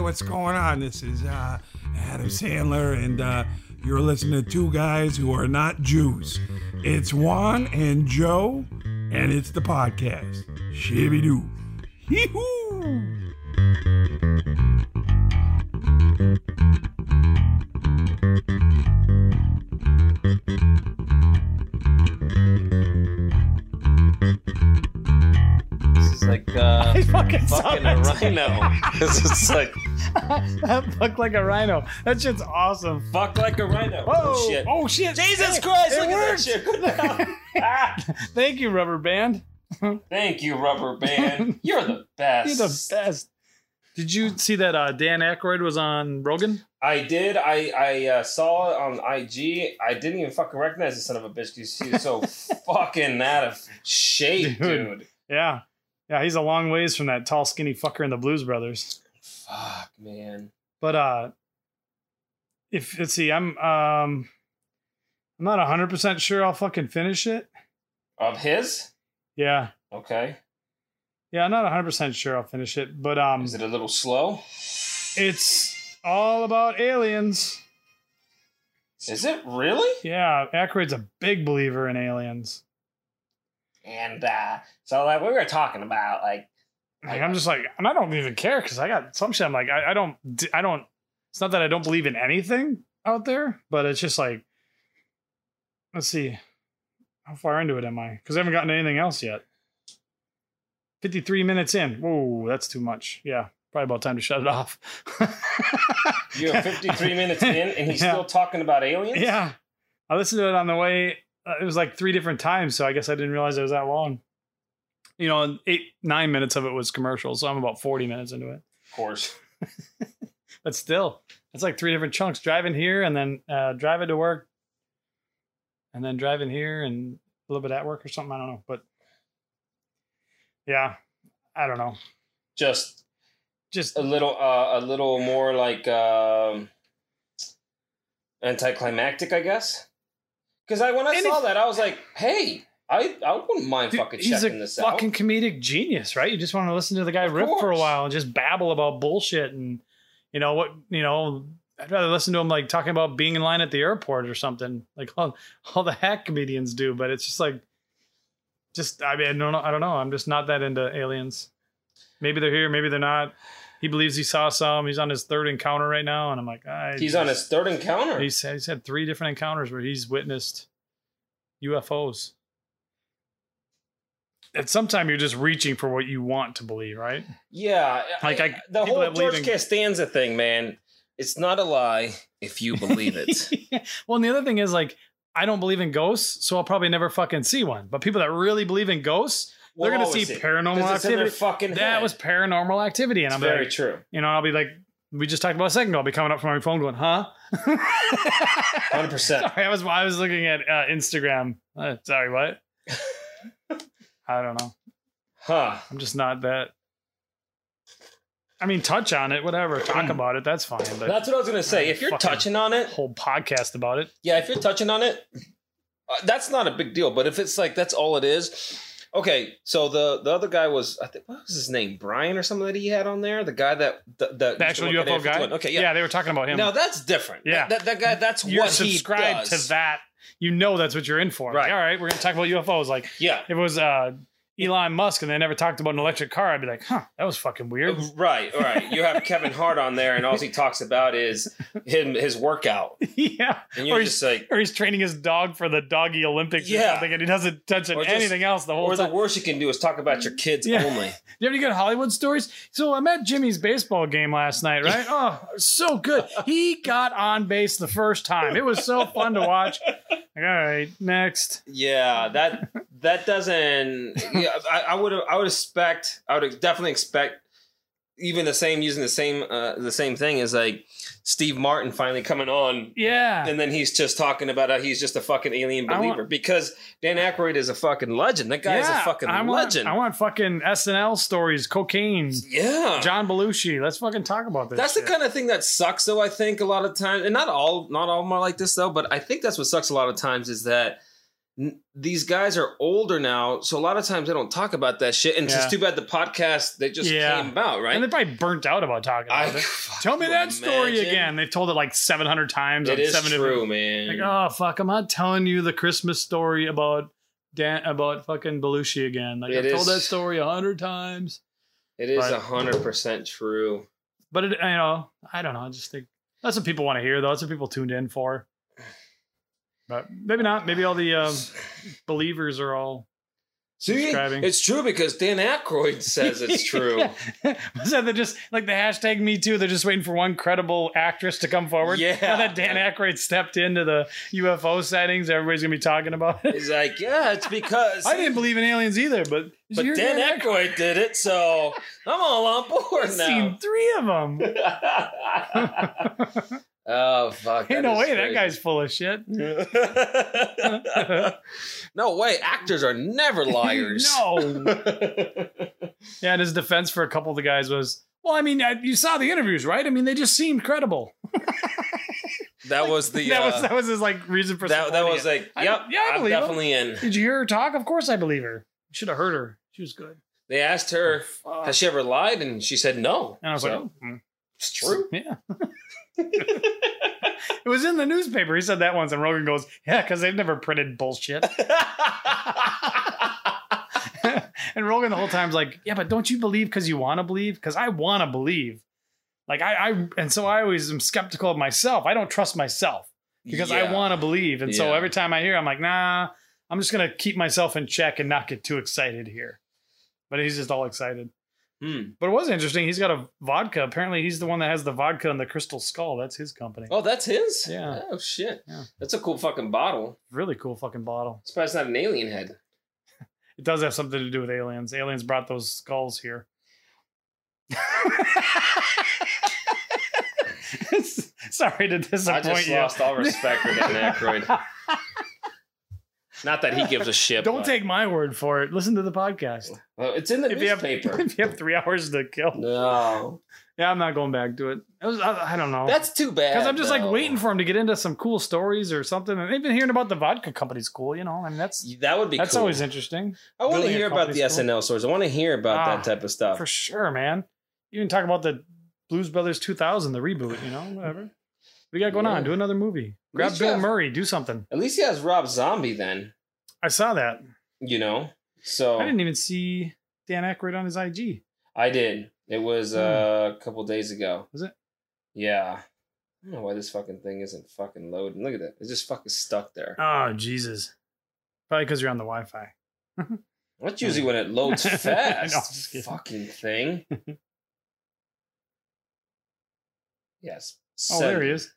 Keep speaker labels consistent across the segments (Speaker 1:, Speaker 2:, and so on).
Speaker 1: what's going on? This is uh, Adam Sandler, and uh, you're listening to two guys who are not Jews. It's Juan and Joe, and it's the podcast. Shibby doo. Hee hoo.
Speaker 2: This is like uh,
Speaker 3: I fucking saw
Speaker 2: fucking a
Speaker 3: that.
Speaker 2: rhino. this is like
Speaker 3: that looked like a rhino. That shit's awesome.
Speaker 2: fuck like a rhino.
Speaker 3: Oh,
Speaker 2: oh shit!
Speaker 3: oh shit.
Speaker 2: Jesus
Speaker 3: Hey,
Speaker 2: Christ!
Speaker 3: it
Speaker 2: Look
Speaker 3: works.
Speaker 2: at that shit. Good enough. Ah,
Speaker 3: Thank you, Rubber Band.
Speaker 2: thank you, Rubber Band. You're the best.
Speaker 3: You're the best. Did you see that uh, Dan Aykroyd was on Rogan?
Speaker 2: I did. I I uh, saw it on IG. I didn't even fucking recognize the son of a bitch because he was so fucking out of shape,
Speaker 3: Dude.
Speaker 2: dude.
Speaker 3: Yeah. Yeah, he's a long ways from that tall, skinny fucker in the Blues Brothers.
Speaker 2: Fuck, man.
Speaker 3: But uh if let's see, I'm um I'm not hundred percent sure I'll fucking finish it.
Speaker 2: Of his?
Speaker 3: Yeah.
Speaker 2: Okay.
Speaker 3: Yeah, I'm not hundred percent sure I'll finish it. But um
Speaker 2: Is it a little slow?
Speaker 3: it's all about aliens.
Speaker 2: Is it really?
Speaker 3: Yeah, Aykroyd's a big believer in aliens.
Speaker 2: And uh, so like we were talking about like
Speaker 3: Like I'm just like, and I don't even care because I got some shit. I'm like, I, I don't, I don't. It's not that I don't believe in anything out there, but it's just like, let's see, how far into it am I? Because I haven't gotten anything else yet. Fifty-three minutes in. Whoa, that's too much. Yeah, probably about time to shut it off.
Speaker 2: You're 53 minutes in, and he's
Speaker 3: Yeah.
Speaker 2: still talking about aliens.
Speaker 3: Yeah, I listened to it on the way. uh, It was like three different times, so I guess I didn't realize it was that long. You know, and eight, nine minutes of it was commercials, so I'm about forty minutes into it.
Speaker 2: of course.
Speaker 3: But still, it's like three different chunks: driving here, and then uh, driving to work, and then driving here, and a little bit at work or something. I don't know, but yeah, I don't know.
Speaker 2: Just
Speaker 3: Just
Speaker 2: a little, uh, a little more like um, anticlimactic, I guess. Because I when I
Speaker 3: And
Speaker 2: saw
Speaker 3: if-
Speaker 2: that, I was like, "Hey, I I wouldn't mind
Speaker 3: Dude,
Speaker 2: fucking
Speaker 3: he's a
Speaker 2: checking this
Speaker 3: fucking
Speaker 2: out."
Speaker 3: comedic genius, right? You just want to listen to the guy
Speaker 2: Of
Speaker 3: rip for a
Speaker 2: course.
Speaker 3: while and just babble about bullshit and you know what you know. I'd rather listen to him like talking about being in line at the airport or something, like all, all the hack comedians do. But it's just like, just I mean, I don't know. I don't know. I'm just not that into aliens. Maybe they're here, maybe they're not. He believes he saw some. He's on his third encounter right now, and I'm like, I
Speaker 2: He's on his third encounter.
Speaker 3: He's, he's had three different encounters where he's witnessed UFOs. At some time, you're just reaching for what you want to believe, right?
Speaker 2: yeah,
Speaker 3: Like, I-
Speaker 2: the
Speaker 3: people
Speaker 2: whole
Speaker 3: that
Speaker 2: George
Speaker 3: believe in-
Speaker 2: Costanza thing, man. It's not a lie if you believe it.
Speaker 3: well, and the other thing is, like, I don't believe in ghosts, so I'll probably never fucking see one. But people that really believe in ghosts,
Speaker 2: We'll
Speaker 3: they're going to
Speaker 2: always
Speaker 3: see
Speaker 2: it. 'Cause
Speaker 3: paranormal
Speaker 2: it's in their
Speaker 3: activity.
Speaker 2: Fucking
Speaker 3: That
Speaker 2: head.
Speaker 3: was paranormal activity. And
Speaker 2: It's
Speaker 3: I'm
Speaker 2: very
Speaker 3: like,
Speaker 2: true.
Speaker 3: you know, I'll be like, we just talked about a second ago. I'll be coming up from my phone going, huh?
Speaker 2: 100. percent
Speaker 3: Sorry, I was I was looking at uh, Instagram. Uh, sorry, what? I don't know.
Speaker 2: Huh.
Speaker 3: I'm just not that. I mean, touch on it, whatever. Talk
Speaker 2: Mm.
Speaker 3: about it. That's fine. But
Speaker 2: That's what I was gonna say. If you're
Speaker 3: Fucking-
Speaker 2: touching on it,
Speaker 3: whole podcast about it.
Speaker 2: yeah, if you're touching on it, uh, that's not a big deal. But if it's like that's all it is, okay. So the the other guy was I think what was his name Brian or something that he had on there. The guy that the, the,
Speaker 3: The actual
Speaker 2: look at it
Speaker 3: UFO
Speaker 2: if it's
Speaker 3: guy.
Speaker 2: one. Okay, yeah.
Speaker 3: they were talking about him.
Speaker 2: Now that's different.
Speaker 3: Yeah.
Speaker 2: that, that guy. That's
Speaker 3: you're
Speaker 2: what he
Speaker 3: subscribed
Speaker 2: does.
Speaker 3: to that. You know that's what you're in for. Like,
Speaker 2: Right.
Speaker 3: all right, we're gonna talk about UFOs. Like
Speaker 2: Yeah,
Speaker 3: if it was uh, Elon Musk and they never talked about an electric car, I'd be like, huh, that was fucking weird.
Speaker 2: right, right. You have Kevin Hart on there, and all he talks about is him his workout,
Speaker 3: yeah.
Speaker 2: and
Speaker 3: Or
Speaker 2: you're
Speaker 3: he's-
Speaker 2: just like.
Speaker 3: Or he's training his dog for the doggy Olympics or
Speaker 2: Yeah.
Speaker 3: something, and he doesn't touch on
Speaker 2: Or just-
Speaker 3: anything else the whole
Speaker 2: Or the
Speaker 3: time.
Speaker 2: worst you can do is talk about your kids
Speaker 3: Yeah.
Speaker 2: only.
Speaker 3: You have any good Hollywood stories? So I'm at Jimmy's baseball game last night, right? Oh, so good. He got on base the first time. It was so fun to watch. Like, all right, next.
Speaker 2: Yeah, that that doesn't. Yeah, I, I would I would expect I would definitely expect even the same using the same uh, the same thing is like Steve Martin finally coming on.
Speaker 3: Yeah.
Speaker 2: And then he's just talking about how he's just a fucking alien
Speaker 3: I want-
Speaker 2: believer because Dan Aykroyd is a fucking legend. That guy is
Speaker 3: yeah,
Speaker 2: a fucking
Speaker 3: I want,
Speaker 2: legend.
Speaker 3: I want fucking SNL stories, cocaine,
Speaker 2: yeah,
Speaker 3: John Belushi. Let's fucking talk about this.
Speaker 2: that's the
Speaker 3: shit.
Speaker 2: kind of thing that sucks though i think a lot of times and not all not all of them are like this though but i think that's what sucks a lot of times is that n- these guys are older now, so a lot of times they don't talk about that shit. And it's just
Speaker 3: Yeah.
Speaker 2: too bad the podcast they just
Speaker 3: Yeah.
Speaker 2: came about, right?
Speaker 3: And they're probably burnt out about talking
Speaker 2: I
Speaker 3: about it.
Speaker 2: fucking
Speaker 3: Tell me that story
Speaker 2: imagine.
Speaker 3: again. They've told it like 700 times.
Speaker 2: It
Speaker 3: on
Speaker 2: is
Speaker 3: seven
Speaker 2: true,
Speaker 3: different-
Speaker 2: man.
Speaker 3: Like, oh, fuck, I'm not telling you the Christmas story about Dan, about fucking Belushi again. Like,
Speaker 2: It
Speaker 3: I've told
Speaker 2: is-
Speaker 3: that story a hundred times.
Speaker 2: it is
Speaker 3: but-
Speaker 2: hundred percent true.
Speaker 3: But, it, you know, I don't know. I just think that's what people want to hear, though. That's what people tuned in for. But maybe not. Maybe all the um, believers are all.
Speaker 2: See,
Speaker 3: Subscribing.
Speaker 2: it's true because Dan Aykroyd says it's true.
Speaker 3: so they're just like the hashtag Me Too. They're just waiting for one credible actress to come forward.
Speaker 2: Yeah.
Speaker 3: Now that Dan Aykroyd stepped into the UFO sightings, everybody's gonna be talking about it.
Speaker 2: He's like, yeah, it's because
Speaker 3: I didn't believe in aliens either, but
Speaker 2: but
Speaker 3: you're
Speaker 2: Dan Aykroyd did it, so I'm all on board
Speaker 3: I've seen
Speaker 2: now.
Speaker 3: three of them.
Speaker 2: oh fuck!
Speaker 3: Ain't no way that guy's full of shit.
Speaker 2: that guy's. no way, actors are never liars.
Speaker 3: no. Yeah, and his defense for a couple of the guys was, well, I mean, I, you saw the interviews, right? I mean, they just seemed credible.
Speaker 2: that was the.
Speaker 3: that
Speaker 2: uh,
Speaker 3: was that was his like reason for
Speaker 2: that, that
Speaker 3: supporting
Speaker 2: was like,
Speaker 3: it. I-
Speaker 2: yep,
Speaker 3: yeah, I
Speaker 2: I'm
Speaker 3: believe him.
Speaker 2: definitely in.
Speaker 3: Did you hear her talk? Of course, I believe her. Should have heard her. She was good.
Speaker 2: They asked her,
Speaker 3: Oh, Fuck.
Speaker 2: has she ever lied? And she said no.
Speaker 3: And I was
Speaker 2: So,
Speaker 3: like, oh, mm,
Speaker 2: it's true.
Speaker 3: Yeah. it was in the newspaper. He said that once, and Rogan goes, "Yeah, because they've never printed bullshit." and Rogan the whole time's like, "Yeah, but don't you believe because you want to believe? Because I want to believe." Like I, I, and so I always am skeptical of myself. I don't trust myself because I
Speaker 2: Yeah.
Speaker 3: want to believe. And so
Speaker 2: Yeah.
Speaker 3: every time I hear, I'm like, "Nah, I'm just gonna keep myself in check and not get too excited here." But he's just all excited.
Speaker 2: Hmm.
Speaker 3: But it was interesting. He's got a vodka. Apparently, he's the one that has the vodka and the crystal skull. That's his company.
Speaker 2: Oh, that's his?
Speaker 3: Yeah.
Speaker 2: Oh, shit.
Speaker 3: Yeah.
Speaker 2: That's a cool fucking bottle.
Speaker 3: Really cool fucking bottle.
Speaker 2: It's probably it's not an alien head.
Speaker 3: It does have something to do with aliens. Aliens brought those skulls here. Sorry to
Speaker 2: I
Speaker 3: disappoint
Speaker 2: just
Speaker 3: you.
Speaker 2: lost all respect for Dan Aykroyd. not that he gives a shit.
Speaker 3: Don't
Speaker 2: but-
Speaker 3: take my word for it. Listen to the podcast.
Speaker 2: Well, it's in the
Speaker 3: If you have
Speaker 2: newspaper.
Speaker 3: if you have three hours to kill,
Speaker 2: no.
Speaker 3: yeah, I'm not going back to it. It was I, I don't know.
Speaker 2: That's too bad.
Speaker 3: because I'm just
Speaker 2: though.
Speaker 3: like waiting for him to get into some cool stories or something. And they've been hearing about the vodka company's cool, you know. I mean, that's
Speaker 2: That would be
Speaker 3: that's
Speaker 2: cool.
Speaker 3: always interesting
Speaker 2: I want to
Speaker 3: building a
Speaker 2: hear about the
Speaker 3: company's cool.
Speaker 2: SNL stories. I want to hear about
Speaker 3: Ah,
Speaker 2: that type of stuff.
Speaker 3: for sure, man. You can talk about the Blues Brothers 2000, the reboot, you know, whatever. We got going
Speaker 2: Yeah.
Speaker 3: on. Do another movie.
Speaker 2: At
Speaker 3: Grab
Speaker 2: least you
Speaker 3: Bill
Speaker 2: have-
Speaker 3: Murray. Do something.
Speaker 2: At least he has Rob Zombie then,
Speaker 3: I saw that.
Speaker 2: you know? So
Speaker 3: I didn't e- even see Dan Aykroyd on his IG.
Speaker 2: I did. It was uh, a couple days ago.
Speaker 3: Hmm. Was it?
Speaker 2: Yeah. I don't know why this fucking thing isn't fucking loading. Look at that. It's just fucking stuck there.
Speaker 3: Oh Jesus! Probably because you're on the Wi-Fi.
Speaker 2: That's usually when it loads
Speaker 3: No, I'm
Speaker 2: fast.
Speaker 3: just kidding.
Speaker 2: fucking thing. yes.
Speaker 3: Oh, there he
Speaker 2: Send.
Speaker 3: is.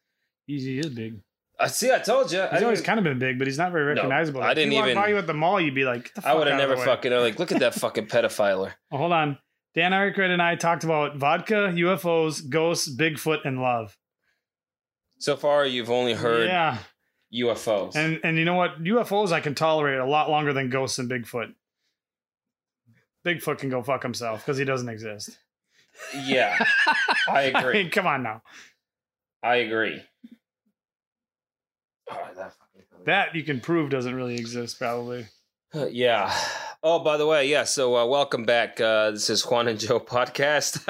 Speaker 3: He's, he is big.
Speaker 2: I see. I told you.
Speaker 3: He's always kind of been big, but he's not very
Speaker 2: No,
Speaker 3: recognizable.
Speaker 2: I
Speaker 3: Like, if
Speaker 2: didn't
Speaker 3: you walked
Speaker 2: even-
Speaker 3: By you at the mall, you'd be like, "Get the
Speaker 2: I
Speaker 3: fuck
Speaker 2: would have
Speaker 3: out of
Speaker 2: never
Speaker 3: the way."
Speaker 2: fucking. Like, look at that fucking pedophiler.
Speaker 3: Oh, hold on. Dan Aykroyd and I talked about vodka, UFOs, ghosts, Bigfoot, and love.
Speaker 2: So far, you've only heard
Speaker 3: Yeah.
Speaker 2: UFOs.
Speaker 3: And and you know what? UFOs I can tolerate a lot longer than ghosts and Bigfoot. Bigfoot can go fuck himself because he doesn't exist.
Speaker 2: yeah, I
Speaker 3: I
Speaker 2: agree.
Speaker 3: mean, come on now.
Speaker 2: I agree. Oh, that fucking thing.
Speaker 3: That you can prove doesn't really exist, probably.
Speaker 2: Uh, Yeah. Oh, by the way, yeah. So, uh, welcome back. Uh, this is Juan and Joe podcast.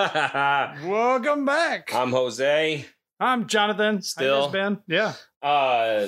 Speaker 3: Welcome back.
Speaker 2: I'm Jose.
Speaker 3: I'm Jonathan.
Speaker 2: Uh, Still.
Speaker 3: I been. Yeah.
Speaker 2: Uh,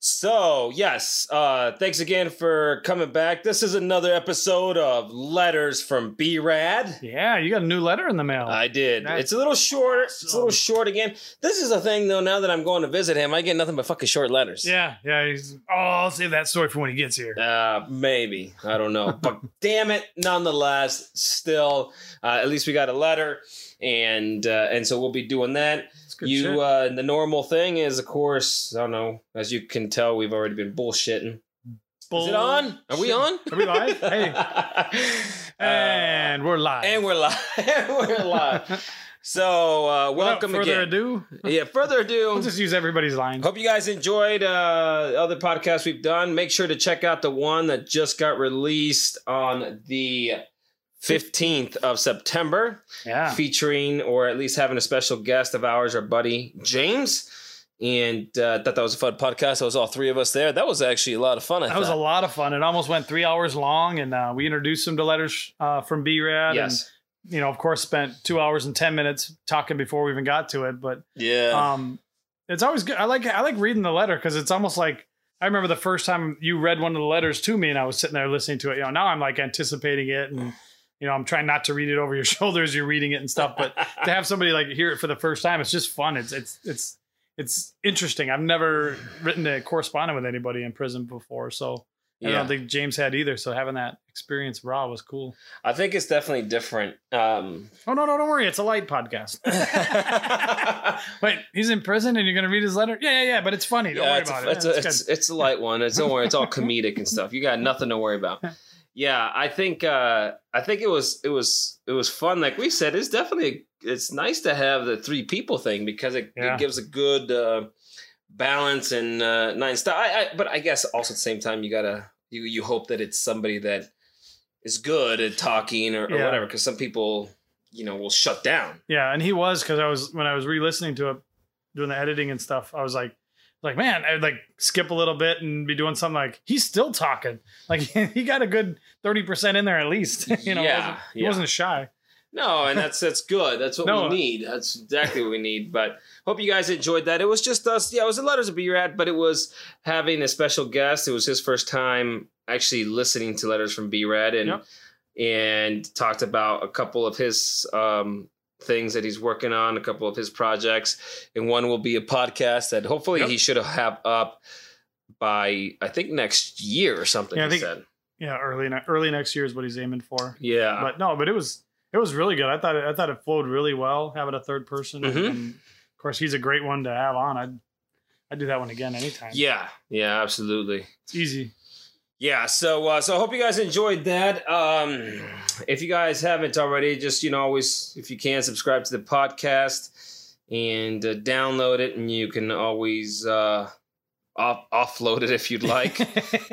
Speaker 2: so, yes. Uh, thanks again for coming back. This is another episode of Letters from B Rad.
Speaker 3: Yeah, you got a new letter in the mail.
Speaker 2: I did.
Speaker 3: Oh, That's
Speaker 2: It's a little shorter. It's a little short again. This is the thing, though. Now that I'm going to visit him, I get nothing but fucking short letters.
Speaker 3: yeah, yeah. He's, oh, I'll save that story for when he gets here.
Speaker 2: Uh, maybe I don't know, but damn it, nonetheless, still, uh, at least we got a letter, and uh, and so we'll be doing that.
Speaker 3: That's good shit.
Speaker 2: you, uh, the normal thing is, of course, I don't know. As you can tell, we've already been bullshitting. Is it on? Are we on?
Speaker 3: Bullshit. Are we live? Hey.
Speaker 2: Uh,
Speaker 3: And we're live.
Speaker 2: and we're live. and we're live. So uh,
Speaker 3: Without
Speaker 2: welcome
Speaker 3: further
Speaker 2: again.
Speaker 3: ado,
Speaker 2: Yeah, further ado.
Speaker 3: we'll just use everybody's lines.
Speaker 2: Hope you guys enjoyed uh, other podcasts we've done. Make sure to check out the one that just got released on the 15th of September,
Speaker 3: Yeah.
Speaker 2: featuring or at least having a special guest of ours, our buddy James. and uh, thought that was a fun podcast. That was all three of us there. That was actually a lot of fun. I
Speaker 3: That was a
Speaker 2: thought.
Speaker 3: lot of fun. It almost went three hours long, and uh, we introduced them to letters uh, from B Rad.
Speaker 2: yes,
Speaker 3: And, you know, of course, spent two hours and 10 minutes talking before we even got to it. But
Speaker 2: yeah,
Speaker 3: um, it's always good. I like I like reading the letter because it's almost like I remember the first time you read one of the letters to me, and I was sitting there listening to it. You know, now I'm like anticipating it, and you know, I'm trying not to read it over your shoulder as you're reading it and stuff. But to have somebody like hear it for the first time, it's just fun. It's it's it's it's interesting. I've never written a correspondent with anybody in prison before, so I
Speaker 2: yeah.
Speaker 3: don't think James had either. So having that experience raw was cool.
Speaker 2: I think it's definitely different. Um,
Speaker 3: Oh no, no, don't worry. It's a light podcast. Wait, he's in prison and you're gonna read his letter? Yeah, yeah, yeah. But it's funny. Don't worry
Speaker 2: it's
Speaker 3: about
Speaker 2: a,
Speaker 3: it.
Speaker 2: It's,
Speaker 3: Yeah,
Speaker 2: a,
Speaker 3: it's
Speaker 2: it's, it's a light one. It's don't worry. It's all comedic and stuff. You got nothing to worry about. Yeah, I think uh, I think it was it was it was fun. Like we said, it's definitely it's nice to have the three people thing because it,
Speaker 3: Yeah.
Speaker 2: it gives a good uh, balance and uh, nice stuff. I, I, but I guess also at the same time you gotta you you hope that it's somebody that is good at talking or, or
Speaker 3: Yeah.
Speaker 2: whatever because some people you know will shut down.
Speaker 3: Yeah, and he was because I was when I was re-listening to it, doing the editing and stuff. I was like, like man, I'd like skip a little bit and be doing something like he's still talking. Like he got a good thirty percent in there at least. you know,
Speaker 2: Yeah,
Speaker 3: wasn't, he
Speaker 2: yeah.
Speaker 3: wasn't shy.
Speaker 2: No, and that's that's good. That's what
Speaker 3: No.
Speaker 2: we need. That's exactly what we need. But hope you guys enjoyed that. It was just us. Yeah, it was the letters of B Rat, but it was having a special guest. It was his first time actually listening to letters from B Rat and
Speaker 3: Yep.
Speaker 2: and talked about a couple of his um things that he's working on, a couple of his projects, and one will be a podcast that hopefully
Speaker 3: Yep.
Speaker 2: he should have up by I think next year or something.
Speaker 3: Yeah, I
Speaker 2: he
Speaker 3: think-
Speaker 2: said.
Speaker 3: Yeah, early ne- early next year is what he's aiming for.
Speaker 2: Yeah.
Speaker 3: But no, but it was it was really good. I thought it, I thought it flowed really well having a third person.
Speaker 2: Mhm.
Speaker 3: And of course, he's a great one to have on. I'd I'd do that one again anytime.
Speaker 2: yeah. Yeah, absolutely.
Speaker 3: it's easy.
Speaker 2: yeah so uh, so i hope you guys enjoyed that um if you guys haven't already just you know always if you can subscribe to the podcast and uh, download it and you can always uh off- offload it if you'd like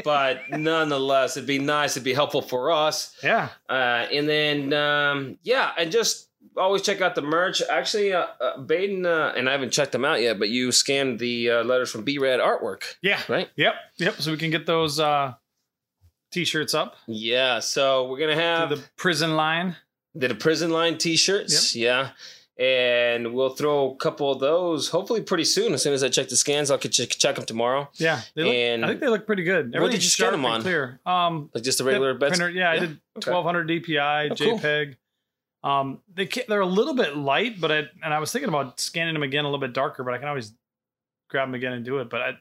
Speaker 2: but nonetheless it'd be nice it'd be helpful for us
Speaker 3: yeah,
Speaker 2: uh, and then um, yeah, and just always check out the merch. Actually, uh, uh, Baden uh, and I haven't checked them out yet, but you scanned the uh, letters from B Rad artwork,
Speaker 3: yeah.
Speaker 2: right?
Speaker 3: Yep, yep. So we can get those uh, t-shirts up
Speaker 2: Yeah. So we're gonna
Speaker 3: to
Speaker 2: have
Speaker 3: the prison line.
Speaker 2: did a prison line t-shirts yeah and we'll throw a couple of those hopefully pretty soon as soon as i check the scans i'll check, check them tomorrow
Speaker 3: Yeah, they look,
Speaker 2: And-
Speaker 3: I think they look pretty good.
Speaker 2: What did you
Speaker 3: Everything's
Speaker 2: scan
Speaker 3: sharp
Speaker 2: 'em
Speaker 3: and
Speaker 2: on?
Speaker 3: Clear. Um,
Speaker 2: like just a regular
Speaker 3: the
Speaker 2: bed
Speaker 3: printer. Yeah, I
Speaker 2: yeah?
Speaker 3: did
Speaker 2: Okay.
Speaker 3: 1200 DPI
Speaker 2: Oh, cool.
Speaker 3: JPEG. E Um, they ca they're a little bit light, but I and I was thinking about scanning them again a little bit darker, but I can always grab them again and do it. But I,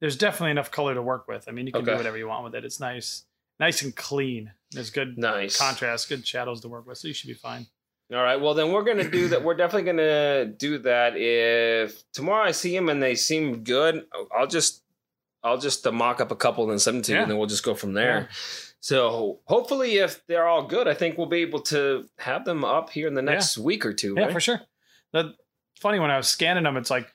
Speaker 3: there's definitely enough color to work with. I mean, you can do
Speaker 2: Okay.
Speaker 3: whatever you want with it. It's nice, nice and clean. There's good
Speaker 2: nice
Speaker 3: contrast, good shadows to work with, so you should be fine.
Speaker 2: all right well then we're gonna do that we're definitely gonna do that if tomorrow i see them and they seem good i'll just i'll just uh, mock up a couple and then send them to you
Speaker 3: Yeah.
Speaker 2: and then we'll just go from there so hopefully if they're all good i think we'll be able to have them up here in the next week or two
Speaker 3: Yeah,
Speaker 2: right?
Speaker 3: for sure. The funny when I was scanning them, it's like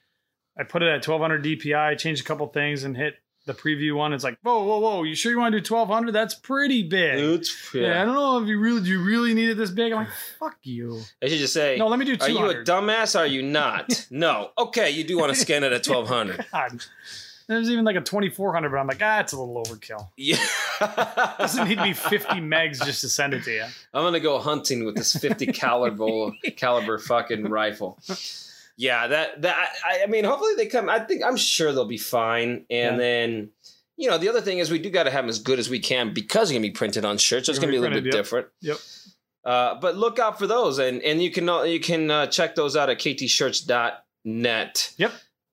Speaker 3: I put it at 1200 DPI, changed a couple things, and hit the preview one. It's like, whoa, whoa, whoa! You sure you want to do 1200? That's pretty big.
Speaker 2: It's-
Speaker 3: Yeah. I
Speaker 2: yeah.
Speaker 3: don't know if you really, you really need it this big. I'm like, fuck you.
Speaker 2: i should just say
Speaker 3: No, let me do
Speaker 2: Are you a
Speaker 3: 200.
Speaker 2: dumbass? Are you not? no. Okay, you do want to scan it at twelve hundred.
Speaker 3: God. There's even like a 2400, but I'm like, ah, it's a little overkill.
Speaker 2: Yeah.
Speaker 3: Doesn't need to be 50 megs just to send it to you.
Speaker 2: I'm gonna go hunting with this fifty caliber caliber fucking rifle. Yeah, that that I, I mean, hopefully they come. I think I'm sure they'll be fine. And
Speaker 3: Yeah.
Speaker 2: then you know the other thing is we do got to have them as good as we can because they're gonna be printed on shirts. So it's gonna
Speaker 3: They're
Speaker 2: be a
Speaker 3: gonna
Speaker 2: little
Speaker 3: be
Speaker 2: bit different.
Speaker 3: Yep.
Speaker 2: Uh, but look out for those, and and you can al- you can uh, check those out at ktshirts.net.
Speaker 3: Yep.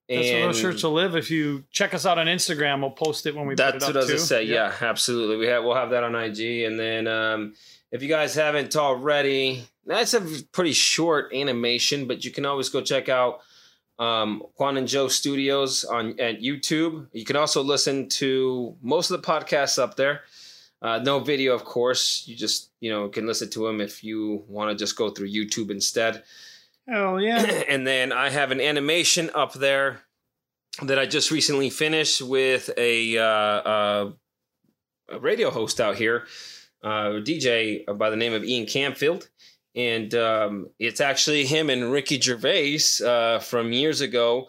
Speaker 3: That's where
Speaker 2: And
Speaker 3: those shirts will live. If you check us out on Instagram, we'll post it when we
Speaker 2: That's
Speaker 3: put it
Speaker 2: what
Speaker 3: up
Speaker 2: I was
Speaker 3: too.
Speaker 2: gonna say. Yeah, absolutely. We have we'll have that on IG, and then um, if you guys haven't already, that's a pretty short animation, but you can always go check out um, Quan and Joe Studios on at YouTube. You can also listen to most of the podcasts up there. Uh, no video, of course. You just you know can listen to them if you want to just go through YouTube instead
Speaker 3: Hell yeah.
Speaker 2: and then I have an animation up there that I just recently finished with a, uh, uh, a radio host out here, uh, a DJ by the name of Ian Campfield. And um, it's actually him and Ricky Gervais uh, from years ago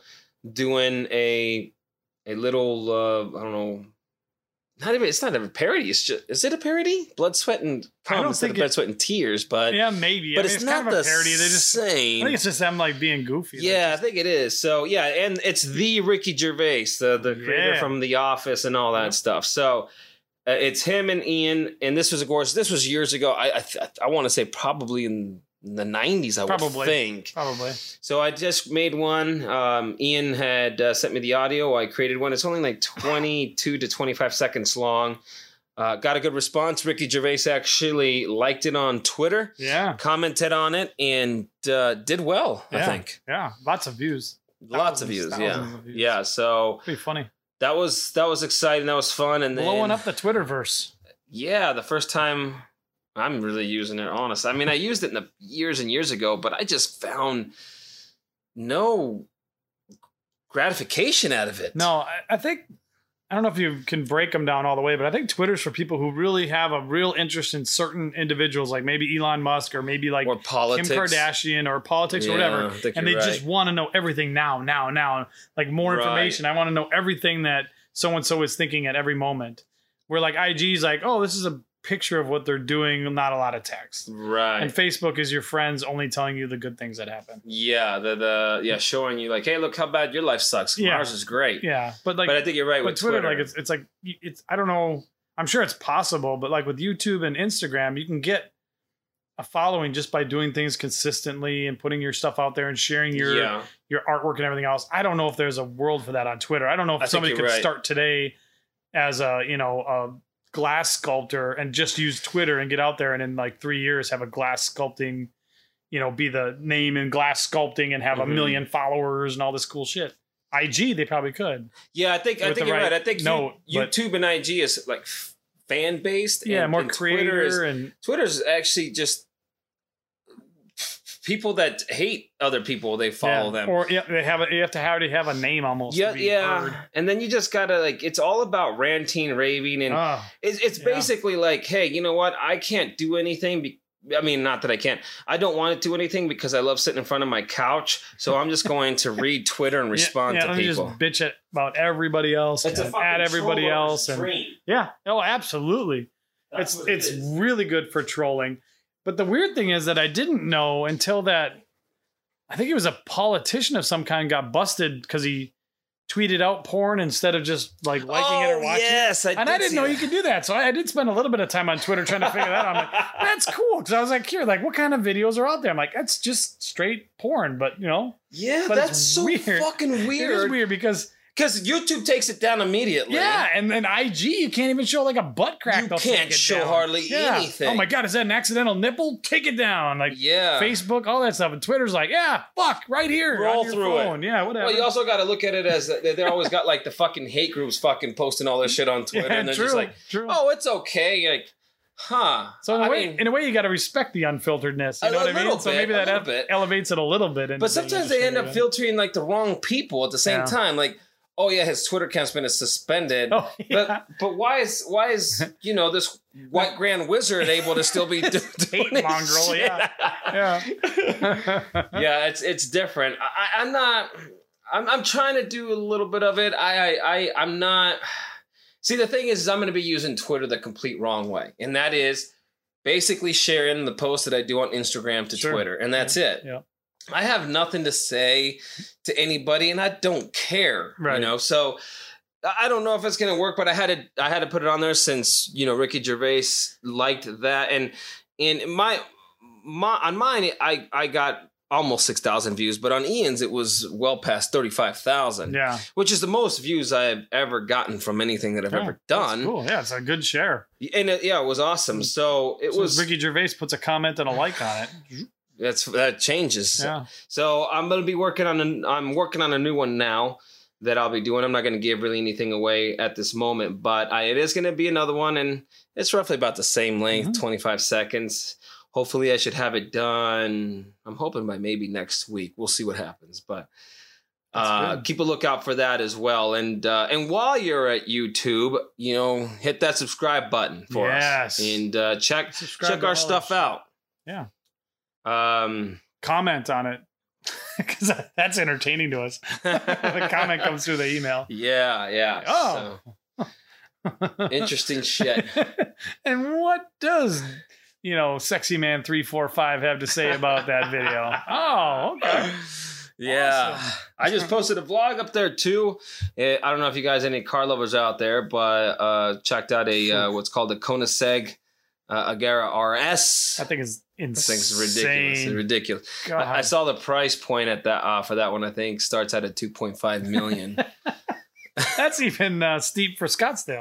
Speaker 2: doing a a little uh, I don't know. Not even it's not a parody. It's just is it a parody? Blood, sweat, and
Speaker 3: I don't
Speaker 2: cum instead of
Speaker 3: think
Speaker 2: blood,
Speaker 3: it-
Speaker 2: sweat, and tears. But
Speaker 3: yeah, maybe.
Speaker 2: but
Speaker 3: I mean,
Speaker 2: it's,
Speaker 3: it's,
Speaker 2: not
Speaker 3: kind of a
Speaker 2: the
Speaker 3: parody. They just I
Speaker 2: same.
Speaker 3: think it's just them like being goofy. Like,
Speaker 2: yeah, I think it is. So yeah, and it's the Ricky Gervais, the the creator
Speaker 3: Yeah.
Speaker 2: from The Office and all that
Speaker 3: Yep.
Speaker 2: stuff. So uh, it's him and Ian, and this was of course this was years ago. I I, th- I want to say probably in the nineties. I
Speaker 3: Probably.
Speaker 2: would think.
Speaker 3: probably.
Speaker 2: So I just made one. Um, Ian had uh, sent me the audio. I created one. It's only like 22 to 25 seconds long. Uh, got a good response. Ricky Gervais actually liked it on Twitter,
Speaker 3: Yeah,
Speaker 2: commented on it, and uh, did well, I
Speaker 3: Yeah.
Speaker 2: think.
Speaker 3: yeah. Lots of views.
Speaker 2: Lots of
Speaker 3: Thousands,
Speaker 2: views, yeah.
Speaker 3: thousands of views.
Speaker 2: Yeah, so
Speaker 3: Pretty funny.
Speaker 2: that was that was exciting. That was fun. And then,
Speaker 3: Blowing up the Twitterverse.
Speaker 2: yeah, the first time I'm really using it, honest. I mean, I used it in the years and years ago, but I just found no gratification out of it.
Speaker 3: No, I, I think I don't know if you can break them down all the way, but I think Twitter's for people who really have a real interest in certain individuals, like maybe Elon Musk or maybe like
Speaker 2: or politics,
Speaker 3: Kim Kardashian or politics
Speaker 2: Yeah,
Speaker 3: or
Speaker 2: I
Speaker 3: whatever.
Speaker 2: think
Speaker 3: And they
Speaker 2: you're right.
Speaker 3: just want to know everything now, now, now. Like more
Speaker 2: Right.
Speaker 3: information. I want to know everything that so and so is thinking at every moment. Where like IG's like, oh, this is a picture of what they're doing, not a lot of text.
Speaker 2: right.
Speaker 3: And Facebook is your friends only telling you the good things that happen.
Speaker 2: yeah, the the yeah, showing you like, hey, look how bad your life sucks.
Speaker 3: Yeah.
Speaker 2: Ours is great.
Speaker 3: Yeah, but like
Speaker 2: but I think you're right
Speaker 3: but
Speaker 2: with
Speaker 3: Twitter,
Speaker 2: Twitter.
Speaker 3: like it's it's like y- it's I don't know. I'm sure it's possible, but like with YouTube and Instagram, you can get a following just by doing things consistently and putting your stuff out there and sharing your
Speaker 2: yeah,
Speaker 3: your artwork and everything else. I don't know if there's a world for that on Twitter. I don't know if
Speaker 2: I think
Speaker 3: somebody
Speaker 2: you're
Speaker 3: could
Speaker 2: right.
Speaker 3: start today as a you know a glass sculptor and just use Twitter and get out there and in like three years have a glass sculpting, you know, be the name in glass sculpting and have
Speaker 2: Mhm.
Speaker 3: a million followers and all this cool shit. IG, they probably could.
Speaker 2: yeah. I think I
Speaker 3: With
Speaker 2: think
Speaker 3: the
Speaker 2: you're right.
Speaker 3: right
Speaker 2: I think you-
Speaker 3: note, but-
Speaker 2: YouTube and IG is like fan based.
Speaker 3: yeah,
Speaker 2: and,
Speaker 3: more
Speaker 2: and Twitter
Speaker 3: creator
Speaker 2: is
Speaker 3: and
Speaker 2: Twitter's actually just people that hate other people. They follow
Speaker 3: yeah,
Speaker 2: them.
Speaker 3: or yeah, they have a, you have to already have a name almost. to
Speaker 2: yeah,
Speaker 3: be
Speaker 2: yeah,
Speaker 3: heard.
Speaker 2: and then you just gotta like it's all about ranting, raving, and
Speaker 3: Ah,
Speaker 2: It's, it's
Speaker 3: Yeah.
Speaker 2: basically like, hey, you know what? I can't do anything. Be- I mean, not that I can't. I don't want to do anything because I love sitting in front of my couch. So I'm just going to read Twitter and
Speaker 3: yeah,
Speaker 2: respond
Speaker 3: yeah,
Speaker 2: to
Speaker 3: let me
Speaker 2: people.
Speaker 3: just bitch at, about everybody else and at everybody else and yeah, oh, absolutely. it's it's really good for trolling. But the weird thing is that I didn't know until that I think he was a politician of some kind got busted because he tweeted out porn instead of just like liking it or
Speaker 2: Oh,
Speaker 3: watching it.
Speaker 2: yes, I
Speaker 3: And
Speaker 2: did
Speaker 3: I didn't
Speaker 2: see
Speaker 3: know
Speaker 2: that.
Speaker 3: you could do that. So I, I did spend a little bit of time on Twitter trying to figure that out. I'm like, that's cool. Cause I was like, here, like what kind of videos are out there? I'm like, that's just straight porn, but you know,
Speaker 2: yeah,
Speaker 3: but it's
Speaker 2: that's so
Speaker 3: weird.
Speaker 2: fucking
Speaker 3: it is
Speaker 2: weird.
Speaker 3: weird because
Speaker 2: Because YouTube takes it down immediately.
Speaker 3: yeah, and then IG, you can't even show like a butt crack.
Speaker 2: You
Speaker 3: They'll take
Speaker 2: can't
Speaker 3: it
Speaker 2: show
Speaker 3: down.
Speaker 2: hardly anything.
Speaker 3: Oh my god, is that an accidental nipple? Take it down. Like
Speaker 2: Yeah.
Speaker 3: Facebook, all that stuff. And Twitter's like, yeah, fuck, right here.
Speaker 2: Roll
Speaker 3: on your
Speaker 2: through it.
Speaker 3: phone. Yeah, whatever.
Speaker 2: Well, you also got to look at it as they they always got like the fucking hate groups fucking posting all their shit on
Speaker 3: yeah,
Speaker 2: Twitter, and they're
Speaker 3: true,
Speaker 2: just like,
Speaker 3: true.
Speaker 2: "Oh, it's okay." You're like, huh?
Speaker 3: so in a
Speaker 2: I
Speaker 3: way,
Speaker 2: mean-
Speaker 3: in a way, you got to respect the unfilteredness. You
Speaker 2: A
Speaker 3: know what I
Speaker 2: little
Speaker 3: mean? so
Speaker 2: bit,
Speaker 3: maybe
Speaker 2: a
Speaker 3: that
Speaker 2: little
Speaker 3: ev-
Speaker 2: bit.
Speaker 3: elevates it a little bit. into
Speaker 2: But
Speaker 3: being
Speaker 2: sometimes they end up
Speaker 3: interesting,
Speaker 2: filtering like the wrong people at the same
Speaker 3: Yeah.
Speaker 2: time. Like, oh yeah, his Twitter account's been suspended.
Speaker 3: but- Oh, yeah.
Speaker 2: But but why is why is you know this white grand wizard able to still be do- doing
Speaker 3: Hate
Speaker 2: his
Speaker 3: mongrel,
Speaker 2: shit?
Speaker 3: yeah.
Speaker 2: yeah, it's it's different. I, I- I'm not. I'm I'm trying to do a little bit of it. I I, I I'm not. See, the thing is, is I'm going to be using Twitter the complete wrong way, and that is basically sharing the posts that I do on Instagram to
Speaker 3: Sure.
Speaker 2: Twitter, and that's it.
Speaker 3: Yeah.
Speaker 2: I have nothing to say to anybody, and I don't care.
Speaker 3: Right.
Speaker 2: You know, so. I I don't know if it's going to work, but I had to I had to put it on there since you know Ricky Gervais liked that, and and my my on mine I I got almost six thousand views, but on Ian's it was well past thirty five thousand,
Speaker 3: yeah.
Speaker 2: which is the most views I've ever gotten from anything that I've
Speaker 3: Yeah,
Speaker 2: ever
Speaker 3: That's
Speaker 2: done.
Speaker 3: cool. Yeah, it's a good share.
Speaker 2: And it, yeah, it was awesome. So it
Speaker 3: So
Speaker 2: was
Speaker 3: Ricky Gervais puts a comment and a like on it.
Speaker 2: that's that changes.
Speaker 3: Yeah.
Speaker 2: So I'm gonna be working on an I'm working on a new one now that I'll be doing. I'm not gonna give really anything away at this moment, but I, it is gonna be another one, and it's roughly about the same length,
Speaker 3: Mhm.
Speaker 2: 25 seconds. Hopefully, I should have it done. I'm hoping by maybe next week. We'll see what happens, but.
Speaker 3: That's
Speaker 2: Uh,
Speaker 3: good.
Speaker 2: keep a lookout for that as well, and uh, and while you're at YouTube, you know, hit that subscribe button for us,
Speaker 3: Yes.
Speaker 2: and uh, check
Speaker 3: Subscribe
Speaker 2: check
Speaker 3: to all
Speaker 2: our
Speaker 3: that
Speaker 2: stuff
Speaker 3: shit.
Speaker 2: out.
Speaker 3: Yeah.
Speaker 2: Um,
Speaker 3: Comment on it. because that's entertaining to us. the comment comes through the email.
Speaker 2: Yeah, yeah.
Speaker 3: Oh.
Speaker 2: So, interesting shit.
Speaker 3: and what does you know sexy man 345 have to say about that video oh okay
Speaker 2: Yeah.
Speaker 3: Awesome.
Speaker 2: I just posted a vlog up there too. Eh, I don't know if you guys, any car lovers out there, but uh, checked out a uh, what's called the Koenigsegg uh, Agera RS.
Speaker 3: i think it's
Speaker 2: This
Speaker 3: insane
Speaker 2: thing's ridiculous. It's ridiculous.
Speaker 3: God.
Speaker 2: I, I saw the price point at that uh, for that one. I think starts out at two point five million.
Speaker 3: that's even uh, steep for scottsdale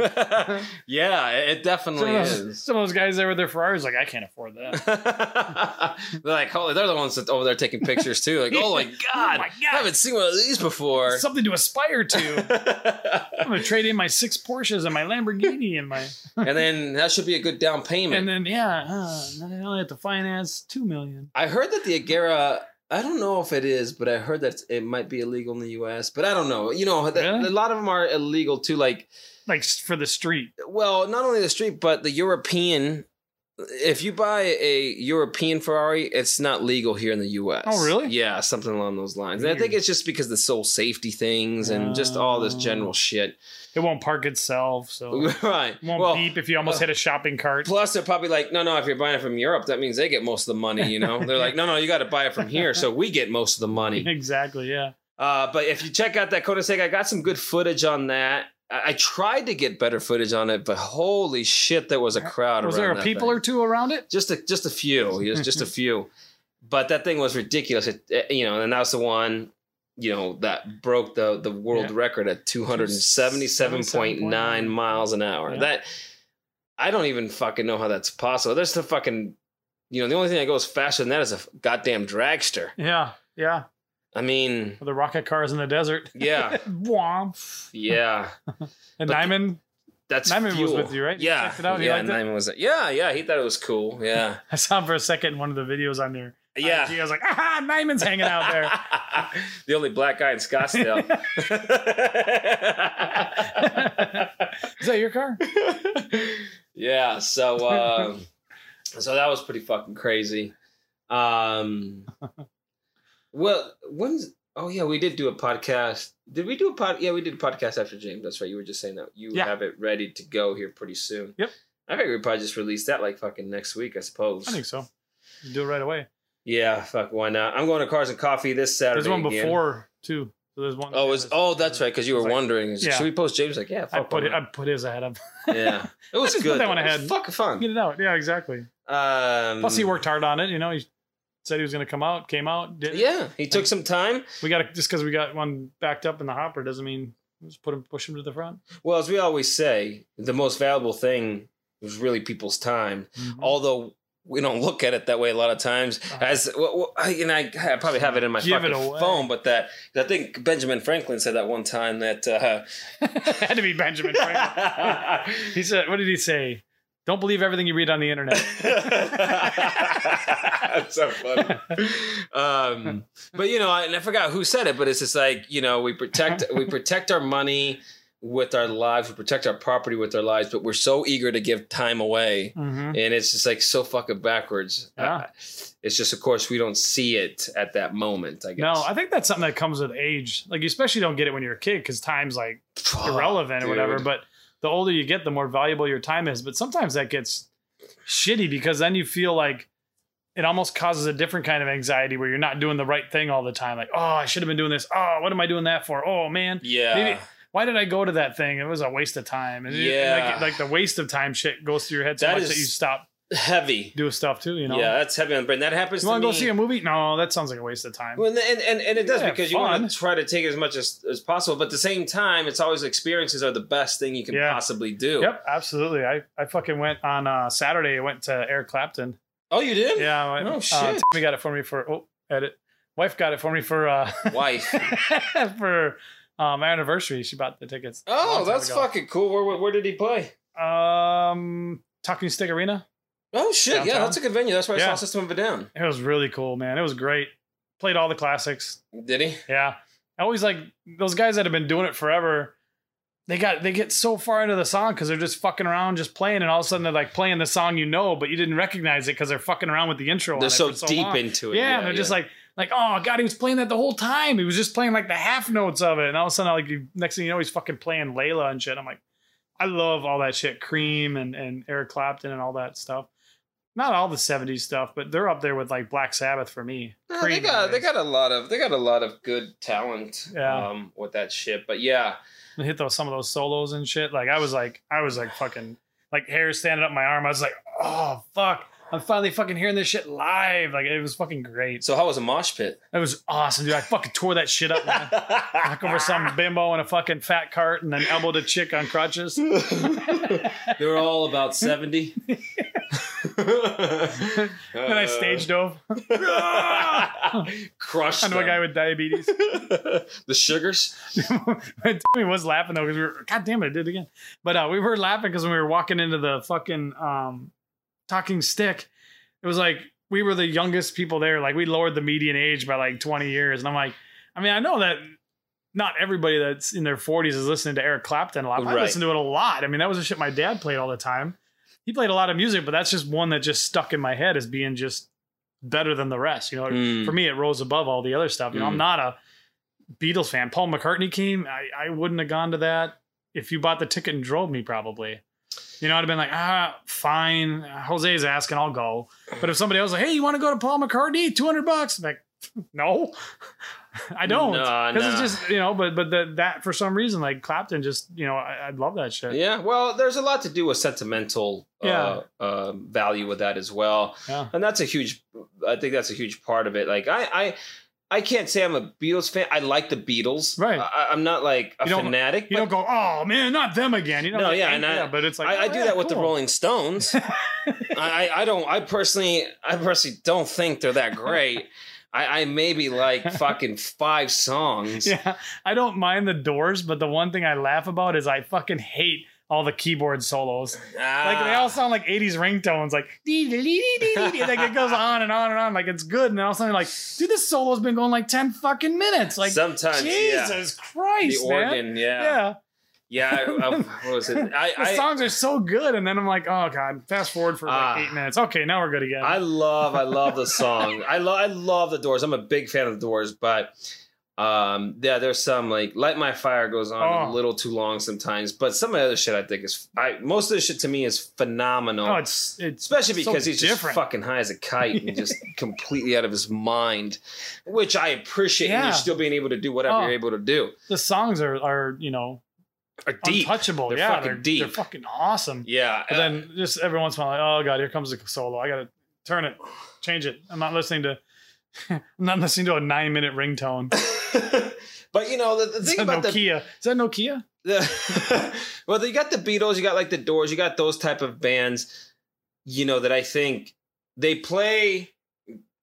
Speaker 2: yeah, it, it
Speaker 3: some,
Speaker 2: definitely
Speaker 3: of those,
Speaker 2: is.
Speaker 3: some of those guys there with their ferraris like i can't afford that
Speaker 2: they're like, holy, they're the ones that over there taking pictures too. Like, oh my god,
Speaker 3: Oh my God.
Speaker 2: I haven't seen one of these before.
Speaker 3: something to aspire to i'm gonna trade in my six porsches and my lamborghini and my
Speaker 2: and then that should be a good down payment.
Speaker 3: and then yeah uh, and then i only have to finance two million
Speaker 2: I heard that the Agera. I don't know if it is, but I heard that it might be illegal in the U.S. But I don't know. You know, th-
Speaker 3: Really?
Speaker 2: a lot of them are illegal too. Like,
Speaker 3: like s- for the street
Speaker 2: well, not only the street, but the European. If you buy a European Ferrari, it's not legal here in the U.S.
Speaker 3: Oh, really?
Speaker 2: Yeah, something along those lines. And I think
Speaker 3: Weird.
Speaker 2: it's just because the sole safety things and just all this
Speaker 3: Oh.
Speaker 2: general shit.
Speaker 3: it won't park itself so it
Speaker 2: right.
Speaker 3: won't
Speaker 2: well, uh,
Speaker 3: beep if you almost hit a shopping cart
Speaker 2: Plus, they're probably like, no, no, if you're buying it from Europe, that means they get most of the money, you know? They're like, no, no, you got to buy it from here, so we get most of the money.
Speaker 3: exactly yeah
Speaker 2: Uh, but if you check out that Koenigsegg, I got some good footage on that. I, I tried to get better footage on it, but holy shit, there was a crowd
Speaker 3: was
Speaker 2: around
Speaker 3: there a
Speaker 2: that
Speaker 3: people
Speaker 2: thing.
Speaker 3: or two around it
Speaker 2: Just a, just a few, yes, just
Speaker 3: Mm-hmm.
Speaker 2: a few. But that thing was ridiculous, it, it- you know, and that was the one, you know, that broke the, the world
Speaker 3: Yeah.
Speaker 2: record at 277.9 miles an hour.
Speaker 3: Yeah.
Speaker 2: That I don't even fucking know how that's possible. There's the fucking, you know, the only thing that goes faster than that is a goddamn dragster.
Speaker 3: Yeah, yeah.
Speaker 2: I mean,
Speaker 3: For the rocket cars in the desert.
Speaker 2: yeah,
Speaker 3: Womp.
Speaker 2: yeah.
Speaker 3: And
Speaker 2: But-
Speaker 3: Nyman,
Speaker 2: That's
Speaker 3: Nyman was
Speaker 2: fuel.
Speaker 3: with you, right? You
Speaker 2: Yeah,
Speaker 3: checked it out, you
Speaker 2: yeah.
Speaker 3: liked it?
Speaker 2: Nyman was. Yeah, yeah. He thought it was cool. Yeah,
Speaker 3: I saw him for a second in one of the videos on there.
Speaker 2: yeah.
Speaker 3: I was like, aha, Nyman's hanging out there.
Speaker 2: the only black guy in Scottsdale.
Speaker 3: Is that your car?
Speaker 2: yeah. So, um, so that was pretty fucking crazy. Um, well, when's? Oh yeah, we did do a podcast. Did we do a pod? Yeah, we did a podcast after James. That's right. You were just saying that you
Speaker 3: Yeah.
Speaker 2: have it ready to go here pretty soon.
Speaker 3: Yep.
Speaker 2: I figure we probably just release that like fucking next week, I suppose.
Speaker 3: I think so. You do it right away.
Speaker 2: Yeah, fuck, why not? I'm going to Cars and Coffee this Saturday.
Speaker 3: There's one
Speaker 2: again.
Speaker 3: before too. So there's one.
Speaker 2: Oh, is oh, that's right, because you were
Speaker 3: It's like-
Speaker 2: wondering.
Speaker 3: Yeah.
Speaker 2: Should we post James? Like, yeah, fuck.
Speaker 3: I put
Speaker 2: why
Speaker 3: it.
Speaker 2: not?
Speaker 3: I put his ahead up.
Speaker 2: yeah, it was
Speaker 3: just put
Speaker 2: good.
Speaker 3: that one
Speaker 2: though. It was
Speaker 3: ahead.
Speaker 2: Fucking
Speaker 3: Get
Speaker 2: fun.
Speaker 3: it out. Yeah, exactly.
Speaker 2: Um,
Speaker 3: Plus, he worked hard on it. You know, he said he was going to come out. Came out. Did it.
Speaker 2: Yeah, he took some time.
Speaker 3: We got to, just because we got one backed up in the hopper doesn't mean just put him push him to the front.
Speaker 2: Well, as we always say, the most valuable thing is really people's time.
Speaker 3: Mm-hmm.
Speaker 2: Although we don't look at it that way a lot of times. As well, well, I, and I, I probably have it in my
Speaker 3: Uh-huh. Give it
Speaker 2: fucking
Speaker 3: away.
Speaker 2: phone, but that I think Benjamin Franklin said that one time that. Uh,
Speaker 3: had to be Benjamin Franklin. He said, "What did he say? Don't believe everything you read on the internet."
Speaker 2: That's so funny. Um, but you know, I, and I forgot who said it, but it's just like you know, we protect we protect our money with our lives, we protect our property with our lives, but we're so eager to give time away,
Speaker 3: Mm-hmm.
Speaker 2: and it's just like so fucking backwards.
Speaker 3: Yeah.
Speaker 2: Uh, it's just, of course, we don't see it at that moment. I guess.
Speaker 3: No, I think that's something that comes with age. Like, you especially don't get it when you're a kid because time's like
Speaker 2: Fuck,
Speaker 3: irrelevant or whatever.
Speaker 2: Oh, dude.
Speaker 3: But the older you get, the more valuable your time is. But sometimes that gets shitty because then you feel like it almost causes a different kind of anxiety where you're not doing the right thing all the time. Like, oh, I should have been doing this. Oh, what am I doing that for? Oh man,
Speaker 2: yeah,
Speaker 3: Maybe- why did I go to that thing? It was a waste of time. And it- and
Speaker 2: Yeah.
Speaker 3: like, like the waste of time shit goes through your head so
Speaker 2: That
Speaker 3: much
Speaker 2: is-
Speaker 3: that you stop
Speaker 2: heavy.
Speaker 3: doing stuff too. You know,
Speaker 2: Yeah, that's heavy on the brain. That happens.
Speaker 3: you
Speaker 2: to
Speaker 3: want to go
Speaker 2: me.
Speaker 3: see a movie? No, that sounds like a waste of time.
Speaker 2: Well, and, and, and, and it does
Speaker 3: Yeah,
Speaker 2: because you want
Speaker 3: fun.
Speaker 2: to try to take as much as, as possible, but at the same time, it's always experiences are the best thing you can
Speaker 3: Yeah.
Speaker 2: possibly do.
Speaker 3: Yep, absolutely. I, I fucking went on uh, Saturday. I went to Eric Clapton.
Speaker 2: Oh, you did?
Speaker 3: Yeah, I went,
Speaker 2: Oh,
Speaker 3: uh,
Speaker 2: shit.
Speaker 3: Tammy got it for me for oh edit. Wife got it for me for uh
Speaker 2: Wife.
Speaker 3: for um our anniversary. She bought the tickets. a long
Speaker 2: Oh,
Speaker 3: time
Speaker 2: that's
Speaker 3: ago.
Speaker 2: fucking cool. Where, where where did he play?
Speaker 3: Um, Talking Stick Arena.
Speaker 2: Oh shit! Yeah,
Speaker 3: Downtown?
Speaker 2: that's a good venue. That's why I saw
Speaker 3: Yeah.
Speaker 2: System of a Down.
Speaker 3: It was really cool, man. It was great. Played all the classics.
Speaker 2: Did he?
Speaker 3: Yeah. I always like those guys that have been doing it forever. They got they get so far into the song because they're just fucking around, just playing, and all of a sudden they're like playing the song you know, but you didn't recognize it because they're fucking around with the intro. on
Speaker 2: They're
Speaker 3: it
Speaker 2: so,
Speaker 3: for so
Speaker 2: deep
Speaker 3: long.
Speaker 2: into it.
Speaker 3: Yeah, they're just like Like, oh god, he was playing that the whole time. He was just playing like the half notes of it, and all of a sudden, like, you, next thing you know, he's fucking playing Layla and shit. I'm like, I love all that shit, Cream and and Eric Clapton and all that stuff. Not all the '70s stuff, but they're up there with like Black Sabbath for me.
Speaker 2: No, they
Speaker 3: Cream
Speaker 2: got they
Speaker 3: anyways.
Speaker 2: got a lot of they got a lot of good talent
Speaker 3: Yeah.
Speaker 2: um, with that shit. But yeah,
Speaker 3: and hit those some of those solos and shit. Like I was like I was like fucking like hair standing up my arm. I was like, oh fuck. I'm finally fucking hearing this shit live. Like it was fucking great.
Speaker 2: so how was a mosh pit?
Speaker 3: It was awesome, dude. I fucking tore that shit up, man. Knock over some bimbo in a fucking fat cart and then elbowed a chick on crutches.
Speaker 2: they were all about seventy.
Speaker 3: then I stage dove
Speaker 2: crushed
Speaker 3: onto a guy with diabetes.
Speaker 2: the sugars.
Speaker 3: Tommy was laughing though because we were god damn it, I did it again. But uh, we were laughing because when we were walking into the fucking um, talking stick, it was like we were the youngest people there. Like we lowered the median age by like 20 years, and I'm like, I mean, I know that not everybody that's in their 40s is listening to Eric Clapton a lot. but I
Speaker 2: Right.
Speaker 3: listen to it a lot. I mean, that was the shit my dad played all the time. He played a lot of music, but that's just one that just stuck in my head as being just better than the rest. You know,
Speaker 2: Mm.
Speaker 3: for me, it rose above all the other stuff. You know, I'm
Speaker 2: Mm.
Speaker 3: not a Beatles fan. Paul McCartney came. I, I wouldn't have gone to that if you bought the ticket and drove me, probably. You know, I'd have been like, ah, fine. Jose's asking, I'll go. But if somebody else like, hey, you want to go to Paul McCartney? Two hundred bucks. I'm like, no, I don't.
Speaker 2: Nah,
Speaker 3: Because it's
Speaker 2: nah.
Speaker 3: just you know, but but the, that for some reason, like Clapton, just you know, I, I love that shit.
Speaker 2: Yeah, well, there's a lot to do with sentimental
Speaker 3: Yeah.
Speaker 2: uh, uh, value with that as well,
Speaker 3: Yeah.
Speaker 2: and that's a huge. I think that's a huge part of it. Like I, I, I can't say I'm a Beatles fan. I like the Beatles.
Speaker 3: Right.
Speaker 2: I, I'm not like a
Speaker 3: You don't-
Speaker 2: fanatic.
Speaker 3: You
Speaker 2: but
Speaker 3: don't go, oh man, not them again. You know,
Speaker 2: No,
Speaker 3: like,
Speaker 2: yeah, and I-
Speaker 3: but it's like
Speaker 2: I, I
Speaker 3: oh,
Speaker 2: do
Speaker 3: yeah,
Speaker 2: that with the
Speaker 3: cool.
Speaker 2: Rolling Stones. I, I- I don't. I personally, I personally don't think they're that great. I, I maybe like fucking five songs.
Speaker 3: Yeah, I don't mind the Doors, but the one thing I laugh about is I fucking hate all the keyboard solos. Like they
Speaker 2: Ah.
Speaker 3: all sound like '80s ringtones, like dee dee dee dee dee dee. like it goes on and on and on. Like it's good, and then all of a sudden, like, dude, this solo's been going like ten fucking minutes. Like
Speaker 2: sometimes, yeah,
Speaker 3: Jesus
Speaker 2: the
Speaker 3: Christ, man.
Speaker 2: organ, yeah,
Speaker 3: Yeah,
Speaker 2: yeah. I, I, what was it? I,
Speaker 3: the
Speaker 2: I,
Speaker 3: songs are so good, and then I'm like, oh god, fast forward for like
Speaker 2: Ah.
Speaker 3: eight minutes. Okay, now we're good again.
Speaker 2: I love, I love the song. I love, I love the Doors. I'm a big fan of the Doors, but um, yeah, there's some like "Light My Fire" goes on
Speaker 3: Oh.
Speaker 2: a little too long sometimes. But some of the other shit, I think is, I most of the shit to me is phenomenal.
Speaker 3: oh, it's it's
Speaker 2: Especially
Speaker 3: so
Speaker 2: because he's just
Speaker 3: different.
Speaker 2: fucking high as a kite and just completely out of his mind, which I appreciate. And
Speaker 3: Yeah.
Speaker 2: you're still being able to do whatever
Speaker 3: Oh.
Speaker 2: you're able to do.
Speaker 3: the songs are are you know
Speaker 2: Or deep.
Speaker 3: untouchable.
Speaker 2: They're
Speaker 3: yeah,
Speaker 2: fucking
Speaker 3: they're
Speaker 2: deep.
Speaker 3: They're fucking awesome.
Speaker 2: Yeah.
Speaker 3: But then just every once in a while, like, oh god, here comes the solo. I gotta turn it, change it. I'm not listening to. I'm not listening to a nine minute ringtone.
Speaker 2: but you know, the, the
Speaker 3: Is
Speaker 2: thing
Speaker 3: that
Speaker 2: about the
Speaker 3: Nokia? Is that Nokia?
Speaker 2: the well, you got the Beatles, you got like the Doors, you got those type of bands, you know, that I think they play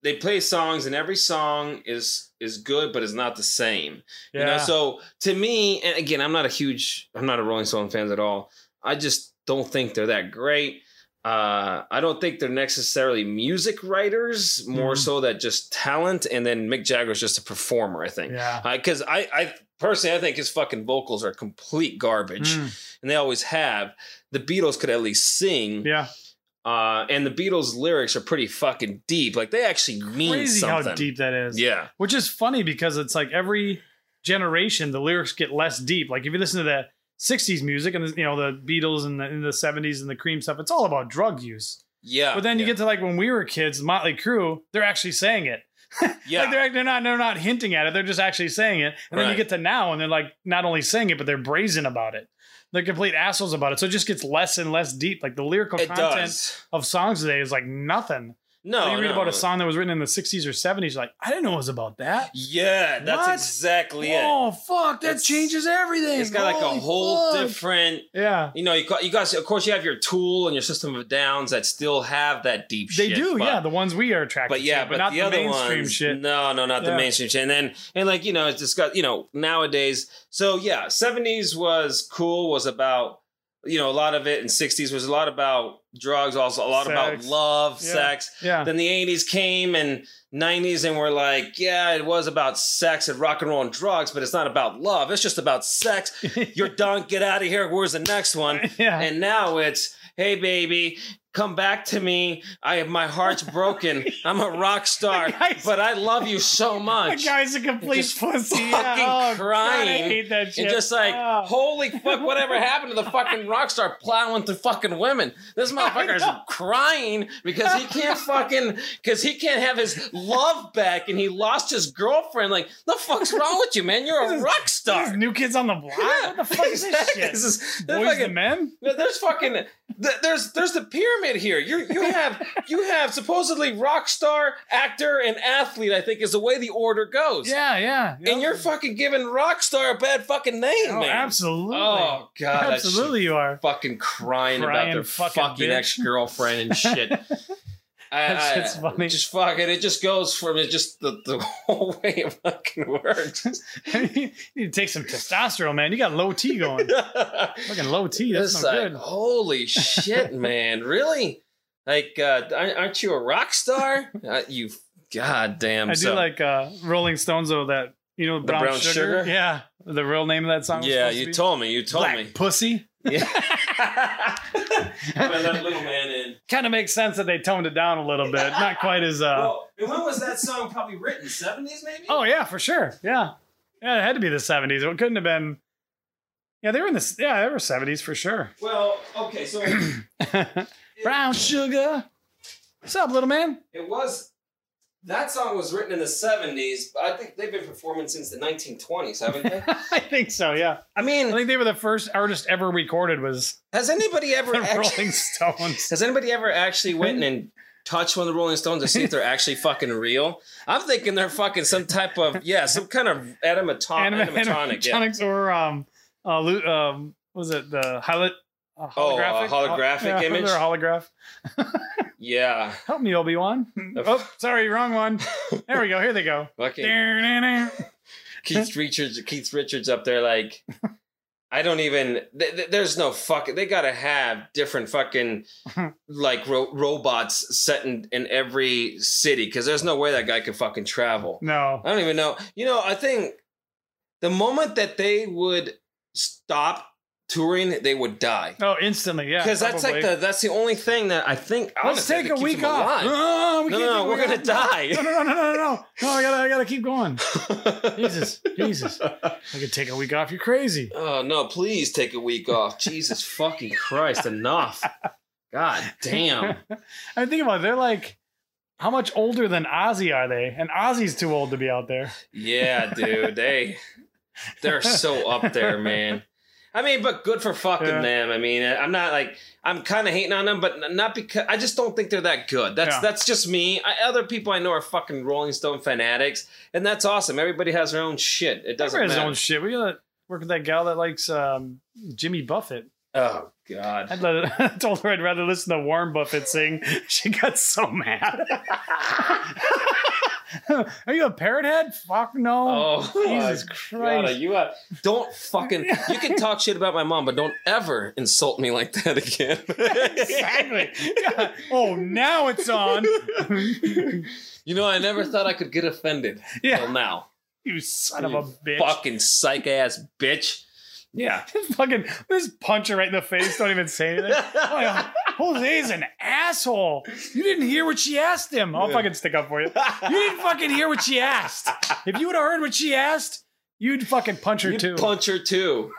Speaker 2: they play songs and every song is is good, but it's not the same.
Speaker 3: Yeah.
Speaker 2: You know, so to me, and again, I'm not a huge, I'm not a Rolling Stone fans at all. I just don't think they're that great. Uh, I don't think they're necessarily music writers, more
Speaker 3: Mhm.
Speaker 2: so that just talent. And then Mick Jagger's just a performer, I think.
Speaker 3: yeah.
Speaker 2: Because I, I personally, I think his fucking vocals are complete garbage,
Speaker 3: Mm,
Speaker 2: and they always have. The Beatles could at least sing,
Speaker 3: yeah.
Speaker 2: uh, and the Beatles' lyrics are pretty fucking deep. Like they actually mean
Speaker 3: Crazy
Speaker 2: something.
Speaker 3: how deep that is.
Speaker 2: Yeah,
Speaker 3: Which is funny because it's like every generation the lyrics get less deep. Like if you listen to the '60s music and you know the Beatles and the, in the '70s and the Cream stuff, it's all about drug use.
Speaker 2: yeah.
Speaker 3: But then you get to like when we were kids, Motley Crue, they're actually saying it.
Speaker 2: yeah.
Speaker 3: Like they're, they're not they're not hinting at it. They're just actually saying it. And then you
Speaker 2: Right.
Speaker 3: get to now, and they're like not only saying it, but they're brazen about it. They're complete assholes about it. So it just gets less and less deep. Like the lyrical
Speaker 2: it
Speaker 3: content
Speaker 2: does.
Speaker 3: of songs today is like nothing.
Speaker 2: No,
Speaker 3: you read
Speaker 2: no.
Speaker 3: about a song that was written in the '60s or '70s, like I didn't know it was about that.
Speaker 2: Yeah, that's
Speaker 3: What?
Speaker 2: exactly it.
Speaker 3: Oh fuck, that
Speaker 2: It's-
Speaker 3: changes everything.
Speaker 2: It's got like a
Speaker 3: Holy
Speaker 2: whole
Speaker 3: fuck.
Speaker 2: different,
Speaker 3: Yeah,
Speaker 2: you know. You got, you guys, of course, you have your Tool and your System of Downs that still have that deep.
Speaker 3: they
Speaker 2: shit,
Speaker 3: do.
Speaker 2: but-
Speaker 3: yeah, the ones we are attracted
Speaker 2: But yeah,
Speaker 3: to,
Speaker 2: but,
Speaker 3: but, not
Speaker 2: the,
Speaker 3: the,
Speaker 2: other
Speaker 3: mainstream
Speaker 2: ones,
Speaker 3: shit.
Speaker 2: no, no, not
Speaker 3: Yeah.
Speaker 2: the mainstream shit. And then, and like you know, it's discussed. You know, nowadays, so yeah, seventies was cool. Was about you know a lot of it, and sixties was a lot about drugs, also a lot about
Speaker 3: Sex.
Speaker 2: love,
Speaker 3: Yeah.
Speaker 2: sex.
Speaker 3: Yeah,
Speaker 2: Then the 80s came and 90s, and we're like, yeah, it was about sex and rock and roll and drugs, but it's not about love. It's just about sex. You're done. Get out of here. Where's the next one?
Speaker 3: yeah.
Speaker 2: And now it's, hey, baby, Come back to me. I my heart's broken. I'm a rock star,
Speaker 3: guy's-
Speaker 2: but I love you so
Speaker 3: That
Speaker 2: much.
Speaker 3: guy's a complete
Speaker 2: Just
Speaker 3: pussy.
Speaker 2: fucking
Speaker 3: yeah. Oh, God, I
Speaker 2: crying.
Speaker 3: hate that shit.
Speaker 2: And just like,
Speaker 3: Oh.
Speaker 2: holy fuck, whatever happened to the fucking rock star plowing through fucking women? This motherfucker is
Speaker 3: know.
Speaker 2: crying because he can't fucking because he can't have his love back and he lost his girlfriend. Like, the fuck's wrong with you, man? You're a rock
Speaker 3: These
Speaker 2: star.
Speaker 3: new kids on the block. what the fuck is this
Speaker 2: Exactly.
Speaker 3: shit?
Speaker 2: This is- this
Speaker 3: Boys
Speaker 2: fucking-
Speaker 3: to men.
Speaker 2: Th- There's fucking th- there's there's the pyramid here. You you have you have supposedly rock star, actor, and athlete. I think is the way the order goes.
Speaker 3: Yeah, yeah.
Speaker 2: And you're fucking giving rock star a bad fucking name,
Speaker 3: oh,
Speaker 2: man.
Speaker 3: absolutely.
Speaker 2: Oh god, that shit
Speaker 3: absolutely, you are.
Speaker 2: fucking crying, about
Speaker 3: Crying
Speaker 2: their
Speaker 3: fucking
Speaker 2: fucking,
Speaker 3: bitch.
Speaker 2: ex girlfriend and shit. I,
Speaker 3: That
Speaker 2: I-
Speaker 3: shit's funny.
Speaker 2: Just fucking, it just goes from it just the, the whole way it fucking works.
Speaker 3: you need to take some testosterone, man. You got low T going. Fucking low T. That's
Speaker 2: It's
Speaker 3: no
Speaker 2: like,
Speaker 3: good.
Speaker 2: holy shit, man! Really? Like, uh, aren't aren't you a rock star? uh, you, goddamn.
Speaker 3: I do
Speaker 2: so-
Speaker 3: like uh, Rolling Stones though. That you know, brown,
Speaker 2: Brown
Speaker 3: sugar?
Speaker 2: Sugar?
Speaker 3: Yeah, the real name of that song. was
Speaker 2: Yeah,
Speaker 3: supposed to
Speaker 2: you
Speaker 3: be
Speaker 2: told me. You told
Speaker 3: Black
Speaker 2: me.
Speaker 3: Pussy.
Speaker 2: Yeah. But that little man in.
Speaker 3: Kind of makes sense that they toned it down a little bit. Not quite as. Uh,
Speaker 2: Well, and when was that song probably written? Seventies, maybe.
Speaker 3: Oh yeah, for sure. Yeah, yeah. It had to be the seventies. It couldn't have been. Yeah, they were in the yeah, they were seventies for sure.
Speaker 2: Well, okay, so
Speaker 3: Brown sugar. What's up, little man?
Speaker 2: it was that song was written in the 70s, but I think they've been performing since the 1920s, haven't they?
Speaker 3: I think so. Yeah,
Speaker 2: I
Speaker 3: I
Speaker 2: mean,
Speaker 3: think they were the first artist ever recorded was
Speaker 2: has anybody ever
Speaker 3: the
Speaker 2: actually,
Speaker 3: Rolling Stones.
Speaker 2: has anybody ever actually went and touched one of the Rolling Stones to see if they're actually fucking real? I'm thinking they're fucking some type of yeah, some kind of animaton-
Speaker 3: Anima-
Speaker 2: animatronic. yeah.
Speaker 3: animatronics or um, uh, lu- um, was it the holo- uh,
Speaker 2: Oh, a
Speaker 3: holographic?
Speaker 2: holographic
Speaker 3: yeah,
Speaker 2: image?
Speaker 3: Or holograph.
Speaker 2: yeah,
Speaker 3: Help me, Obi Wan. oh, sorry, wrong one. There we go. Here they go.
Speaker 2: fucking
Speaker 3: Yeah.
Speaker 2: Keith Richards. Keith Richards up there, like I don't even. Th- th- there's no fucking. They gotta have different fucking like ro- robots set in, in every city because there's no way that guy could fucking travel.
Speaker 3: No.
Speaker 2: I don't even know. You know, I think the moment that they would stop touring, they would die.
Speaker 3: Oh, instantly, yeah.
Speaker 2: Because that's like
Speaker 3: probably.
Speaker 2: the that's the only thing that I think.
Speaker 3: Let's
Speaker 2: honestly,
Speaker 3: take
Speaker 2: that
Speaker 3: a
Speaker 2: keeps
Speaker 3: week
Speaker 2: them
Speaker 3: off.
Speaker 2: alive.
Speaker 3: No, we
Speaker 2: No,
Speaker 3: can't
Speaker 2: no,
Speaker 3: do-
Speaker 2: we're gonna die.
Speaker 3: No, no, no, no, no, no. No, I gotta, I gotta keep going. Jesus, Jesus. I could take a week off. You're crazy.
Speaker 2: Oh no! Please take a week off. Jesus fucking Christ! Enough. God damn.
Speaker 3: I mean, think about it. They're like, how much older than Ozzy are they? And Ozzy's too old to be out there.
Speaker 2: Yeah, dude. They they're so up there, man. I mean, but good for fucking
Speaker 3: Yeah.
Speaker 2: them. I mean, I'm not like I'm kind of hating on them, but n- not because I just don't think they're that good. That's
Speaker 3: Yeah.
Speaker 2: that's just me. I, other people I know are fucking Rolling Stone fanatics, and that's awesome. Everybody has their own shit. It doesn't
Speaker 3: Everybody has
Speaker 2: matter.
Speaker 3: his own shit. We gotta work with that gal that likes um, Jimmy Buffett.
Speaker 2: oh God.
Speaker 3: I'd let I told her I'd rather listen to Warren Buffett sing. She got so mad. Are you a parrot head? Fuck no.
Speaker 2: Oh
Speaker 3: Jesus
Speaker 2: my
Speaker 3: Christ.
Speaker 2: God, you uh, don't fucking. You can talk shit about my mom, but don't ever insult me like that again.
Speaker 3: exactly. Yeah. Oh, now it's on.
Speaker 2: You know, I never thought I could get offended till
Speaker 3: Yeah,
Speaker 2: now.
Speaker 3: you son of a bitch.
Speaker 2: Fucking psych ass bitch. Yeah.
Speaker 3: Fucking just punch her right in the face. Don't even say anything. Oh, yeah. Jose's an asshole. You didn't hear what she asked him. I'll
Speaker 2: Yeah.
Speaker 3: fucking stick up for you. You didn't fucking hear what she asked. If you would have heard what she asked, you'd fucking punch her
Speaker 2: You'd
Speaker 3: too.
Speaker 2: Punch her too.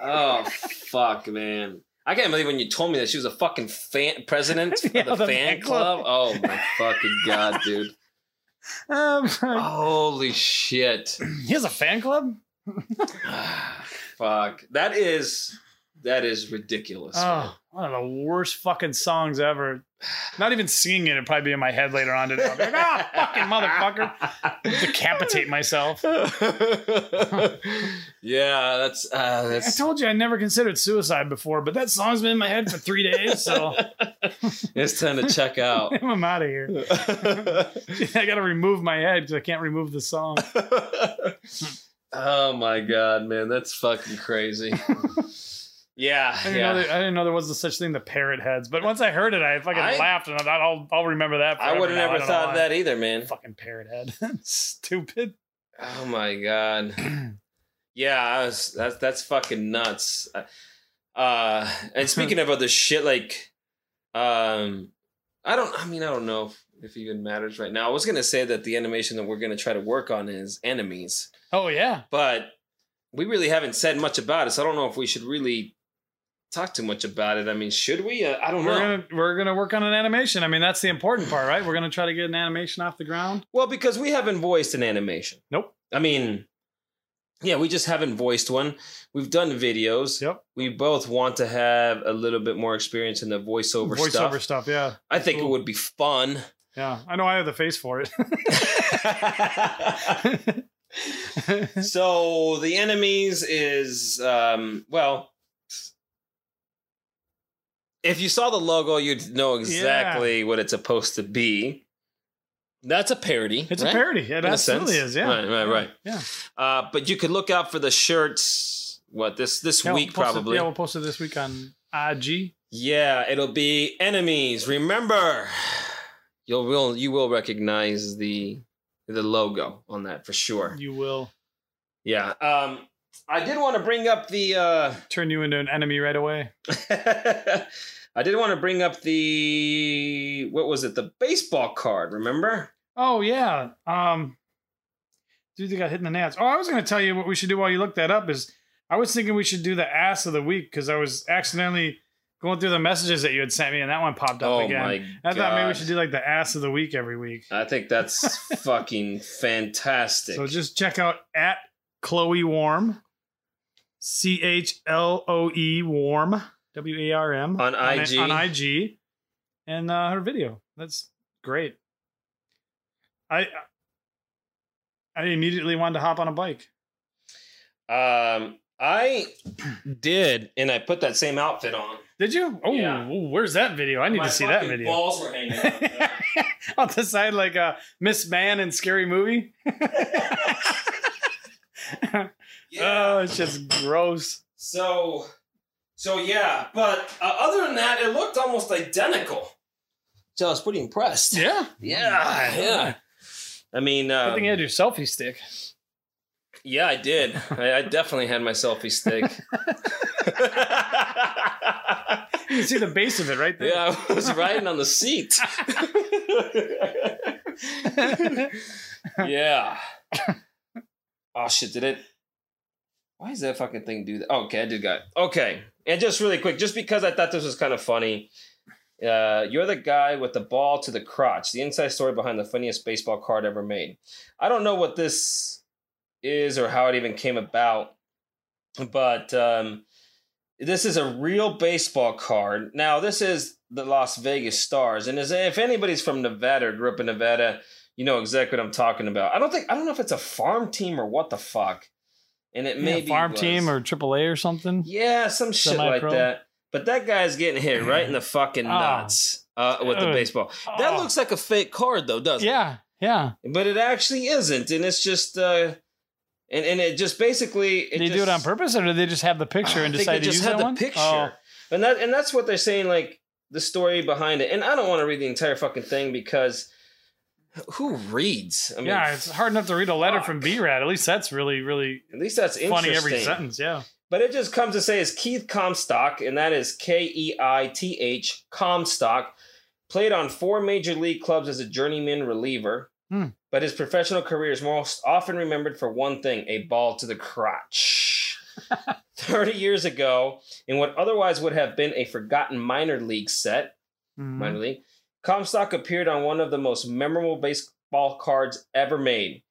Speaker 2: Oh fuck, man. I can't believe when you told me that she was a fucking fan president of
Speaker 3: Yeah,
Speaker 2: the, fan club. Oh my fucking god, dude.
Speaker 3: Um,
Speaker 2: Holy shit.
Speaker 3: he has a fan club.
Speaker 2: fuck. That is that is ridiculous. man.
Speaker 3: Oh, one of the worst fucking songs ever. Not even singing it, it'd probably be in my head later on today. I'll be like, ah, fucking motherfucker. Decapitate myself.
Speaker 2: yeah, that's uh,
Speaker 3: I
Speaker 2: that's
Speaker 3: told you I never considered suicide before, but that song's been in my head for three days, so
Speaker 2: it's time to check out.
Speaker 3: I'm out of here. I gotta remove my head because I can't remove the song.
Speaker 2: oh my god, man, that's fucking crazy. yeah,
Speaker 3: I didn't, know,
Speaker 2: yeah.
Speaker 3: there, I didn't know there was a such thing, the parrot heads. But once I heard it, I fucking
Speaker 2: I-
Speaker 3: laughed, and I thought I'll, I'll remember that.
Speaker 2: I
Speaker 3: forever
Speaker 2: would have
Speaker 3: now.
Speaker 2: never
Speaker 3: don't know
Speaker 2: thought
Speaker 3: why.
Speaker 2: of that either, man.
Speaker 3: Fucking parrot head, stupid.
Speaker 2: Oh my god. yeah, I was, that's that's fucking nuts. Uh, and speaking of other shit, like Um, I don't. I mean, I don't know if, if it even matters right now. I was gonna say that the animation that we're gonna try to work on is enemies,
Speaker 3: Oh yeah,
Speaker 2: but we really haven't said much about it. So I don't know if we should really talk too much about it. I mean, should we? Uh, I don't know.
Speaker 3: we're gonna we're gonna work on an animation. I mean, that's the important part, right? We're gonna try to get an animation off the ground.
Speaker 2: Well, because we haven't voiced an animation.
Speaker 3: Nope.
Speaker 2: I mean, yeah, we just haven't voiced one. We've done videos.
Speaker 3: Yep.
Speaker 2: We both want to have a little bit more experience in the voiceover,
Speaker 3: Voiceover
Speaker 2: stuff.
Speaker 3: stuff. yeah,
Speaker 2: I think it
Speaker 3: Cool.
Speaker 2: would be fun.
Speaker 3: yeah. I know I have the face for it.
Speaker 2: so the enemies is um, well. If you saw the logo, you'd know exactly what it's supposed to be. That's a parody.
Speaker 3: It's a
Speaker 2: right?
Speaker 3: parody. It
Speaker 2: In a
Speaker 3: absolutely
Speaker 2: sense.
Speaker 3: is. Yeah.
Speaker 2: Right, right, right.
Speaker 3: Yeah.
Speaker 2: Uh, but you could look out for the shirts. What this this
Speaker 3: Yeah, we'll
Speaker 2: week
Speaker 3: post it-
Speaker 2: probably?
Speaker 3: yeah,
Speaker 2: Yeah,
Speaker 3: we'll post it this week on IG.
Speaker 2: it'll be enemies. Remember, you'll will you will recognize the the logo on that for sure.
Speaker 3: You will
Speaker 2: Yeah. Um, I did want to bring up the. Uh,
Speaker 3: turn you into an enemy right away.
Speaker 2: I did want to bring up the what was it? The baseball card. Remember?
Speaker 3: Oh yeah. Um dude that got hit in the nads. Oh, I was gonna tell you what we should do while you look that up is I was thinking we should do the ass of the week because I was accidentally going through the messages that you had sent me and that one popped up
Speaker 2: oh
Speaker 3: again.
Speaker 2: my
Speaker 3: I
Speaker 2: god!
Speaker 3: thought maybe we should do like the ass of the week every week.
Speaker 2: I think that's fucking fantastic.
Speaker 3: So just check out at Chloe Warm. C H L O E Warm. W A R M.
Speaker 2: On IG.
Speaker 3: On, IG. And uh, her video. That's great. I I immediately wanted to hop on a bike.
Speaker 2: Um, I did, and I put that same outfit on.
Speaker 3: Did you? Oh,
Speaker 2: Yeah.
Speaker 3: oh, where's that video? I need to see that video.
Speaker 2: Balls were hanging. Out.
Speaker 3: on the side like uh, Miss Man in Scary Movie. Oh,
Speaker 2: yeah.
Speaker 3: it's just gross.
Speaker 2: So, so yeah, but uh, other than that, it looked almost identical. So I was pretty impressed.
Speaker 3: Yeah.
Speaker 2: Yeah, yeah. I mean,
Speaker 3: I
Speaker 2: uh,
Speaker 3: think you had your selfie stick.
Speaker 2: yeah, I did. I, I definitely had my selfie stick.
Speaker 3: You can see the base of it right there.
Speaker 2: yeah, I was riding on the seat. yeah. Oh shit! Did it? Why does that fucking thing do that? okay, I did got it. Okay, and just really quick, just because I thought this was kind of funny. Uh, you're the guy with the ball to the crotch. The inside story behind the funniest baseball card ever made. I don't know what this is or how it even came about, but um, this is a real baseball card. Now, this is the Las Vegas Stars, and as if anybody's from Nevada or grew up in Nevada, you know exactly what I'm talking about. I don't think I don't know if it's a farm team or what the fuck, and it may
Speaker 3: Yeah,
Speaker 2: be
Speaker 3: farm
Speaker 2: was.
Speaker 3: team or AAA or something.
Speaker 2: Yeah, some shit like
Speaker 3: Semi-pro?
Speaker 2: that. But that guy's getting hit right in the fucking
Speaker 3: Oh.
Speaker 2: nuts uh, with the
Speaker 3: Dude.
Speaker 2: baseball. That
Speaker 3: Oh.
Speaker 2: looks like a fake card, though, doesn't
Speaker 3: Yeah, yeah.
Speaker 2: it? But it actually isn't, and it's just, uh, and and it just basically it
Speaker 3: they do it
Speaker 2: just-
Speaker 3: on purpose, or do they just have the picture and
Speaker 2: I think they
Speaker 3: decide to
Speaker 2: just
Speaker 3: use
Speaker 2: had
Speaker 3: that
Speaker 2: the
Speaker 3: one?
Speaker 2: picture,
Speaker 3: Oh,
Speaker 2: and that and that's what they're saying, like the story behind it. And I don't want to read the entire fucking thing because who reads? I mean,
Speaker 3: yeah, it's hard enough to read a letter from
Speaker 2: fuck.
Speaker 3: B Rad. At least that's really, really
Speaker 2: at least that's
Speaker 3: funny
Speaker 2: interesting.
Speaker 3: every sentence. Yeah.
Speaker 2: But it just comes to say is Keith Comstock, and that is K E I T H Comstock, played on four major league clubs as a journeyman reliever.
Speaker 3: Hmm.
Speaker 2: But his professional career is most often remembered for one thing a ball to the crotch. 30 years ago, in what otherwise would have been a forgotten minor league set,
Speaker 3: Mm-hmm.
Speaker 2: minor league. Comstock appeared on one of the most memorable baseball cards ever made.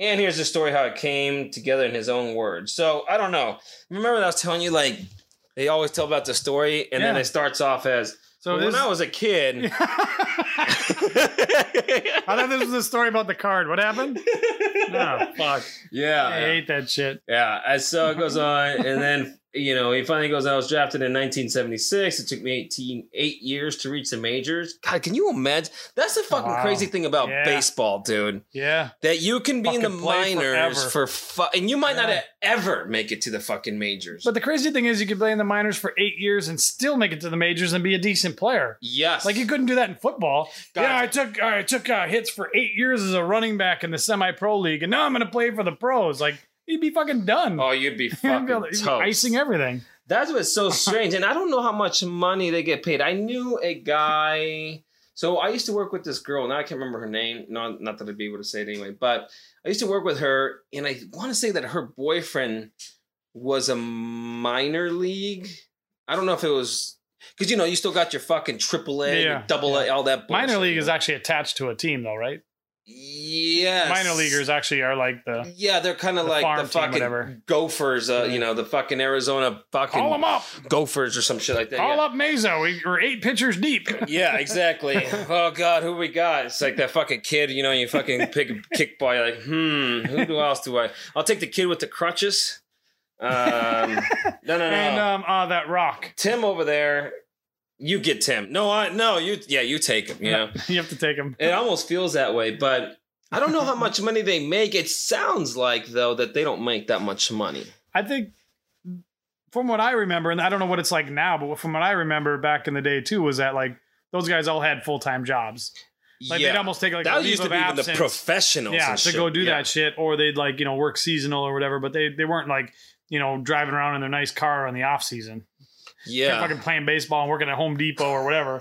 Speaker 2: And here's the story how it came together in his own words. So I don't know. Remember that I was telling you like they always tell about the story, and then
Speaker 3: Yeah.
Speaker 2: it starts off as
Speaker 3: So
Speaker 2: when
Speaker 3: this.
Speaker 2: I was a kid.
Speaker 3: I thought this was a story about the card. What happened? No, fuck. I
Speaker 2: yeah,
Speaker 3: hate that shit.
Speaker 2: yeah. And so it goes on, and then you know he finally goes. I was drafted in 1976. It took me 18 eight years to reach the majors. God, can you imagine? That's the fucking
Speaker 3: Wow.
Speaker 2: crazy thing about
Speaker 3: Yeah.
Speaker 2: baseball, dude.
Speaker 3: Yeah.
Speaker 2: that you can be in the
Speaker 3: Fucking play
Speaker 2: minors for
Speaker 3: forever.
Speaker 2: fu- and you might not
Speaker 3: Yeah.
Speaker 2: ever make it to the fucking majors.
Speaker 3: But the crazy thing is, you could play in the minors for eight years and still make it to the majors and be a decent player.
Speaker 2: yes,
Speaker 3: Like you couldn't do that in football.
Speaker 2: God.
Speaker 3: Yeah, I took I took uh, hits for eight years as a running back in the semi-pro league, and now I'm going to play for the pros. Like you'd be fucking done.
Speaker 2: Oh, you'd be
Speaker 3: You'd
Speaker 2: fucking
Speaker 3: be able to- you'd be
Speaker 2: toast.
Speaker 3: icing everything.
Speaker 2: That's what's so strange. And I don't know how much money they get paid. I knew a guy. So I used to work with this girl. Now I can't remember her name. No, not that I'd be able to say it anyway. But I used to work with her, and I want to say that her boyfriend was a minor league. I don't know if it was because you know you still got your fucking triple A,
Speaker 3: Yeah.
Speaker 2: double A, all that. Bullshit,
Speaker 3: Minor league
Speaker 2: you
Speaker 3: is
Speaker 2: know?
Speaker 3: actually attached to a team, though, right?
Speaker 2: yes.
Speaker 3: Minor leaguers actually are like the,
Speaker 2: Yeah, they're kind
Speaker 3: the
Speaker 2: of like
Speaker 3: farm
Speaker 2: the
Speaker 3: team,
Speaker 2: fucking
Speaker 3: whatever.
Speaker 2: Gophers. Uh,
Speaker 3: Yeah.
Speaker 2: You know the fucking Arizona
Speaker 3: Call
Speaker 2: fucking
Speaker 3: them up.
Speaker 2: Gophers or some shit like that.
Speaker 3: Call
Speaker 2: yeah.
Speaker 3: up Mazo. We, we're eight pitchers deep.
Speaker 2: Yeah, exactly. oh God, who we got? It's like that fucking kid, you know. You fucking pick kick ball. You're like, hmm, who do else do I? I'll take the kid with the crutches. Um, no, no, no.
Speaker 3: and um, uh, that rock.
Speaker 2: Tim over there, you get Tim. No, I no, you yeah, you take him. You know,
Speaker 3: you have to take him.
Speaker 2: it almost feels that way, but I don't know how much money they make. It sounds like though that they don't make that much money.
Speaker 3: I think from what I remember, and I don't know what it's like now, but from what I remember back in the day too, was that like those guys all had full time jobs. Like they'd almost take like a
Speaker 2: that
Speaker 3: leave
Speaker 2: used to
Speaker 3: of
Speaker 2: be even the
Speaker 3: absence.
Speaker 2: professionals.
Speaker 3: yeah,
Speaker 2: and
Speaker 3: to
Speaker 2: shit.
Speaker 3: go do
Speaker 2: Yeah.
Speaker 3: that shit, or they'd like you know work seasonal or whatever. But they they weren't like you know driving around in their nice car on the off season. They're
Speaker 2: Yeah,
Speaker 3: fucking playing baseball and working at Home Depot or whatever.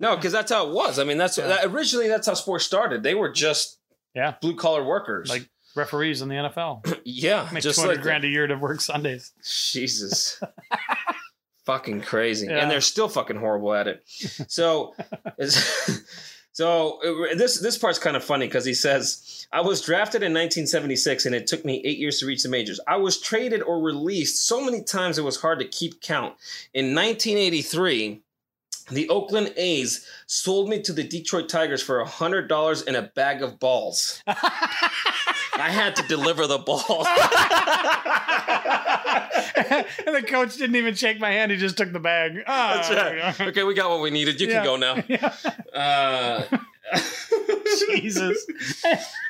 Speaker 2: no, because that's how it was. I mean, that's
Speaker 3: Yeah.
Speaker 2: that, originally that's how sports started. They were just
Speaker 3: Yeah.
Speaker 2: blue collar workers.
Speaker 3: Like, Referees in the NFL
Speaker 2: yeah,
Speaker 3: make two
Speaker 2: just
Speaker 3: hundred
Speaker 2: like
Speaker 3: grand a year to work Sundays.
Speaker 2: Jesus. fucking crazy.
Speaker 3: Yeah.
Speaker 2: And they're still fucking horrible at it. So it's- so it- this this part's kind of funny cuz he says I was drafted in 1976 and it took me 8 years to reach the majors. I was traded or released so many times it was hard to keep count. In 1983, the Oakland A's sold me to the Detroit Tigers for $100 and a bag of balls. I had to deliver the balls.
Speaker 3: and the coach didn't even shake my hand; he just took the bag. Ah.
Speaker 2: That's right. Okay, we got what we needed. You
Speaker 3: Yeah.
Speaker 2: can go now.
Speaker 3: Yeah.
Speaker 2: Uh,
Speaker 3: Jesus.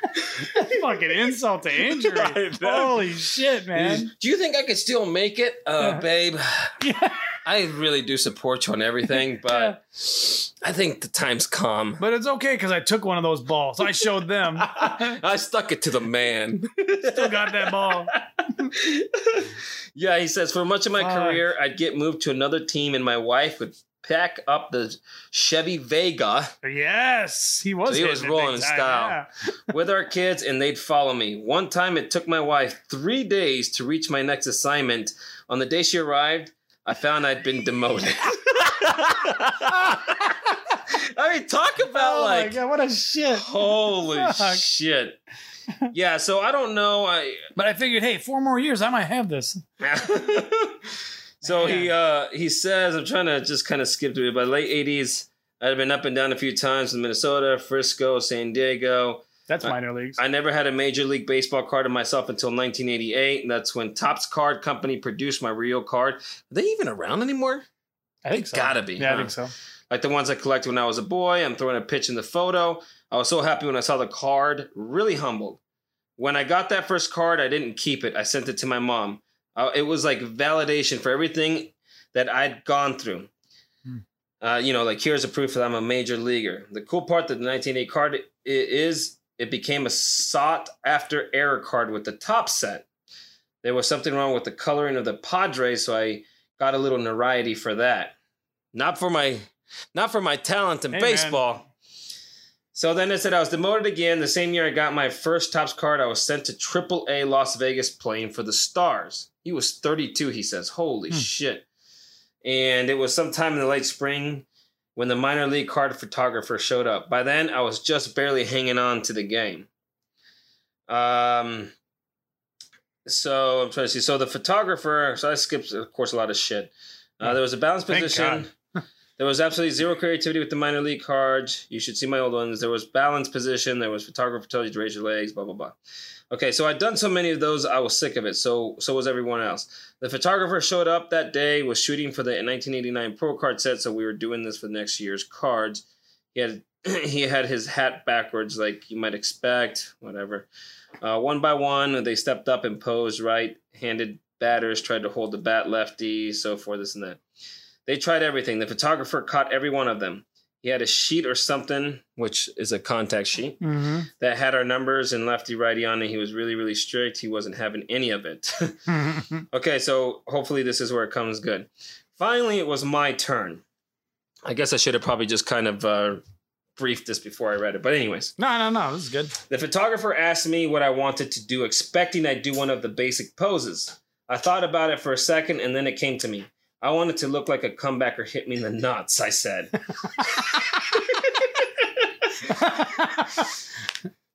Speaker 3: Fucking insult to injury.
Speaker 2: I know.
Speaker 3: Holy shit, man.
Speaker 2: Do you think I could still make it, uh,
Speaker 3: Yeah.
Speaker 2: babe?
Speaker 3: Yeah.
Speaker 2: I really do support you on everything, but I think the time's come.
Speaker 3: But it's okay because I took one of those balls. I showed them.
Speaker 2: I stuck it to the man.
Speaker 3: Still got that ball.
Speaker 2: yeah, he says for much of my
Speaker 3: Fuck.
Speaker 2: career, I'd get moved to another team, and my wife would pack up the Chevy Vega.
Speaker 3: Yes. He was.
Speaker 2: So he
Speaker 3: hitting
Speaker 2: was
Speaker 3: it
Speaker 2: rolling
Speaker 3: big
Speaker 2: in
Speaker 3: time,
Speaker 2: style.
Speaker 3: yeah.
Speaker 2: with our kids and they'd follow me. One time it took my wife three days to reach my next assignment. On the day she arrived, I found I'd been demoted. I mean, talk about
Speaker 3: Oh
Speaker 2: like
Speaker 3: my god, what a shit.
Speaker 2: holy
Speaker 3: Fuck.
Speaker 2: shit. Yeah, so I don't know. I
Speaker 3: But I figured, hey, four more years, I might have this.
Speaker 2: so he uh, he says, I'm trying to just kind of skip through it. By late '80s, I'd been up and down a few times in Minnesota, Frisco, San Diego.
Speaker 3: That's
Speaker 2: I-
Speaker 3: minor leagues.
Speaker 2: I never had a major league baseball card of myself until 1988, and that's when Topps Card Company produced my real card. Are they even around anymore?
Speaker 3: I think so.
Speaker 2: Gotta be.
Speaker 3: Yeah, I
Speaker 2: huh?
Speaker 3: think so.
Speaker 2: Like the ones I collected when I was a boy. I'm throwing a pitch in the photo. I was so happy when I saw the card. Really humbled. When I got that first card, I didn't keep it. I sent it to my mom. Uh, it was like validation for everything that I'd gone through.
Speaker 3: Hmm.
Speaker 2: Uh, you know, like here's a proof that I'm a major leaguer. The cool part that the 1980 card i- is, it became a sought after error card with the top set. There was something wrong with the coloring of the Padres, so I got a little notoriety for that. Not for my, not for my talent in
Speaker 3: Hey, man.
Speaker 2: baseball. So then it said I was demoted again. The same year I got my first tops card, I was sent to AAA Las Vegas playing for the Stars. He was 32, he says. Holy
Speaker 3: Hmm.
Speaker 2: shit. And it was sometime in the late spring when the minor league card photographer showed up. By then, I was just barely hanging on to the game. Um, so I'm trying to see. So the photographer, so I skipped, of course, a lot of shit. Uh, there was a balanced
Speaker 3: Thank
Speaker 2: position. There was absolutely zero creativity with the minor league cards. You should see my old ones. There was balance position. There was photographer tells you to raise your legs. Blah blah blah. Okay, so I'd done so many of those, I was sick of it. So so was everyone else. The photographer showed up that day, was shooting for the 1989 pro card set, so we were doing this for the next year's cards. He had he had his hat backwards, like you might expect. Whatever. Uh, one by one, they stepped up and posed. Right-handed batters tried to hold the bat lefty, so forth, this and that. They tried everything. The photographer caught every one of them. He had a sheet or something, which is a contact sheet
Speaker 3: Mm-hmm.
Speaker 2: that had our numbers and lefty righty on it. He was really really strict. He wasn't having any of it.
Speaker 3: Mm-hmm.
Speaker 2: Okay, so hopefully this is where it comes good. Finally, it was my turn. I guess I should have probably just kind of uh, briefed this before I read it. But, anyways,
Speaker 3: no, no, no. This is good.
Speaker 2: the photographer asked me what I wanted to do, expecting I'd do one of the basic poses. I thought about it for a second and then it came to me. I wanted to look like a comebacker hit me in the nuts, I said.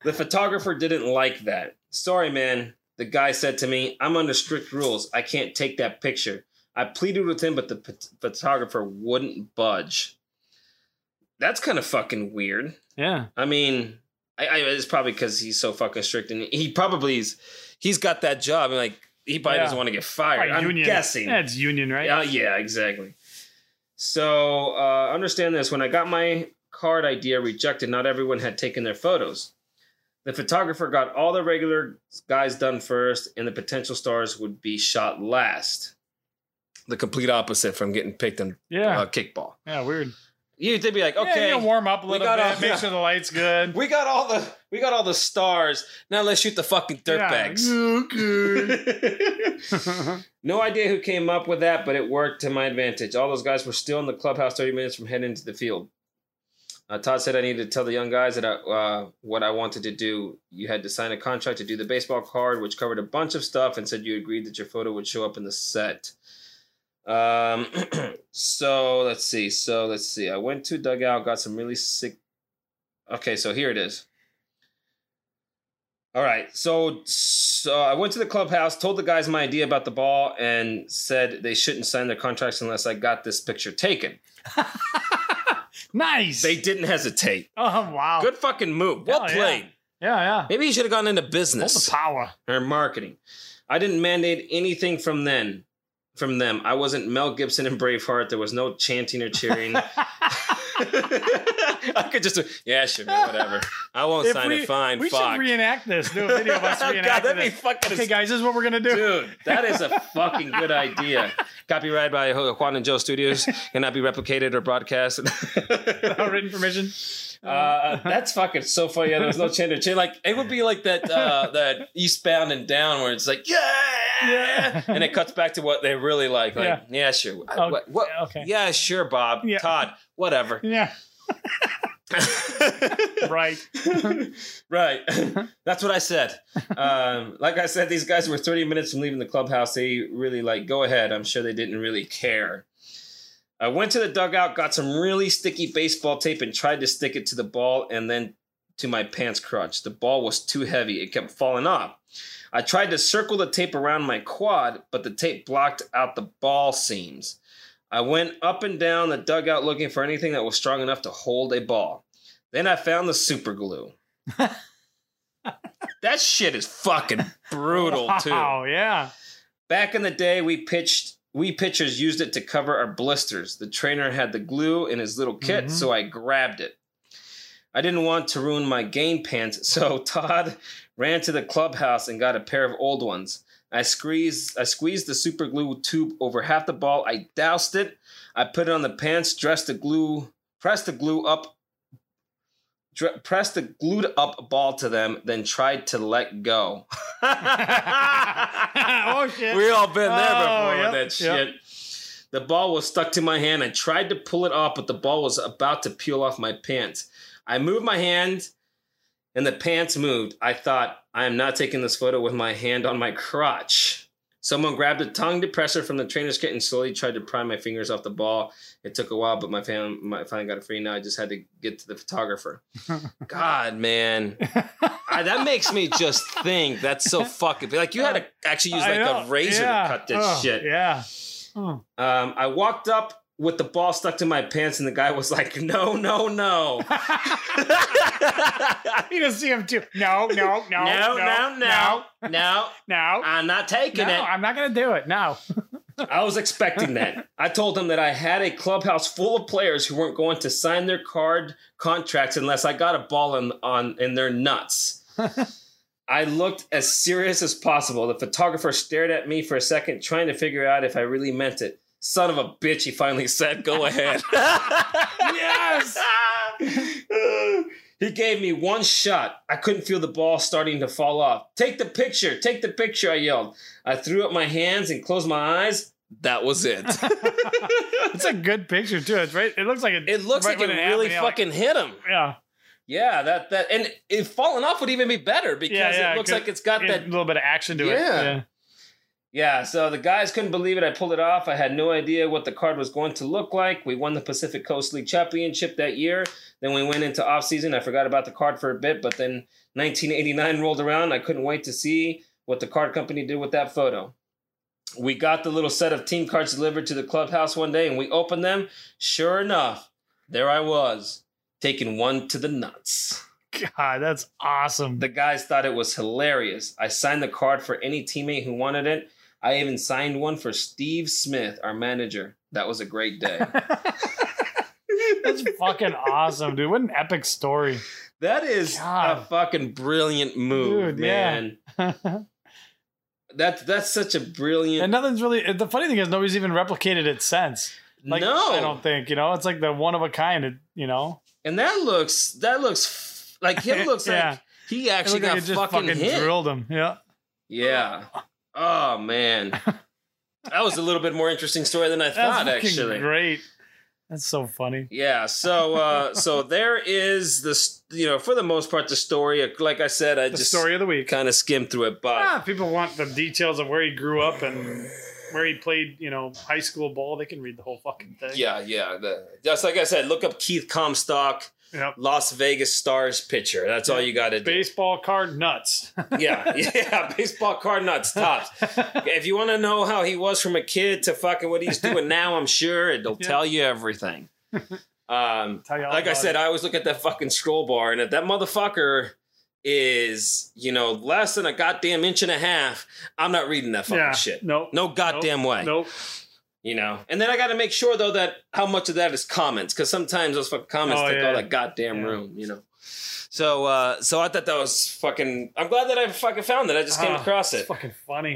Speaker 2: The photographer didn't like that. Sorry, man. The guy said to me, I'm under strict rules. I can't take that picture. I pleaded with him, but the p- photographer wouldn't budge. That's kind of fucking weird.
Speaker 3: yeah.
Speaker 2: I mean, I, I it's probably because he's so fucking strict, and he probably is. He's got that job, and like he probably
Speaker 3: Yeah.
Speaker 2: doesn't want to get fired.
Speaker 3: Right,
Speaker 2: I'm guessing.
Speaker 3: Yeah, it's union, right?
Speaker 2: Yeah, yeah, exactly. So uh, understand this: when I got my card idea rejected, not everyone had taken their photos. The photographer got all the regular guys done first, and the potential stars would be shot last. The complete opposite from getting picked in
Speaker 3: Yeah.
Speaker 2: uh, kickball.
Speaker 3: yeah. Weird.
Speaker 2: You did be like, okay,
Speaker 3: Yeah, you warm up a
Speaker 2: we
Speaker 3: little
Speaker 2: got
Speaker 3: bit.
Speaker 2: all-
Speaker 3: make
Speaker 2: yeah.
Speaker 3: sure the light's good.
Speaker 2: we got all the we got all the stars. Now let's shoot the fucking dirtbags.
Speaker 3: Yeah. Okay.
Speaker 2: No idea who came up with that, but it worked to my advantage. All those guys were still in the clubhouse 30 minutes from heading into the field. Uh, Todd said I needed to tell the young guys that I, uh, what I wanted to do. You had to sign a contract to do the baseball card, which covered a bunch of stuff, and said you agreed that your photo would show up in the set. Um, so let's see. So let's see. I went to dugout, got some really sick. Okay, so here it is. All right. So, so I went to the clubhouse, told the guys my idea about the ball, and said they shouldn't sign their contracts unless I got this picture taken.
Speaker 3: nice.
Speaker 2: They didn't hesitate.
Speaker 3: oh wow.
Speaker 2: Good fucking move. Well
Speaker 3: Hell, yeah.
Speaker 2: played.
Speaker 3: Yeah, yeah.
Speaker 2: Maybe he should have gone into
Speaker 3: Hold the
Speaker 2: business
Speaker 3: power.
Speaker 2: or marketing. I didn't mandate anything from then. From them, I wasn't Mel Gibson and Braveheart. There was no chanting or cheering. I could just, yeah, sure, man, whatever. I won't
Speaker 3: If
Speaker 2: sign
Speaker 3: we-
Speaker 2: it. Fine,
Speaker 3: we
Speaker 2: fuck.
Speaker 3: should reenact this. Do a video of us
Speaker 2: Oh,
Speaker 3: reenacting
Speaker 2: God, that'd be
Speaker 3: this.
Speaker 2: fucking
Speaker 3: okay, guys, this is what we're gonna do.
Speaker 2: Dude, that is a fucking good idea. Copyright by Juan and Joe Studios. Cannot be replicated or broadcast.
Speaker 3: Without Oh, written permission.
Speaker 2: uh, that's fucking so funny. Yeah, there's no change or change. Like it would be like that uh, that eastbound and down where it's like yeah,
Speaker 3: Yeah.
Speaker 2: and it cuts back to what they really like. Like yeah,
Speaker 3: Yeah.
Speaker 2: sure. I-
Speaker 3: Oh,
Speaker 2: what, what-
Speaker 3: yeah, okay.
Speaker 2: Yeah, sure, Bob.
Speaker 3: Yeah.
Speaker 2: Todd. Whatever.
Speaker 3: Yeah. Right.
Speaker 2: right. That's what I said. Um, like I said, these guys were 30 minutes from leaving the clubhouse. They really like, go ahead. I'm sure they didn't really care. I went to the dugout, got some really sticky baseball tape, and tried to stick it to the ball and then to my pants crotch. The ball was too heavy, it kept falling off. I tried to circle the tape around my quad, but the tape blocked out the ball seams. I went up and down the dugout looking for anything that was strong enough to hold a ball. Then I found the super glue. that shit is fucking brutal, too.
Speaker 3: Wow, yeah.
Speaker 2: Back in the day, we pitched we pitchers used it to cover our blisters. The trainer had the glue in his little kit,
Speaker 3: Mhm.
Speaker 2: so I grabbed it. I didn't want to ruin my game pants, so Todd ran to the clubhouse and got a pair of old ones. I squeezed I squeezed the super glue tube over half the ball. I doused it. I put it on the pants, dressed the glue, pressed the glue up dre- pressed the glued up ball to them, then tried to let go.
Speaker 3: oh shit.
Speaker 2: We all been there
Speaker 3: Oh,
Speaker 2: before with
Speaker 3: yep,
Speaker 2: that shit. The ball was stuck to my hand. I tried to pull it off, but the ball was about to peel off my pants. I moved my hand and the pants moved. I thought, I am not taking this photo with my hand on my crotch. Someone grabbed a tongue depressor from the trainer's kit and slowly tried to pry my fingers off the ball. It took a while, but my fam- my finally got it free. Now I just had to get to the photographer. God, man, I, that makes me just think. That's so fucking like you had to actually use like
Speaker 3: I know.
Speaker 2: a razor
Speaker 3: Yeah.
Speaker 2: to cut this
Speaker 3: Oh,
Speaker 2: shit.
Speaker 3: Yeah. Oh.
Speaker 2: Um, I walked up with the ball stuck to my pants, and the guy was like, "No, no, no."
Speaker 3: You can see him too. No, no, no,
Speaker 2: no, no, no, no,
Speaker 3: no.
Speaker 2: I'm not taking
Speaker 3: No,
Speaker 2: it.
Speaker 3: I'm not gonna do it. No.
Speaker 2: I was expecting that. I told them that I had a clubhouse full of players who weren't going to sign their card contracts unless I got a ball in, on in their nuts. I looked as serious as possible. The photographer stared at me for a second, trying to figure out if I really meant it. son of a bitch, he finally said, go ahead.
Speaker 1: Yes!
Speaker 2: he gave me one shot. I couldn't feel the ball starting to fall off. Take the picture, take the picture, I yelled. I threw up my hands and closed my eyes. That was it.
Speaker 3: It's a good picture too. It's right. It looks like it.
Speaker 2: it looks
Speaker 3: right
Speaker 2: like
Speaker 3: when
Speaker 2: it
Speaker 3: happened,
Speaker 2: really
Speaker 3: you're like,
Speaker 2: fucking hit him.
Speaker 3: yeah.
Speaker 2: Yeah, that that and it falling off would even be better because
Speaker 3: Yeah, yeah,
Speaker 2: it looks
Speaker 3: 'cause
Speaker 2: like it's got
Speaker 3: Yeah,
Speaker 2: that
Speaker 3: a little bit of action to it.
Speaker 2: Yeah. Yeah, so the guys couldn't believe it. I pulled it off. I had no idea what the card was going to look like. We won the Pacific Coast League Championship that year. Then we went into off season. I forgot about the card for a bit, but then 1989 rolled around. I couldn't wait to see what the card company did with that photo. We got the little set of team cards delivered to the clubhouse one day and we opened them. Sure enough, there I was, taking one to the nuts.
Speaker 3: Yeah. God, that's awesome.
Speaker 2: The guys thought it was hilarious. I signed the card for any teammate who wanted it. I even signed one for Steve Smith, our manager. That was a great day.
Speaker 3: that's fucking awesome, dude. What an epic story.
Speaker 2: that is a
Speaker 3: God.
Speaker 2: fucking brilliant move,
Speaker 3: Dude, yeah.
Speaker 2: man.
Speaker 3: and
Speaker 2: That's that's such a brilliant.
Speaker 3: nothing's really. The funny thing is, nobody's even replicated it since. Like,
Speaker 2: no,
Speaker 3: I don't think you know. It's like the one of a kind. It, you know,
Speaker 2: and that looks that looks f- like him looks
Speaker 3: Yeah.
Speaker 2: like he
Speaker 3: It
Speaker 2: actually
Speaker 3: looked like
Speaker 2: got
Speaker 3: it just
Speaker 2: fucking, hit.
Speaker 3: drilled him. Yeah,
Speaker 2: Yeah. Oh man, that was a little bit more interesting story than I
Speaker 3: that's
Speaker 2: thought.
Speaker 3: fucking
Speaker 2: Actually,
Speaker 3: great. That's so funny.
Speaker 2: Yeah, so uh so there is this you know, for the most part the story uh, like I said, I
Speaker 3: The
Speaker 2: just
Speaker 3: story of the week.
Speaker 2: kind of skimmed through it, but
Speaker 3: Ah, people want the details of where he grew up and where he played, you know, high school ball. They can read the whole fucking thing.
Speaker 2: yeah, yeah, the, just like I said, look up Keith Comstock
Speaker 3: Yep.
Speaker 2: Las Vegas Stars pitcher. That's all you got to do.
Speaker 3: Baseball card nuts.
Speaker 2: yeah, yeah, baseball card nuts tops. if you want to know how he was from a kid to fucking what he's doing now, I'm sure it'll
Speaker 3: Yeah.
Speaker 2: tell you everything. Um
Speaker 3: Tell you all
Speaker 2: like I
Speaker 3: about
Speaker 2: said,
Speaker 3: it.
Speaker 2: I always look at that fucking scroll bar, and if that motherfucker is, you know, less than a goddamn inch and a half, I'm not reading that fucking
Speaker 3: yeah.
Speaker 2: shit.
Speaker 3: Nope.
Speaker 2: No goddamn way.
Speaker 3: Nope.
Speaker 2: You know? And then I gotta make sure though that how much of that is comments, because sometimes those fucking comments
Speaker 3: Oh,
Speaker 2: take
Speaker 3: yeah.
Speaker 2: all that goddamn
Speaker 3: Yeah.
Speaker 2: room, you know. So uh so I thought that was fucking I'm glad that I fucking found it. I just came
Speaker 3: Ah,
Speaker 2: across
Speaker 3: It's
Speaker 2: it.
Speaker 3: fucking funny.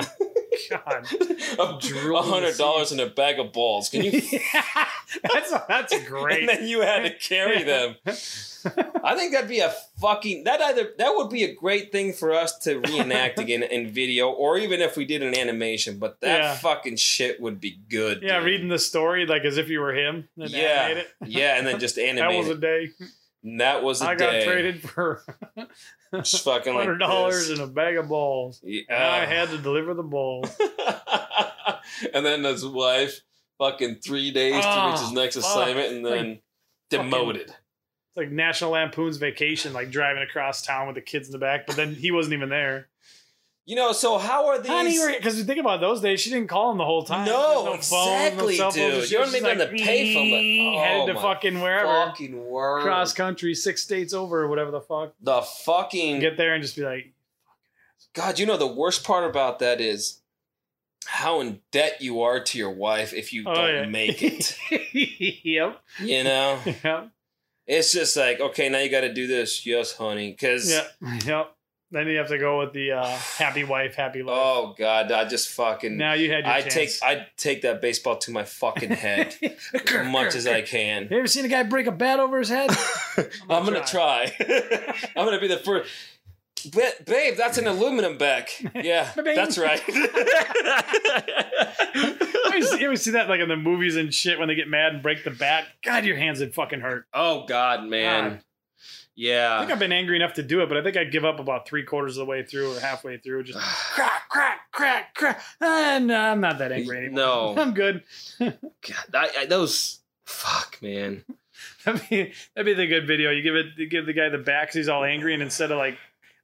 Speaker 3: God.
Speaker 2: A
Speaker 3: Drilled in the
Speaker 2: hundred dollars in a bag of balls. Can you
Speaker 3: that's that's
Speaker 2: and
Speaker 3: great.
Speaker 2: then you had to carry them. I think that'd be a fucking that either that would be a great thing for us to reenact again in video, or even if we did an animation. But that
Speaker 3: Yeah.
Speaker 2: fucking shit would be good.
Speaker 3: yeah,
Speaker 2: dude.
Speaker 3: reading the story like as if you were him. And
Speaker 2: Yeah.
Speaker 3: animate it.
Speaker 2: yeah, and then just
Speaker 3: That
Speaker 2: animate.
Speaker 3: was a day.
Speaker 2: it. that was a
Speaker 3: I got
Speaker 2: day.
Speaker 3: traded for
Speaker 2: Just fucking like
Speaker 3: hundred dollars
Speaker 2: this.
Speaker 3: and a bag of balls. And I
Speaker 2: Yeah.
Speaker 3: had to deliver the balls.
Speaker 2: and then his wife, fucking three days to
Speaker 3: Oh,
Speaker 2: reach his next
Speaker 3: fuck.
Speaker 2: assignment, and then
Speaker 3: fucking-
Speaker 2: demoted.
Speaker 3: It's like National Lampoon's Vacation, like driving across town with the kids in the back, but then he wasn't even there.
Speaker 2: You know, so how are these?
Speaker 3: because you think about those days, she didn't call him the whole time.
Speaker 2: No,
Speaker 3: There's phones,
Speaker 2: exactly,
Speaker 3: cell phones,
Speaker 2: dude.
Speaker 3: she
Speaker 2: You
Speaker 3: was
Speaker 2: wouldn't
Speaker 3: just
Speaker 2: even have to pay for them.
Speaker 3: "Ee,"
Speaker 2: Oh,
Speaker 3: Headed to
Speaker 2: my
Speaker 3: fucking wherever,
Speaker 2: Fucking word.
Speaker 3: cross country, six states over, or whatever the fuck.
Speaker 2: the fucking
Speaker 3: Get there and just be like,
Speaker 2: God, you know the worst part about that is how in debt you are to your wife if you
Speaker 3: Oh,
Speaker 2: don't
Speaker 3: yeah.
Speaker 2: make it.
Speaker 3: yep,
Speaker 2: You know?
Speaker 3: yep,
Speaker 2: It's just like, okay, now you gotta do this. Yes, honey. Cause
Speaker 3: yep, yep. Then you have to go with the uh, happy wife, happy life.
Speaker 2: oh god, I just fucking
Speaker 3: now you had your
Speaker 2: Oh, I take
Speaker 3: chance.
Speaker 2: I take that baseball to my fucking head as much as I can.
Speaker 3: You ever seen a guy break a bat over his head? Oh
Speaker 2: I'm gonna try. I'm gonna be the first. Ba- babe, that's an aluminum back. Yeah,
Speaker 3: Ba-bing.
Speaker 2: that's right.
Speaker 3: You ever, see, you ever see that like in the movies and shit when they get mad and break the bat? God, your hands would fucking hurt.
Speaker 2: oh God, man.
Speaker 3: God. I think
Speaker 2: Yeah.
Speaker 3: I've been angry enough to do it, but I think I'd give up about three quarters of the way through or halfway through. Just crack, crack, crack, crack. And I'm not that angry anymore.
Speaker 2: No.
Speaker 3: I'm good.
Speaker 2: God, I, I, those. Fuck, man.
Speaker 3: That'd be, that'd be the good video. You give it, you give the guy the back 'cause he's all angry, and instead of like,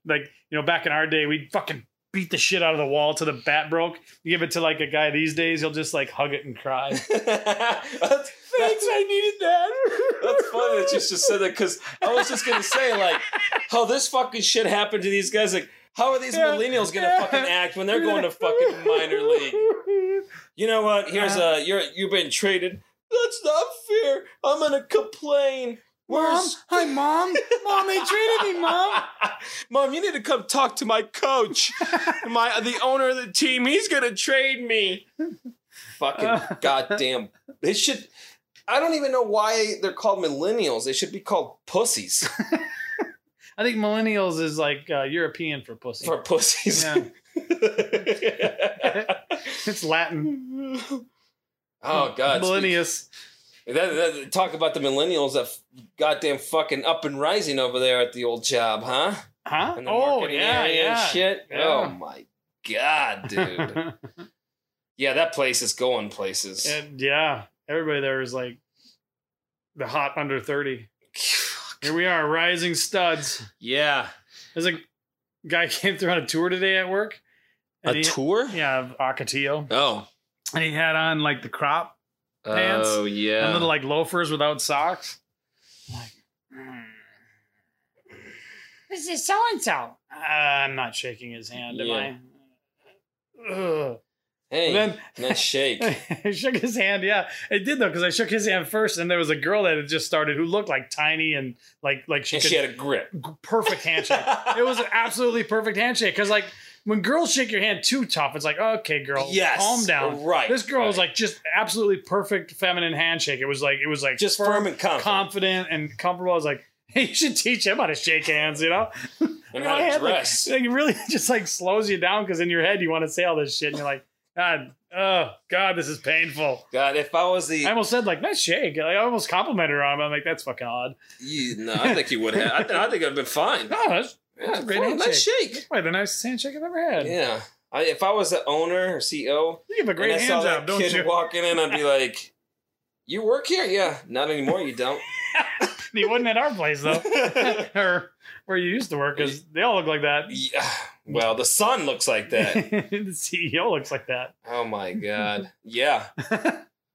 Speaker 3: like you know, back in our day, we'd fucking beat the shit out of the wall till the bat broke. You give it to like a guy these days, he'll just like hug it and cry.
Speaker 2: that's, that's,
Speaker 3: I needed that.
Speaker 2: that's funny that you just said that because I was just gonna say like how this fucking shit happened to these guys. Like, how are these
Speaker 3: Yeah.
Speaker 2: millennials gonna
Speaker 3: Yeah.
Speaker 2: fucking act when they're going to fucking minor league? You know what? Here's a you're you've been traded. That's not fair. I'm gonna complain. Where's
Speaker 3: hi, mom. Mom, they treated me, mom.
Speaker 2: Mom, you need to come talk to my coach. my the owner of the team. He's gonna trade me.
Speaker 3: Uh.
Speaker 2: fucking goddamn. They should. I don't even know why they're called millennials. They should be called pussies
Speaker 3: I think millennials is like uh, European for pussy.
Speaker 2: for pussies.
Speaker 3: Yeah. it's Latin.
Speaker 2: Uh, oh god,
Speaker 3: Millennials.
Speaker 2: Speak- that- that- talk about the millennials that f- goddamn fucking up and rising over there at the old job, huh?
Speaker 3: Huh?
Speaker 2: In the
Speaker 3: Oh,
Speaker 2: marketing
Speaker 3: yeah,
Speaker 2: area and
Speaker 3: yeah.
Speaker 2: shit.
Speaker 3: yeah.
Speaker 2: Oh my god, dude. yeah, that place is going places.
Speaker 3: And yeah, everybody there is like the hot under 30. Here we are, rising studs.
Speaker 2: yeah,
Speaker 3: There's a guy came through on a tour today at work.
Speaker 2: a
Speaker 3: and he-
Speaker 2: tour.
Speaker 3: Yeah, of Ocotillo.
Speaker 2: Oh,
Speaker 3: And he had on like the crop Pants
Speaker 2: oh
Speaker 3: and
Speaker 2: yeah.
Speaker 3: little like loafers without socks. Like, hmm. This is so and so. I'm not shaking his hand, am I? Ugh.
Speaker 2: hey,
Speaker 3: And then
Speaker 2: nice shake.
Speaker 3: I shook his hand. Yeah, it did though, because I shook his hand first, and there was a girl that had just started who looked like tiny and like like she
Speaker 2: and
Speaker 3: could
Speaker 2: she had a grip.
Speaker 3: perfect handshake. it was an absolutely perfect handshake because like when girls shake your hand too tough, it's like okay, girl,
Speaker 2: Yes,
Speaker 3: calm down.
Speaker 2: Right.
Speaker 3: This girl was
Speaker 2: right.
Speaker 3: like just absolutely perfect feminine handshake. It was like it was like
Speaker 2: just firm, and confident,
Speaker 3: confident, and comfortable. I was like. Hey, you should teach him how to shake hands, you know?
Speaker 2: and
Speaker 3: I
Speaker 2: how to
Speaker 3: had, like-
Speaker 2: dress.
Speaker 3: Like, it really just like slows you down because in your head you want to say all this shit and you're like, God, oh, God, this is painful.
Speaker 2: God, if I was the,
Speaker 3: I almost said like nice shake. Like, I almost complimented her on. it. I'm like that's fucking odd.
Speaker 2: you, no, I think you would have. I, th- I think I'd been fine.
Speaker 3: No, that's
Speaker 2: Yeah,
Speaker 3: a great
Speaker 2: fine, nice
Speaker 3: handshake.
Speaker 2: shake.
Speaker 3: probably the nicest handshake I've ever had.
Speaker 2: Yeah, I, if I was the owner or CEO,
Speaker 3: You give a great
Speaker 2: and I
Speaker 3: hand
Speaker 2: saw
Speaker 3: job,
Speaker 2: that
Speaker 3: don't
Speaker 2: kid
Speaker 3: you?
Speaker 2: walking in, I'd be like, "You work here? Yeah, not anymore. You don't."
Speaker 3: he wasn't at our place though, or where you used to work, because they all look like that.
Speaker 2: Yeah. Well, the son looks like that.
Speaker 3: the CEO looks like that.
Speaker 2: Oh my god. Yeah.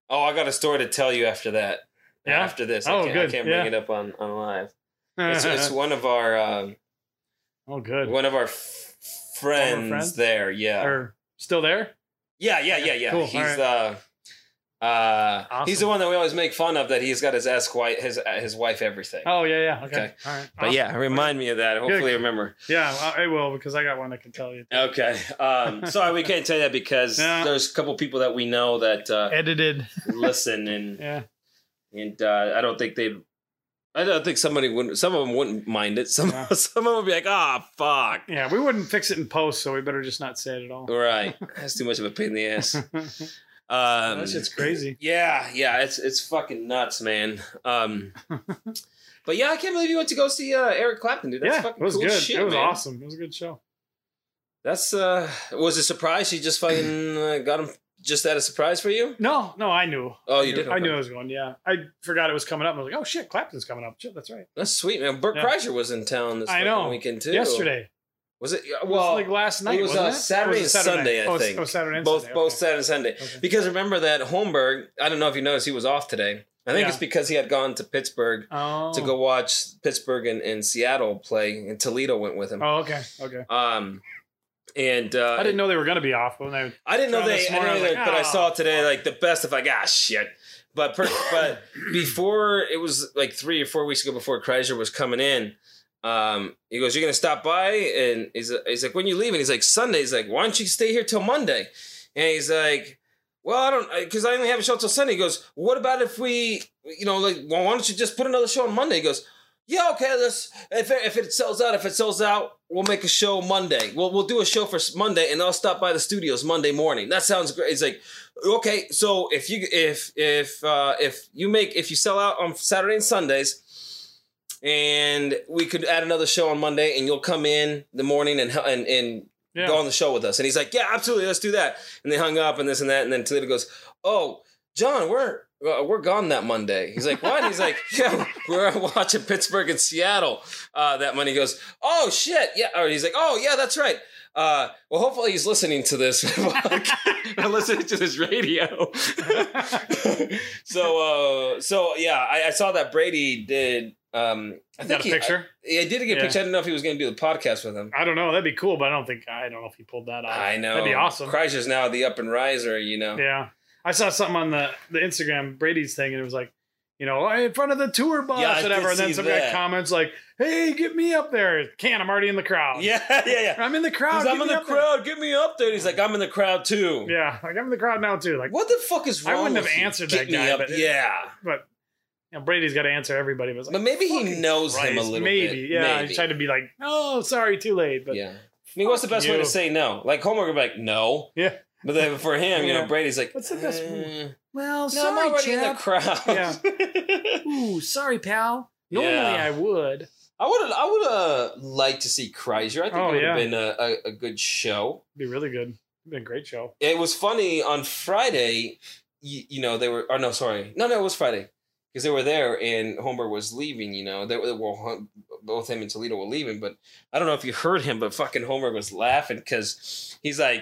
Speaker 2: Oh, I got a story to tell you after that.
Speaker 3: Yeah?
Speaker 2: After this, I
Speaker 3: Oh,
Speaker 2: can't,
Speaker 3: good,
Speaker 2: I can't
Speaker 3: yeah.
Speaker 2: bring it up on on live. It's, it's one of our um,
Speaker 3: oh, good.
Speaker 2: one of our f- friends,
Speaker 3: friends?
Speaker 2: there. Yeah.
Speaker 3: Or still there?
Speaker 2: Yeah, yeah, yeah, yeah.
Speaker 3: Cool,
Speaker 2: He's
Speaker 3: alright.
Speaker 2: uh uh he's the
Speaker 3: Awesome.
Speaker 2: one that we always make fun of that he's got his ask wife his uh, his wife everything.
Speaker 3: Oh yeah, yeah. Okay.
Speaker 2: Okay.
Speaker 3: All right.
Speaker 2: But yeah, remind me of that. Hopefully I remember.
Speaker 3: yeah, I I will because I got one I can tell you.
Speaker 2: Okay. Um sorry we can't tell you that because
Speaker 3: Yeah.
Speaker 2: there's a couple people that we know that uh
Speaker 3: Edited.
Speaker 2: listen and
Speaker 3: Yeah.
Speaker 2: and uh I don't think they'd I don't think somebody wouldn't some of them wouldn't mind it. Some
Speaker 3: Yeah.
Speaker 2: some of them would be like, ah fuck.
Speaker 3: Yeah, we wouldn't fix it in post, so we better just not say it at all.
Speaker 2: Right. That's too much of a pain in the ass. Um
Speaker 3: that shit's crazy.
Speaker 2: Yeah, yeah, it's it's fucking nuts, man. Um, but yeah, I can't believe you went to go see uh, Eric Clapton, dude. That's
Speaker 3: yeah, it
Speaker 2: fucking
Speaker 3: was
Speaker 2: cool
Speaker 3: good.
Speaker 2: shit,
Speaker 3: it was
Speaker 2: man.
Speaker 3: awesome. It was a good show.
Speaker 2: That's uh, was it a surprise? She just fucking uh, got him just out of surprise for you.
Speaker 3: No, no, I knew.
Speaker 2: Oh, you did.
Speaker 3: I knew I
Speaker 2: Okay.
Speaker 3: was going. Yeah, I forgot it was coming up. I was like, oh shit, Clapton's coming up. Shit, that's right.
Speaker 2: That's sweet, man. Burt
Speaker 3: Yeah.
Speaker 2: Kreischer was in town this fucking
Speaker 3: I know.
Speaker 2: weekend too.
Speaker 3: Yesterday,
Speaker 2: was it?
Speaker 3: It was
Speaker 2: Well,
Speaker 3: like last night.
Speaker 2: was,
Speaker 3: wasn't
Speaker 2: uh,
Speaker 3: it? Or
Speaker 2: Saturday
Speaker 3: was it
Speaker 2: and Sunday, I
Speaker 3: Oh, it's-
Speaker 2: think.
Speaker 3: Oh, Saturday and
Speaker 2: both
Speaker 3: Sunday.
Speaker 2: both
Speaker 3: okay.
Speaker 2: Saturday and Sunday.
Speaker 3: Okay.
Speaker 2: Because remember that Holmberg. I don't know if you noticed, he was off today. I think
Speaker 3: Yeah.
Speaker 2: it's because he had gone to Pittsburgh
Speaker 3: Oh.
Speaker 2: to go watch Pittsburgh and, and Seattle play, and Toledo went with him.
Speaker 3: Oh, okay, okay.
Speaker 2: Um, and uh,
Speaker 3: I didn't know they were going to be off when I.
Speaker 2: I didn't know
Speaker 3: Around
Speaker 2: they,
Speaker 3: this
Speaker 2: I didn't know
Speaker 3: morning, I was
Speaker 2: they-
Speaker 3: like,
Speaker 2: but I
Speaker 3: "Ah,
Speaker 2: saw today like the best of like ah shit. But per, but before it was like three or four weeks ago before Kreischer was coming in. Um, he goes, "You're gonna stop by," and he's, he's like, "When you leaving?" He's like, "Sunday." He's like, "Why don't you stay here till Monday?" And he's like, "Well, I don't, because I only have a show till Sunday." He goes, "What about if we, you know, like, well, why don't you just put another show on Monday?" He goes, "Yeah, okay, let's. If it, if it sells out, if it sells out, we'll make a show Monday. We'll we'll do a show for s- Monday, and I'll stop by the studios Monday morning. That sounds great." He's like, "Okay, so if you if if uh, if you make if you sell out on Saturday and Sundays." And we could add another show on Monday, and you'll come in the morning and hel- and, and
Speaker 3: Yeah.
Speaker 2: go on the show with us. And he's like, yeah, absolutely, let's do that. And they hung up and this and that. And then Toledo goes, oh, John, we're uh, we're gone that Monday. He's like, what? he's like, yeah, we're watching Pittsburgh and Seattle uh, that Monday. He goes, oh shit, yeah. Or he's like, oh yeah, that's right. Uh, well, hopefully he's listening to this, listening to this radio. so, uh, so yeah, I, I saw that Brady did. Um, I think
Speaker 3: Got a
Speaker 2: he-
Speaker 3: picture?
Speaker 2: I, I did get a
Speaker 3: Yeah.
Speaker 2: picture. I didn't know if he was going to do the podcast with him.
Speaker 3: I don't know. That'd be cool, but I don't think I don't know if he pulled that off.
Speaker 2: I know.
Speaker 3: That'd be awesome.
Speaker 2: Kreischer's now the up and riser, you know.
Speaker 3: Yeah, I saw something on the the Instagram Brady's thing, and it was like you know, in front of the tour bus,
Speaker 2: Yeah, I
Speaker 3: whatever.
Speaker 2: did
Speaker 3: And then
Speaker 2: see
Speaker 3: some guy
Speaker 2: that.
Speaker 3: comments like, "Hey, get me up there!" Can I'm already in the crowd.
Speaker 2: Yeah, yeah, yeah.
Speaker 3: I'm in the crowd.
Speaker 2: He's,
Speaker 3: get
Speaker 2: I'm in
Speaker 3: me
Speaker 2: the
Speaker 3: up there."
Speaker 2: crowd. Get me up there. And he's like, I'm in the crowd too.
Speaker 3: Yeah, like I'm in the crowd now too. Like,
Speaker 2: What the fuck is
Speaker 3: I
Speaker 2: wrong?
Speaker 3: wouldn't
Speaker 2: with
Speaker 3: have
Speaker 2: you?
Speaker 3: answered
Speaker 2: Get
Speaker 3: that
Speaker 2: me
Speaker 3: guy,
Speaker 2: up-
Speaker 3: but it-
Speaker 2: yeah,
Speaker 3: but you know, Brady's got to answer everybody. But, it's like,
Speaker 2: but maybe he
Speaker 3: fucking
Speaker 2: knows him a
Speaker 3: Christ,
Speaker 2: little bit.
Speaker 3: maybe, yeah.
Speaker 2: maybe.
Speaker 3: He tried to be like, "Oh, sorry, too late." But
Speaker 2: yeah. I mean, what's the
Speaker 3: Fuck
Speaker 2: best way
Speaker 3: you.
Speaker 2: to say no? Like Homer would be like, no.
Speaker 3: Yeah.
Speaker 2: But then for him, you
Speaker 3: Yeah.
Speaker 2: know, Brady's like,
Speaker 3: What's the best
Speaker 2: "Uh,
Speaker 3: move?" well,
Speaker 2: no, I'm already in the crowd.
Speaker 3: Yeah. Ooh, sorry, pal. Normally
Speaker 2: Yeah.
Speaker 3: I would.
Speaker 2: I would I would uh like to see Kreischer. I think
Speaker 3: Oh,
Speaker 2: it would have
Speaker 3: yeah.
Speaker 2: been a, a, a good show.
Speaker 3: Be really good. Been a great show.
Speaker 2: It was funny on Friday. You, you know they were. Oh no, sorry. No, no, it was Friday because they were there and Homer was leaving. You know they were well, Hom- both him and Toledo were leaving. But I don't know if you heard him, but fucking Homer was laughing because he's like.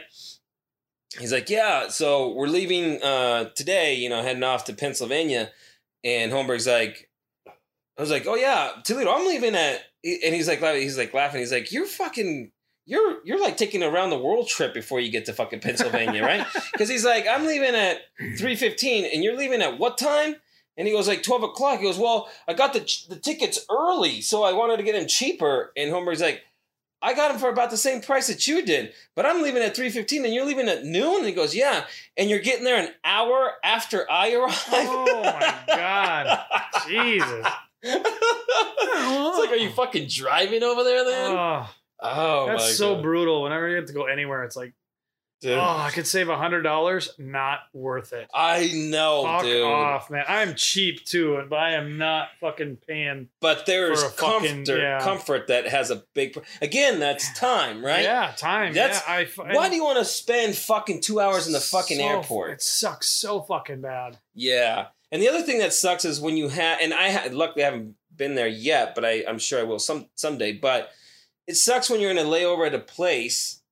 Speaker 2: He's like, yeah, so we're leaving uh, today, you know, heading off to Pennsylvania. And Holmberg's like, I was like, oh yeah, Toledo, I'm leaving at, and he's like, laughing- he's like laughing. He's like, you're fucking, you're, you're like taking a round the world trip before you get to fucking Pennsylvania, right? Because he's like, I'm leaving at 3:15, and you're leaving at what time? And he goes like 12 o'clock. He goes, well, I got the the tickets early, so I wanted to get them cheaper. And Homer's like, I got them for about the same price that you did, but I'm leaving at 3:15, and you're leaving at noon. And he goes, yeah, and you're getting there an hour after I arrive.
Speaker 3: Oh my god. Jesus.
Speaker 2: it's like, are you fucking driving over there then? Oh,
Speaker 3: Oh,
Speaker 2: my
Speaker 3: that's so
Speaker 2: God.
Speaker 3: brutal. Whenever you have to go anywhere, it's like,
Speaker 2: Dude.
Speaker 3: oh, I could save a hundred dollars. Not worth it.
Speaker 2: I know,
Speaker 3: Fuck
Speaker 2: Oh, dude.
Speaker 3: off, man. I'm cheap too, but I am not fucking paying.
Speaker 2: But there is
Speaker 3: For a fucking-
Speaker 2: comfort,
Speaker 3: yeah.
Speaker 2: comfort that has a big. pr- Again, that's time, right?
Speaker 3: Yeah, time.
Speaker 2: That's-
Speaker 3: yeah, I, fu-
Speaker 2: Why do you want to spend fucking two hours in the fucking
Speaker 3: So-
Speaker 2: airport?
Speaker 3: It sucks so fucking bad.
Speaker 2: Yeah. And the other thing that sucks is when you have, and I ha- luckily I haven't been there yet, but I, I'm sure I will some someday. But it sucks when you're in a layover at a place,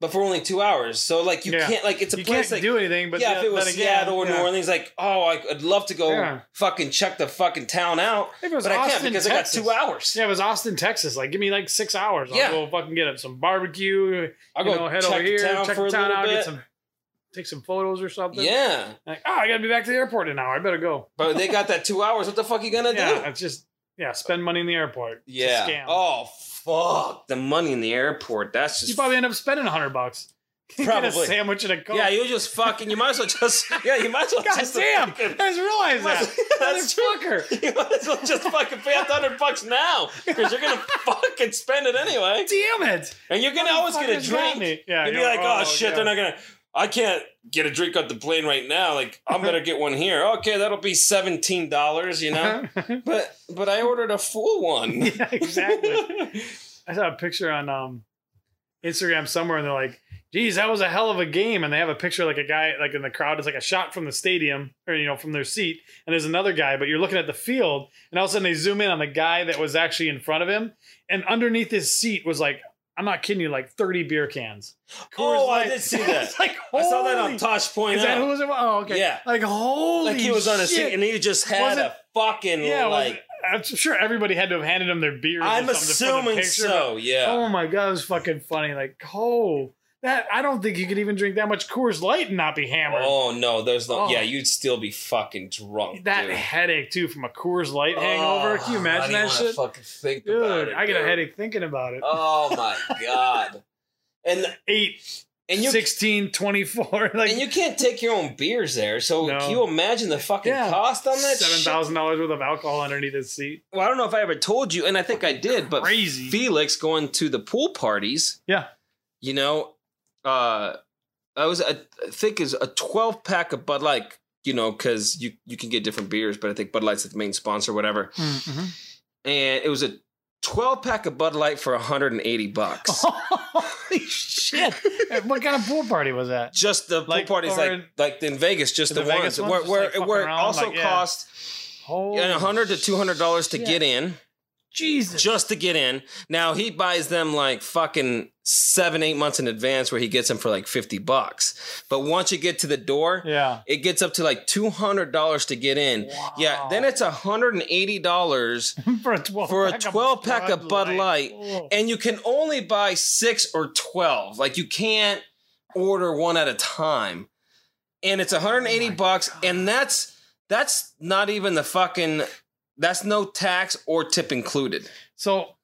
Speaker 2: but for only two hours. So like you
Speaker 3: Yeah.
Speaker 2: can't like it's a
Speaker 3: you
Speaker 2: place
Speaker 3: can't
Speaker 2: like
Speaker 3: do anything. But
Speaker 2: yeah,
Speaker 3: then-
Speaker 2: if it was
Speaker 3: then again,
Speaker 2: Seattle or
Speaker 3: yeah.
Speaker 2: New Orleans, like oh, I- I'd love to go
Speaker 3: Yeah.
Speaker 2: fucking check the fucking town out,
Speaker 3: If it was
Speaker 2: but I
Speaker 3: Austin,
Speaker 2: can't because
Speaker 3: Texas,
Speaker 2: I got two hours.
Speaker 3: Yeah, it was Austin, Texas. Like, give me like six hours. I'll
Speaker 2: Yeah.
Speaker 3: go fucking get up some barbecue.
Speaker 2: I'll
Speaker 3: you
Speaker 2: go
Speaker 3: know, head
Speaker 2: check
Speaker 3: over here,
Speaker 2: the town
Speaker 3: check
Speaker 2: for
Speaker 3: the
Speaker 2: a
Speaker 3: town
Speaker 2: little
Speaker 3: out,
Speaker 2: bit.
Speaker 3: get some, take some photos or something.
Speaker 2: yeah,
Speaker 3: Like, oh, I gotta be back to the airport in an hour. I better go.
Speaker 2: but they got that two hours. What the fuck you gonna do?
Speaker 3: Yeah, it's just yeah, spend money in the airport. It's a
Speaker 2: Yeah.
Speaker 3: scam.
Speaker 2: Oh fuck, the money in the airport. That's just
Speaker 3: you probably end up spending a hundred bucks. You get a
Speaker 2: Probably.
Speaker 3: sandwich and a coke.
Speaker 2: Yeah, you're just fucking. You might as well just. Yeah, you might as well.
Speaker 3: God
Speaker 2: just
Speaker 3: damn! I
Speaker 2: fucking-
Speaker 3: just realized that.
Speaker 2: That's true.
Speaker 3: Motherfucker.
Speaker 2: You might as well just fucking pay a hundred bucks now because you're gonna fucking spend it anyway,
Speaker 3: Damn it!
Speaker 2: and you're gonna always get a
Speaker 3: Motherfuckers got
Speaker 2: drink.
Speaker 3: me. Yeah,
Speaker 2: You'd be
Speaker 3: you're-
Speaker 2: like, oh, shit,
Speaker 3: yeah.
Speaker 2: they're not gonna. I can't get a drink on the plane right now. Like, I'm gonna get one here. Okay, that'll be seventeen dollars. You
Speaker 3: Uh-huh.
Speaker 2: know, but but I ordered a full one.
Speaker 3: yeah, exactly. I saw a picture on um, Instagram somewhere, and they're like, "Geez, that was a hell of a game." And they have a picture of, like a guy like in the crowd. It's like a shot from the stadium, or you know, from their seat. And there's another guy, but you're looking at the field, and all of a sudden they zoom in on the guy that was actually in front of him, and underneath his seat was like, I'm not kidding you, like 30 beer cans.
Speaker 2: Oh,
Speaker 3: Coors
Speaker 2: I
Speaker 3: Light.
Speaker 2: did see that.
Speaker 3: It's like,
Speaker 2: I saw that
Speaker 3: holy-
Speaker 2: on Tosh Point.
Speaker 3: Is that who
Speaker 2: out.
Speaker 3: was it? Oh, okay.
Speaker 2: Yeah.
Speaker 3: Like holy,
Speaker 2: Like he was on a seat
Speaker 3: shit.
Speaker 2: and he just had
Speaker 3: Was it-
Speaker 2: a fucking
Speaker 3: yeah, was
Speaker 2: like.
Speaker 3: it- I'm sure everybody had to have handed him their beers. or
Speaker 2: I'm
Speaker 3: something for the
Speaker 2: assuming
Speaker 3: picture, but-
Speaker 2: so. Yeah.
Speaker 3: Oh my god, it was fucking funny. Like, oh, that I don't think you could even drink that much Coors Light and not be hammered.
Speaker 2: Oh no, there's no.
Speaker 3: Oh.
Speaker 2: Yeah, you'd still be fucking drunk.
Speaker 3: that
Speaker 2: dude.
Speaker 3: headache too from a Coors Light hangover. Can you
Speaker 2: Oh, I
Speaker 3: imagine
Speaker 2: don't
Speaker 3: that
Speaker 2: wanna
Speaker 3: shit?
Speaker 2: Fucking think about
Speaker 3: Dude,
Speaker 2: it,
Speaker 3: I get a
Speaker 2: dude.
Speaker 3: headache thinking about it.
Speaker 2: Oh my god. And
Speaker 3: Eight,
Speaker 2: and you
Speaker 3: 16, 24, like
Speaker 2: and you can't take your own beers there. So
Speaker 3: No.
Speaker 2: can you imagine the fucking
Speaker 3: Yeah.
Speaker 2: cost on that?
Speaker 3: seven
Speaker 2: shit?
Speaker 3: thousand dollars worth of alcohol underneath his seat.
Speaker 2: Well, I don't know if I ever told you, and I think I did, but
Speaker 3: Crazy.
Speaker 2: Felix going to the pool parties.
Speaker 3: Yeah.
Speaker 2: You know, uh I was I think is a 12 pack of Bud Light, you know, cuz you you can get different beers, but I think Bud Light's the main sponsor whatever. and it was a 12 pack of Bud Light for 180 bucks.
Speaker 3: Holy shit. what kind of pool party was that?
Speaker 2: Just the
Speaker 3: Like,
Speaker 2: pool parties,
Speaker 3: or
Speaker 2: like
Speaker 3: in-
Speaker 2: like in Vegas, just
Speaker 3: in
Speaker 2: the,
Speaker 3: the Vegas
Speaker 2: ones
Speaker 3: ones,
Speaker 2: where where,
Speaker 3: just, like, fucking
Speaker 2: where it
Speaker 3: around,
Speaker 2: also
Speaker 3: like, yeah.
Speaker 2: cost
Speaker 3: Holy
Speaker 2: a 100 to 200 dollars to
Speaker 3: shit.
Speaker 2: get in,
Speaker 3: Jesus.
Speaker 2: just to get in. Now he buys them like fucking seven, eight months in advance, where he gets them for like 50 bucks. But once you get to the door,
Speaker 3: yeah.
Speaker 2: it gets up to like two hundred dollars to get in. Yeah,
Speaker 3: Wow.
Speaker 2: then it's hundred and eighty dollars
Speaker 3: for a 12
Speaker 2: for a
Speaker 3: pack
Speaker 2: 12 pack of Bud Light.
Speaker 3: Whoa.
Speaker 2: and you can only buy six or 12 like you can't order one at a time and it's 180
Speaker 3: my
Speaker 2: bucks
Speaker 3: God.
Speaker 2: and that's That's not even the fucking. That's no tax or tip included.
Speaker 3: So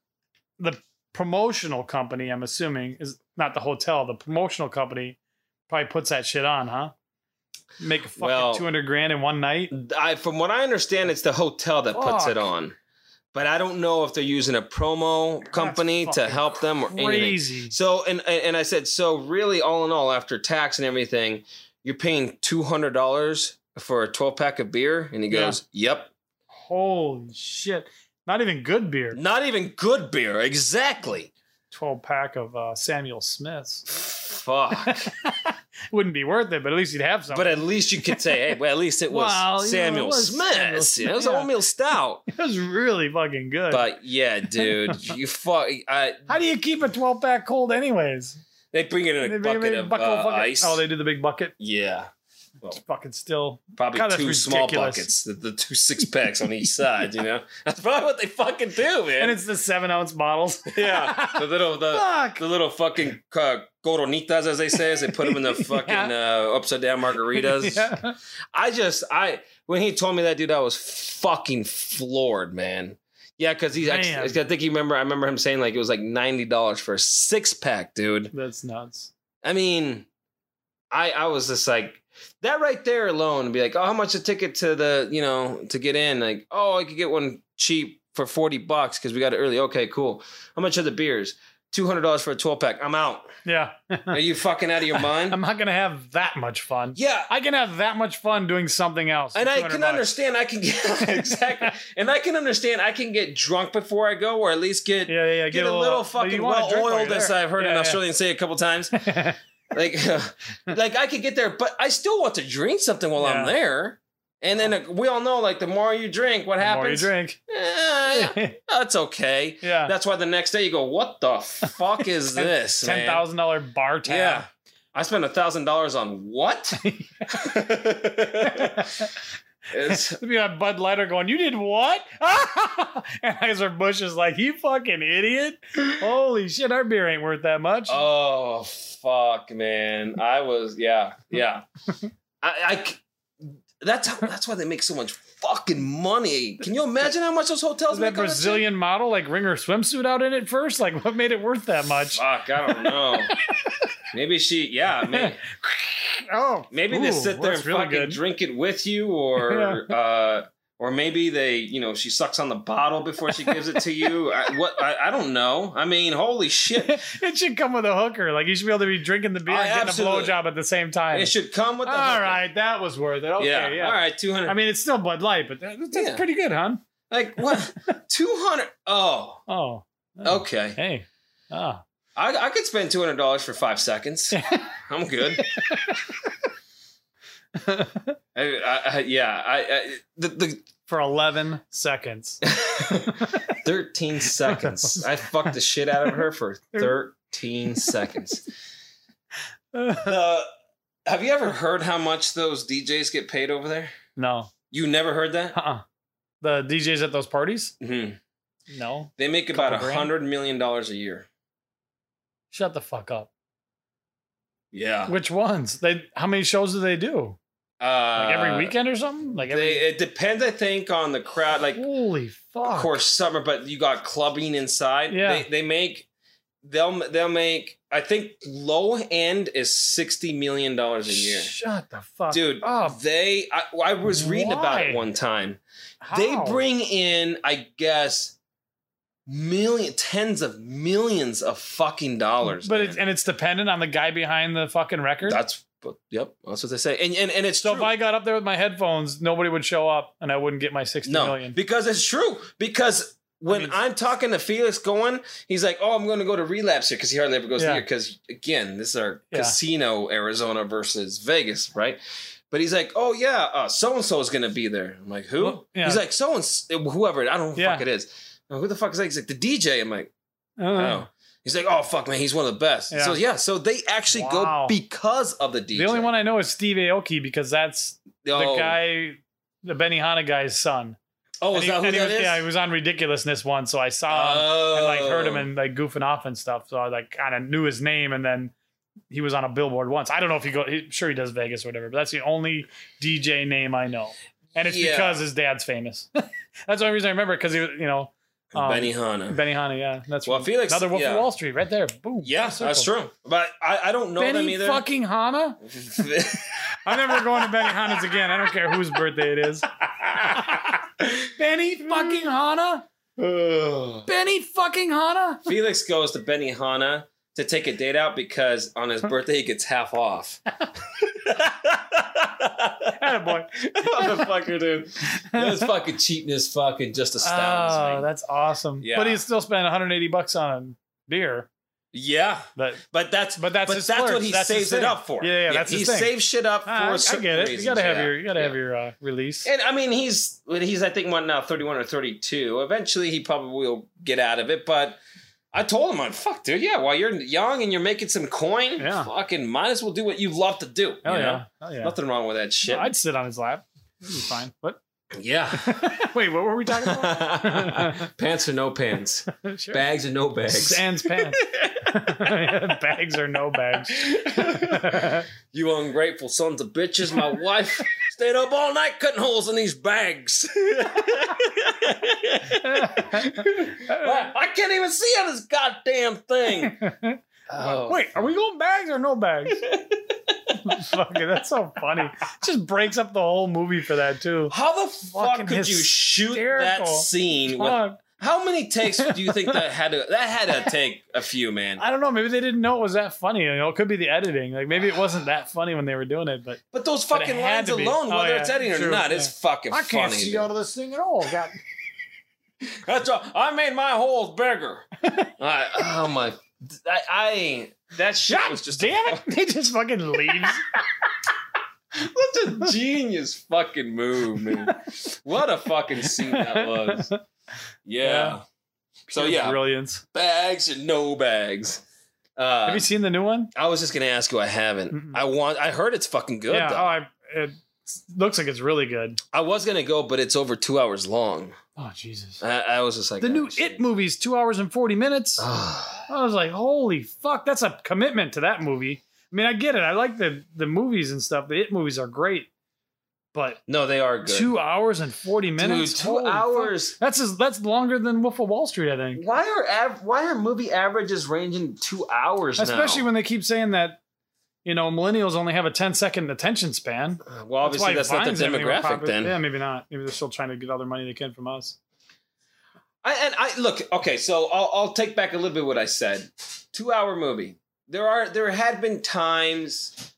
Speaker 3: the promotional company, I'm assuming, is not the hotel. The promotional company probably puts that shit on, huh? Make a fucking
Speaker 2: Well-
Speaker 3: 200 grand in one night.
Speaker 2: I, from what I understand, it's the hotel that puts it
Speaker 3: Fuck.
Speaker 2: on. But I don't know if they're using a promo company to
Speaker 3: fucking
Speaker 2: help them or anything.
Speaker 3: Crazy.
Speaker 2: So and and and I said so. Really, all in all, after tax and everything, you're paying two hundred dollars for a twelve pack of beer. And he
Speaker 3: Yeah.
Speaker 2: goes, "Yep,
Speaker 3: Holy shit. Not even good beer.
Speaker 2: not even good beer. Exactly.
Speaker 3: 12 pack of uh, Samuel Smith's.
Speaker 2: Fuck.
Speaker 3: Wouldn't be worth it, but at least you'd have some.
Speaker 2: but uh, at least you could say, hey, well, at least it was
Speaker 3: Well, you know, it
Speaker 2: Samuel
Speaker 3: was
Speaker 2: Smith.
Speaker 3: Samuel Smith,
Speaker 2: It was
Speaker 3: yeah.
Speaker 2: oatmeal stout.
Speaker 3: it was really fucking good.
Speaker 2: But yeah, dude, you fuck. I,
Speaker 3: How do you keep a 12 pack cold, anyways?
Speaker 2: they bring it in a
Speaker 3: They- they-
Speaker 2: bucket
Speaker 3: they
Speaker 2: of
Speaker 3: buckle
Speaker 2: uh,
Speaker 3: bucket-
Speaker 2: ice.
Speaker 3: Oh, they do the big bucket.
Speaker 2: yeah.
Speaker 3: Fucking still.
Speaker 2: probably
Speaker 3: God, that's
Speaker 2: two small
Speaker 3: ridiculous.
Speaker 2: buckets, the, the two six packs on each side. You know, that's probably what they fucking do, man.
Speaker 3: And it's the seven ounce bottles.
Speaker 2: yeah, the little the,
Speaker 3: Fuck.
Speaker 2: the little fucking uh, goronitas, as they say, as they put them in the fucking uh, upside down margaritas.
Speaker 3: Yeah.
Speaker 2: I just I when he told me that, dude, I was fucking floored, man. Yeah, because he's I,
Speaker 3: Man.
Speaker 2: I think you remember I remember him saying like it was like ninety dollars for a six pack, dude.
Speaker 3: That's nuts.
Speaker 2: I mean, I I was just like that right there alone and be like, oh, how much a ticket to the you know to get in? Like, oh, I could get one cheap for forty bucks because we got it early. Okay, cool. How much are the beers? Two hundred dollars for a twelve pack. I'm out.
Speaker 3: Yeah.
Speaker 2: Are you fucking out of your mind?
Speaker 3: I'm not going to have that much fun.
Speaker 2: yeah.
Speaker 3: I can have that much fun doing something else. for
Speaker 2: And I
Speaker 3: 200
Speaker 2: can
Speaker 3: bucks.
Speaker 2: understand I can get exactly and I can understand I can get drunk before I go or at least get
Speaker 3: Yeah, yeah, yeah.
Speaker 2: get, a little, fucking well oiled as I've heard an Australian say a couple times.
Speaker 3: Australian.
Speaker 2: like like I could get there, but I still want to drink something while I'm
Speaker 3: Yeah.
Speaker 2: there. And then uh, we all know, like the more you drink, what
Speaker 3: the
Speaker 2: happens?
Speaker 3: more you drink.
Speaker 2: Eh, that's okay.
Speaker 3: yeah.
Speaker 2: That's why the next day you go, what the fuck is
Speaker 3: Ten-
Speaker 2: this?
Speaker 3: Ten
Speaker 2: man?"
Speaker 3: thousand dollar bar tab.
Speaker 2: Yeah. I spent a thousand dollars on what? it's
Speaker 3: It'd be like Bud Lighter going, You did what? and Heiser Bush is like, You fucking idiot. Holy shit, our beer ain't worth that much.
Speaker 2: oh fuck, man. I was yeah yeah. I, I c- that's how, that's why they make so much fucking money. Can you imagine how much those hotels
Speaker 3: was that
Speaker 2: make? on shit?
Speaker 3: Brazilian model like ring her swimsuit out in it first? Like what made it worth that much?
Speaker 2: Fuck, I don't know. maybe she, yeah, maybe,
Speaker 3: Oh,
Speaker 2: maybe they
Speaker 3: ooh,
Speaker 2: sit there
Speaker 3: that's
Speaker 2: and fucking drink it with you, or uh, or maybe they, you know, she sucks on the bottle before she gives it to you. I, what I, I don't know. I mean, holy shit!
Speaker 3: it should come with a hooker. Like you should be able to be drinking the beer
Speaker 2: I
Speaker 3: and getting a
Speaker 2: Oh, absolutely-
Speaker 3: blowjob at the same time.
Speaker 2: It should come with
Speaker 3: All
Speaker 2: the.
Speaker 3: right,
Speaker 2: hooker.
Speaker 3: that was worth it. Okay,
Speaker 2: yeah.
Speaker 3: yeah.
Speaker 2: All right. Two hundred.
Speaker 3: I mean, it's still Bud Light, but that, that's
Speaker 2: Yeah.
Speaker 3: pretty good, huh?
Speaker 2: like what? Two hundred. Oh.
Speaker 3: Oh, oh,
Speaker 2: Okay.
Speaker 3: Hey, ah,
Speaker 2: I, I could spend two hundred dollars for five seconds. I'm good. I, I, I, yeah. I, I the, the
Speaker 3: for eleven seconds.
Speaker 2: 13 seconds. I fucked the shit out of her for 13 seconds. Uh, have you ever heard how much those DJs get paid over there?
Speaker 3: no,
Speaker 2: You never heard that?
Speaker 3: uh-uh. the DJs at those parties.
Speaker 2: Mhm.
Speaker 3: No,
Speaker 2: They make about a
Speaker 3: Couple grand?
Speaker 2: hundred million dollars a year.
Speaker 3: shut the fuck up.
Speaker 2: Yeah.
Speaker 3: Which ones? They how many shows do they do?
Speaker 2: Uh,
Speaker 3: Like every weekend or something? Like every
Speaker 2: They, it depends, I think, on the crowd. Like,
Speaker 3: holy fuck!
Speaker 2: of course, summer, but you got clubbing inside.
Speaker 3: Yeah.
Speaker 2: They, they make, they'll, they'll make, I think low end is $60 million dollars a year.
Speaker 3: Shut the fuck,
Speaker 2: dude
Speaker 3: Up.
Speaker 2: they I, I was reading about it
Speaker 3: Why?
Speaker 2: one time
Speaker 3: How?
Speaker 2: they bring in i guess million tens of millions of fucking dollars
Speaker 3: but it's
Speaker 2: man.
Speaker 3: and it's dependent on the guy behind the fucking record.
Speaker 2: that's but, yep that's what they say and and, and it's
Speaker 3: so
Speaker 2: true.
Speaker 3: if I got up there with my headphones, nobody would show up, and I wouldn't get my sixty
Speaker 2: no
Speaker 3: million.
Speaker 2: because it's true because when
Speaker 3: mean-
Speaker 2: I'm talking to Felix going, he's like, "Oh, I'm going to go to relapse here because he hardly ever goes
Speaker 3: Yeah.
Speaker 2: here because again, this is our
Speaker 3: Yeah.
Speaker 2: casino Arizona versus Vegas, right?" But he's like, "Oh yeah, so and so is going to be there." I'm like, "Who?"
Speaker 3: Well, yeah.
Speaker 2: He's like, "So and whoever." I don't know who the
Speaker 3: Yeah.
Speaker 2: fuck it is. I'm like, who the fuck is that? He's like, "The DJ." I'm like,
Speaker 3: Uh,
Speaker 2: "Oh." He's like, "Oh fuck, man, he's one of the best."
Speaker 3: Yeah.
Speaker 2: So yeah, so they actually go
Speaker 3: Wow.
Speaker 2: because of the DJ.
Speaker 3: The only one I know is Steve Aoki because that's
Speaker 2: oh.
Speaker 3: the guy, the Benihana guy's son.
Speaker 2: Oh,
Speaker 3: And
Speaker 2: is
Speaker 3: he-
Speaker 2: that who
Speaker 3: and he
Speaker 2: that
Speaker 3: was,
Speaker 2: is?
Speaker 3: Yeah, he was on Ridiculousness once, so I saw him and like heard
Speaker 2: Oh.
Speaker 3: him and like goofing off and stuff. So I like kind of knew his name, and then he was on a billboard once. I don't know if he go. He, sure, he does Vegas or whatever, but that's the only DJ name I know. and it's
Speaker 2: Yeah.
Speaker 3: because his dad's famous. That's the only reason I remember because he was, you know, um,
Speaker 2: Oh, Benny Hanna.
Speaker 3: Benny Hanna, yeah, that's
Speaker 2: Well,
Speaker 3: from-
Speaker 2: Felix-
Speaker 3: another Wolf
Speaker 2: yeah.
Speaker 3: of Wall Street, right there. Boom.
Speaker 2: yeah,
Speaker 3: Full
Speaker 2: that's
Speaker 3: circle.
Speaker 2: true. But I, I don't know them
Speaker 3: Benny
Speaker 2: either.
Speaker 3: fucking Hanna. I'm never going to Benny Hanna's again. I don't care whose birthday it is. Benny fucking Hanna. Benny fucking Hanna.
Speaker 2: Felix goes to Benny Hanna to take a date out because on his birthday he gets half off.
Speaker 3: Attaboy.
Speaker 2: Motherfucker, dude. That was fucking cheapness fucking just astounds
Speaker 3: Oh,
Speaker 2: me.
Speaker 3: that's awesome.
Speaker 2: Yeah.
Speaker 3: But he still spent 180 bucks on beer.
Speaker 2: yeah.
Speaker 3: But
Speaker 2: But that's but
Speaker 3: But that's
Speaker 2: that's,
Speaker 3: his splurge.
Speaker 2: what he
Speaker 3: That's his
Speaker 2: saves it
Speaker 3: thing.
Speaker 2: up for.
Speaker 3: Yeah, yeah, that's
Speaker 2: he
Speaker 3: his thing.
Speaker 2: saves shit up for
Speaker 3: Ah, I, I
Speaker 2: certain
Speaker 3: get it.
Speaker 2: reasons,
Speaker 3: you gotta have
Speaker 2: yeah.
Speaker 3: your you gotta
Speaker 2: Yeah.
Speaker 3: have your uh, release.
Speaker 2: And I mean, he's well, he's I think what now thirty one or thirty two. Eventually, he probably will get out of it. But I told him, "I'm fuck, dude. Yeah, while you're young and you're making some coin,
Speaker 3: Yeah.
Speaker 2: fucking might as well do what you love to do.
Speaker 3: Hell
Speaker 2: you
Speaker 3: yeah.
Speaker 2: know?
Speaker 3: Hell yeah.
Speaker 2: nothing wrong with that shit.
Speaker 3: I'd sit on his lap. It'd be fine. What?
Speaker 2: yeah,
Speaker 3: Wait, what were we talking about?
Speaker 2: pants or no pants,
Speaker 3: Sure.
Speaker 2: bags or no bags.
Speaker 3: Sans pants. bags or no bags.
Speaker 2: you ungrateful sons of bitches. My wife stayed up all night cutting holes in these bags. Wow, I can't even see on this goddamn thing. Oh.
Speaker 3: Wait, are we going bags or no bags? Fucking, that's so funny. Just breaks up the whole movie for that too.
Speaker 2: How the fuck
Speaker 3: Fucking
Speaker 2: could you shoot
Speaker 3: hysterical.
Speaker 2: that scene? With,
Speaker 3: Fuck.
Speaker 2: how many takes do you think that had to? That had to take a few, man.
Speaker 3: I don't know. Maybe they didn't know it was that funny. You know, it could be the editing. Like maybe it wasn't that funny when they were doing it, but
Speaker 2: But those
Speaker 3: But it
Speaker 2: fucking
Speaker 3: had
Speaker 2: lines
Speaker 3: to be.
Speaker 2: alone,
Speaker 3: Oh,
Speaker 2: whether
Speaker 3: yeah,
Speaker 2: it's editing or
Speaker 3: true,
Speaker 2: not,
Speaker 3: yeah.
Speaker 2: it's fucking funny. dude.
Speaker 3: of this thing at all. God.
Speaker 2: That's all. I made my holes bigger. I, oh my! I, I that shit was just
Speaker 3: Damn it! He just fucking leaves.
Speaker 2: Such a genius fucking move, man. What a fucking scene that was. Yeah.
Speaker 3: Yeah.
Speaker 2: So yeah,
Speaker 3: brilliance.
Speaker 2: bags and no bags. Uh,
Speaker 3: Have you seen the new one?
Speaker 2: I was just gonna ask you. I haven't.
Speaker 3: Mm-mm.
Speaker 2: I want. I heard it's fucking good.
Speaker 3: yeah.
Speaker 2: though.
Speaker 3: Oh, I, it looks like it's really good.
Speaker 2: I was gonna go, but it's over two hours long.
Speaker 3: Oh Jesus!
Speaker 2: I, I was just like
Speaker 3: the
Speaker 2: oh,
Speaker 3: new
Speaker 2: shit.
Speaker 3: It movie's two hours and forty minutes.
Speaker 2: Ah,
Speaker 3: I was like, holy fuck, that's a commitment to that movie. I mean, I get it. I like the the movies and stuff. The It movies are great, but
Speaker 2: no, they are good.
Speaker 3: two hours and forty minutes.
Speaker 2: Dude, two
Speaker 3: Holy fuck.
Speaker 2: hours.
Speaker 3: That's as, that's longer than Wolf of Wall Street, I think.
Speaker 2: Why are av- why are movie averages ranging two hours?
Speaker 3: Especially
Speaker 2: now?
Speaker 3: when they keep saying that, you know, millennials only have a 10 second attention span.
Speaker 2: well, obviously that's, not
Speaker 3: Vine's
Speaker 2: the
Speaker 3: everything were
Speaker 2: demographic
Speaker 3: popular.
Speaker 2: then.
Speaker 3: Yeah, maybe not. Maybe they're still trying to get all the money they can from us.
Speaker 2: I, and I look okay, so I'll, I'll take back a little bit what I said. Two hour movie. There are there had been times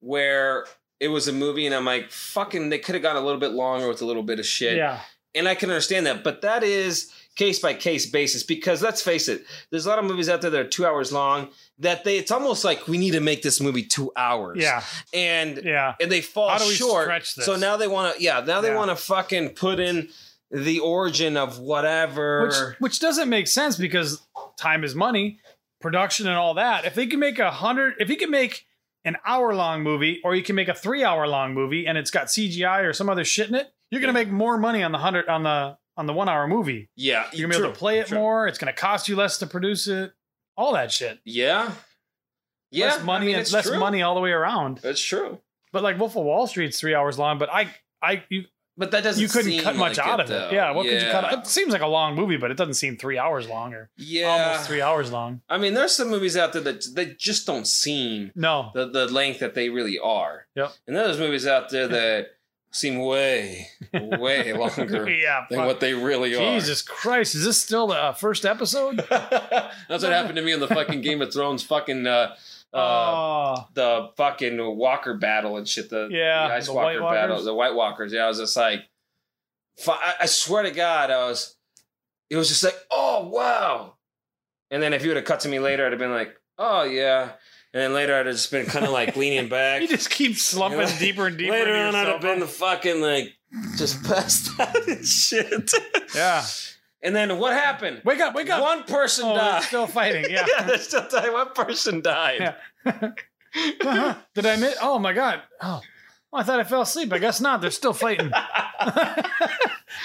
Speaker 2: where it was a movie and I'm like, fucking, they could have gone a little bit longer with a little bit of shit.
Speaker 3: Yeah.
Speaker 2: And I can understand that, but that is case by case basis because let's face it, there's a lot of movies out there that are two hours long that they it's almost like we need to make this movie two hours.
Speaker 3: Yeah.
Speaker 2: And
Speaker 3: Yeah.
Speaker 2: and they fall
Speaker 3: How do we
Speaker 2: short.
Speaker 3: stretch this?
Speaker 2: So now they want to, yeah, now they
Speaker 3: Yeah.
Speaker 2: want to fucking put in the origin of whatever.
Speaker 3: which which doesn't make sense because time is money, production and all that. If they can make a hundred, if you can make an hour long movie, or you can make a three hour long movie, and it's got CGI or some other shit in it, you're gonna make more money on the hundred on the on the one hour movie.
Speaker 2: yeah,
Speaker 3: You're gonna be able
Speaker 2: true,
Speaker 3: to play it
Speaker 2: true.
Speaker 3: more. It's gonna cost you less to produce it. All that shit.
Speaker 2: Yeah, yeah,
Speaker 3: less money
Speaker 2: I mean,
Speaker 3: and
Speaker 2: it's
Speaker 3: less
Speaker 2: true.
Speaker 3: money all the way around.
Speaker 2: That's true,
Speaker 3: But like Wolf of Wall Street's three hours long, but I I you,
Speaker 2: but that doesn't.
Speaker 3: you couldn't
Speaker 2: seem
Speaker 3: cut much
Speaker 2: like
Speaker 3: out of
Speaker 2: though.
Speaker 3: it. Yeah, what could you cut?
Speaker 2: Yeah.
Speaker 3: It seems like a long movie, but it doesn't seem three hours long or
Speaker 2: Yeah,
Speaker 3: almost three hours long.
Speaker 2: I mean, there's some movies out there that they just don't seem
Speaker 3: No,
Speaker 2: the the length that they really are.
Speaker 3: Yep.
Speaker 2: And then there's movies out there that seem way way longer
Speaker 3: yeah.
Speaker 2: than
Speaker 3: fuck.
Speaker 2: what they really are.
Speaker 3: Jesus Christ, is this still the uh, first episode?
Speaker 2: That's what happened to me in the fucking Game of Thrones fucking uh, uh,
Speaker 3: oh,
Speaker 2: the fucking Walker battle and shit. The
Speaker 3: Yeah,
Speaker 2: the Ice
Speaker 3: the
Speaker 2: Walker
Speaker 3: White
Speaker 2: battle,
Speaker 3: Walkers.
Speaker 2: the White Walkers. Yeah, I was just like, fu- I, I swear to God, I was. It was just like, oh wow. And then if you would have cut to me later, I'd have been like, oh yeah. And then later, I'd have just been kind of like leaning back.
Speaker 3: you just keep slumping
Speaker 2: Yeah.
Speaker 3: deeper and deeper.
Speaker 2: later
Speaker 3: into
Speaker 2: on, I'd have
Speaker 3: yourself.
Speaker 2: been the fucking like just passed out and shit.
Speaker 3: yeah.
Speaker 2: And then what happened?
Speaker 3: Wake up! Wake up!
Speaker 2: One person
Speaker 3: oh, we're
Speaker 2: died.
Speaker 3: still fighting. Yeah.
Speaker 2: yeah, they're still dying. One person died.
Speaker 3: Yeah. Uh-huh. Did I miss? Oh my god! Oh, well, I thought I fell asleep. I guess not. They're still fighting.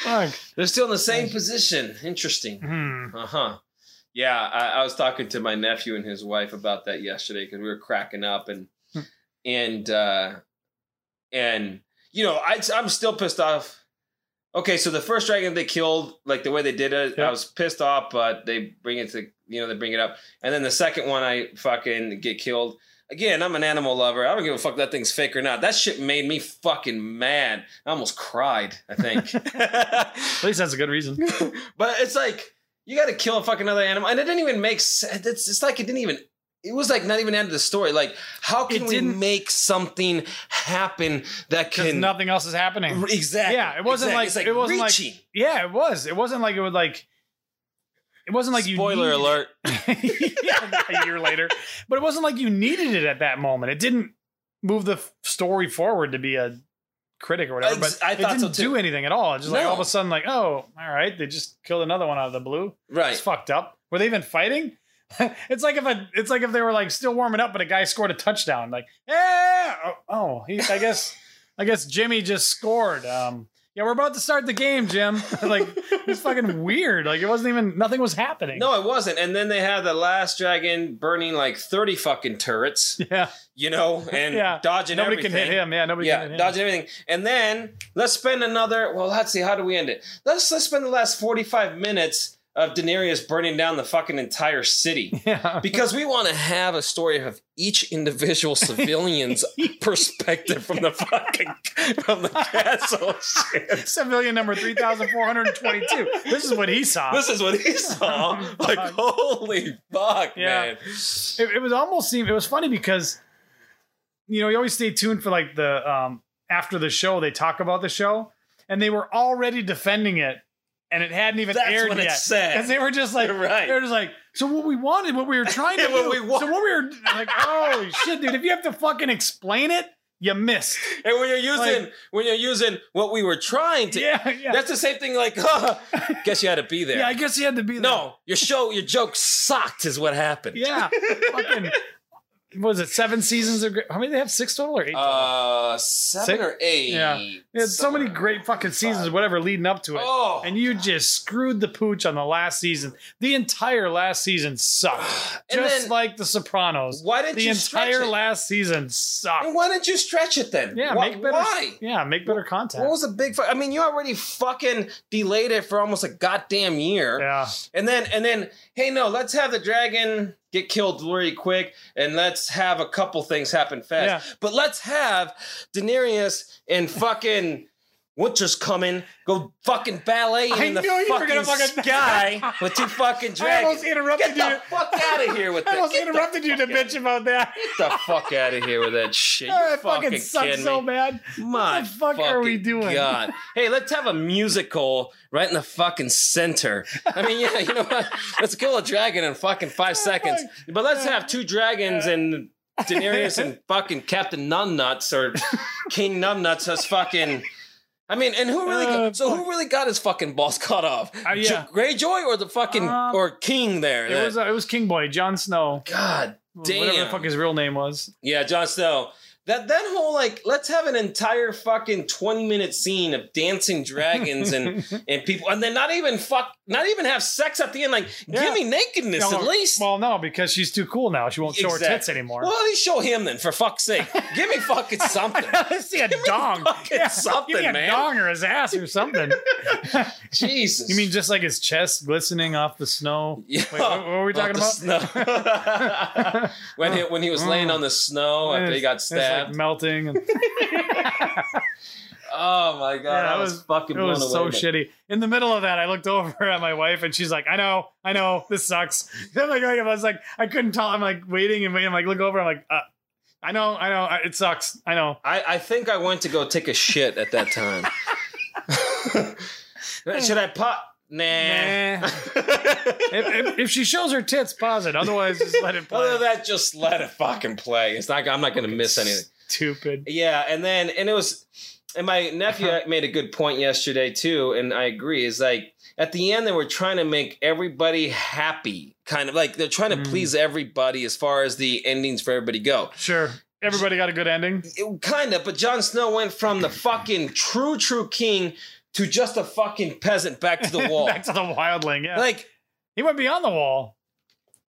Speaker 3: Fuck.
Speaker 2: They're still in the same position. Interesting.
Speaker 3: Hmm.
Speaker 2: Uh huh. Yeah, I, I was talking to my nephew and his wife about that yesterday because we were cracking up and and uh, and you know, I, I'm still pissed off. Okay, so the first dragon they killed, like the way they did it,
Speaker 3: Yeah.
Speaker 2: I was pissed off, but they bring it to, you know, they bring it up. And then the second one, I fucking get killed. Again, I'm an animal lover. I don't give a fuck if that thing's fake or not. That shit made me fucking mad. I almost cried, I think.
Speaker 3: At least that's a good reason.
Speaker 2: but it's like you got to kill a fucking other animal, and it didn't even make sense. It's, it's like it didn't even. It was like not even end of the story. Like, how can
Speaker 3: It
Speaker 2: we
Speaker 3: didn't-
Speaker 2: make something happen that
Speaker 3: Because
Speaker 2: can
Speaker 3: nothing else is happening.
Speaker 2: exactly?
Speaker 3: Yeah, it wasn't
Speaker 2: exactly.
Speaker 3: like-
Speaker 2: It's
Speaker 3: it wasn't like-
Speaker 2: reaching.
Speaker 3: Yeah, it was. It wasn't like it would like. It wasn't like you.
Speaker 2: Spoiler
Speaker 3: needed-
Speaker 2: alert.
Speaker 3: yeah, a year later, but it wasn't like you needed it at that moment. It didn't move the f- story forward to be a critic or whatever. But
Speaker 2: I- I
Speaker 3: it
Speaker 2: thought
Speaker 3: didn't
Speaker 2: so too.
Speaker 3: do anything at all. It's just like
Speaker 2: No.
Speaker 3: all of a sudden, like, oh, all right, they just killed another one out of the blue. It's
Speaker 2: Right.
Speaker 3: fucked up. Were they even fighting? it's like if a, it's like if they were like still warming up, but a guy scored a touchdown. Like, yeah, oh, oh, he, I guess, I guess Jimmy just scored. Um, yeah, we're about to start the game, Jim. like, it's fucking weird. Like, it wasn't even nothing was happening.
Speaker 2: No, it wasn't. And then they had the last dragon burning like thirty fucking turrets,
Speaker 3: yeah,
Speaker 2: you know, and
Speaker 3: Yeah.
Speaker 2: dodging
Speaker 3: nobody
Speaker 2: everything.
Speaker 3: can hit him. Yeah, nobody.
Speaker 2: yeah,
Speaker 3: can hit him.
Speaker 2: dodging everything. And then let's spend another. Well, let's see. How do we end it? Let's let's spend the last forty five minutes of Daenerys burning down the fucking entire city
Speaker 3: Yeah.
Speaker 2: because we want to have a story of each individual civilian's perspective from the fucking from the castle. Shit.
Speaker 3: Civilian number 3,422. this is what he saw.
Speaker 2: This is what he saw. Like, holy fuck,
Speaker 3: Yeah.
Speaker 2: man.
Speaker 3: it, it was almost seemed it was funny because you know you always stay tuned for like the um after the show they talk about the show and they were already defending it and it hadn't even
Speaker 2: That's
Speaker 3: aired
Speaker 2: what
Speaker 3: yet
Speaker 2: it said.
Speaker 3: and they were just like
Speaker 2: You're right.
Speaker 3: they were just like so what we wanted what we were trying to
Speaker 2: Yeah, what
Speaker 3: do
Speaker 2: we wa-
Speaker 3: so what we were like holy shit dude if you have to fucking explain it you missed
Speaker 2: And when you're using
Speaker 3: Like-
Speaker 2: when you're using what we were trying to
Speaker 3: yeah yeah
Speaker 2: that's the same thing like guess you had to be there.
Speaker 3: yeah I guess you had to be there.
Speaker 2: No, your show, your joke sucked, is what happened.
Speaker 3: yeah fucking what was it seven seasons of Gra- how many they have six total or eight total?
Speaker 2: Uh, seven
Speaker 3: Six-
Speaker 2: or eight.
Speaker 3: yeah. They had so many
Speaker 2: somewhere.
Speaker 3: great fucking seasons, whatever, leading up to it.
Speaker 2: Oh,
Speaker 3: and you just screwed the pooch on the last season. The entire last season sucked,
Speaker 2: And
Speaker 3: just
Speaker 2: then-
Speaker 3: like The Sopranos.
Speaker 2: why didn't
Speaker 3: The
Speaker 2: you stretch
Speaker 3: entire
Speaker 2: it?
Speaker 3: last season
Speaker 2: And
Speaker 3: sucked.
Speaker 2: why didn't you stretch it then?
Speaker 3: Yeah,
Speaker 2: why?
Speaker 3: make better.
Speaker 2: Why?
Speaker 3: Yeah, make better content.
Speaker 2: What was the big? Fu- I mean, you already fucking delayed it for almost a goddamn year,
Speaker 3: yeah,
Speaker 2: and then and then hey, no, let's have the dragon get killed really quick, and let's have a couple things happen fast. But let's have Daenerys and fucking. Winter's coming. Go fucking ballet
Speaker 3: I
Speaker 2: in the
Speaker 3: knew you were
Speaker 2: fucking,
Speaker 3: gonna fucking-
Speaker 2: sky with two fucking
Speaker 3: I
Speaker 2: dragons.
Speaker 3: almost
Speaker 2: Get
Speaker 3: interrupted
Speaker 2: the
Speaker 3: you.
Speaker 2: fuck out of here with
Speaker 3: I
Speaker 2: that.
Speaker 3: almost
Speaker 2: Get the
Speaker 3: interrupted you to
Speaker 2: fuck out-
Speaker 3: bitch about that.
Speaker 2: Get the fuck out of here with that shit. You
Speaker 3: Oh, that
Speaker 2: fucking,
Speaker 3: fucking sucks
Speaker 2: kidding
Speaker 3: so
Speaker 2: me.
Speaker 3: bad.
Speaker 2: My
Speaker 3: the fuck are we
Speaker 2: fucking
Speaker 3: doing?
Speaker 2: God. Hey, let's have a musical right in the fucking center. I mean, yeah, you know what? Let's kill a dragon in fucking five seconds. But let's have two dragons and Daenerys and fucking Captain Numbnuts or King Numbnuts as fucking. I mean, and who really?
Speaker 3: Uh,
Speaker 2: so who really got his fucking balls cut off?
Speaker 3: Uh, yeah.
Speaker 2: Jo- Greyjoy or the fucking
Speaker 3: Um,
Speaker 2: or King there?
Speaker 3: It was uh, it was King Boy, Jon Snow,
Speaker 2: God
Speaker 3: whatever the
Speaker 2: Damn.
Speaker 3: fuck his real name was.
Speaker 2: Yeah, Jon Snow. That that whole like let's have an entire fucking twenty minute scene of dancing dragons and and people and then not even fuck not even have sex at the end like
Speaker 3: Yeah.
Speaker 2: give me nakedness
Speaker 3: No,
Speaker 2: at least
Speaker 3: Well, no, because she's too cool now. She won't show her tits
Speaker 2: Exactly.
Speaker 3: anymore.
Speaker 2: well at least show him then for fuck's sake give me fucking something
Speaker 3: Let's see a dong.
Speaker 2: fucking
Speaker 3: give me
Speaker 2: something,
Speaker 3: a
Speaker 2: man.
Speaker 3: dong or his ass or something.
Speaker 2: Jesus
Speaker 3: You mean just like his chest glistening off the snow?
Speaker 2: Yeah.
Speaker 3: Wait, what, what were we
Speaker 2: Off
Speaker 3: talking
Speaker 2: the
Speaker 3: about?
Speaker 2: snow. when he when he was laying on the snow Oh, after he got
Speaker 3: It's like
Speaker 2: stabbed
Speaker 3: melting. And,
Speaker 2: oh my god
Speaker 3: Yeah,
Speaker 2: I
Speaker 3: it
Speaker 2: was,
Speaker 3: was-
Speaker 2: fucking
Speaker 3: it
Speaker 2: blown away
Speaker 3: was so
Speaker 2: by-
Speaker 3: shitty. In the middle of that, I looked over at my wife and she's like, "I know, I know, this sucks." I'm like, I was like, I couldn't tell. I'm like waiting and waiting. I'm like, look over. I'm like, uh, I know, I know, I- it sucks. I know.
Speaker 2: I, I think I went to go take a shit at that time. Should I pop? Nah. Eh.
Speaker 3: Nah. If, if, if she shows her tits, pause it. Otherwise, just let it play.
Speaker 2: Other than that, just let it fucking play. It's not. I'm not gonna miss anything.
Speaker 3: Stupid.
Speaker 2: Yeah, and then and it was, and my nephew
Speaker 3: Uh-huh.
Speaker 2: made a good point yesterday too, and I agree. Is like at the end they were trying to make everybody happy, kind of like they're trying to
Speaker 3: Mm.
Speaker 2: please everybody as far as the endings for everybody go.
Speaker 3: Sure. Everybody got a good ending.
Speaker 2: It- kind of, but Jon Snow went from the fucking true true king to just a fucking peasant back to the wall.
Speaker 3: Back to the wildling. Yeah.
Speaker 2: Like
Speaker 3: He went beyond the wall.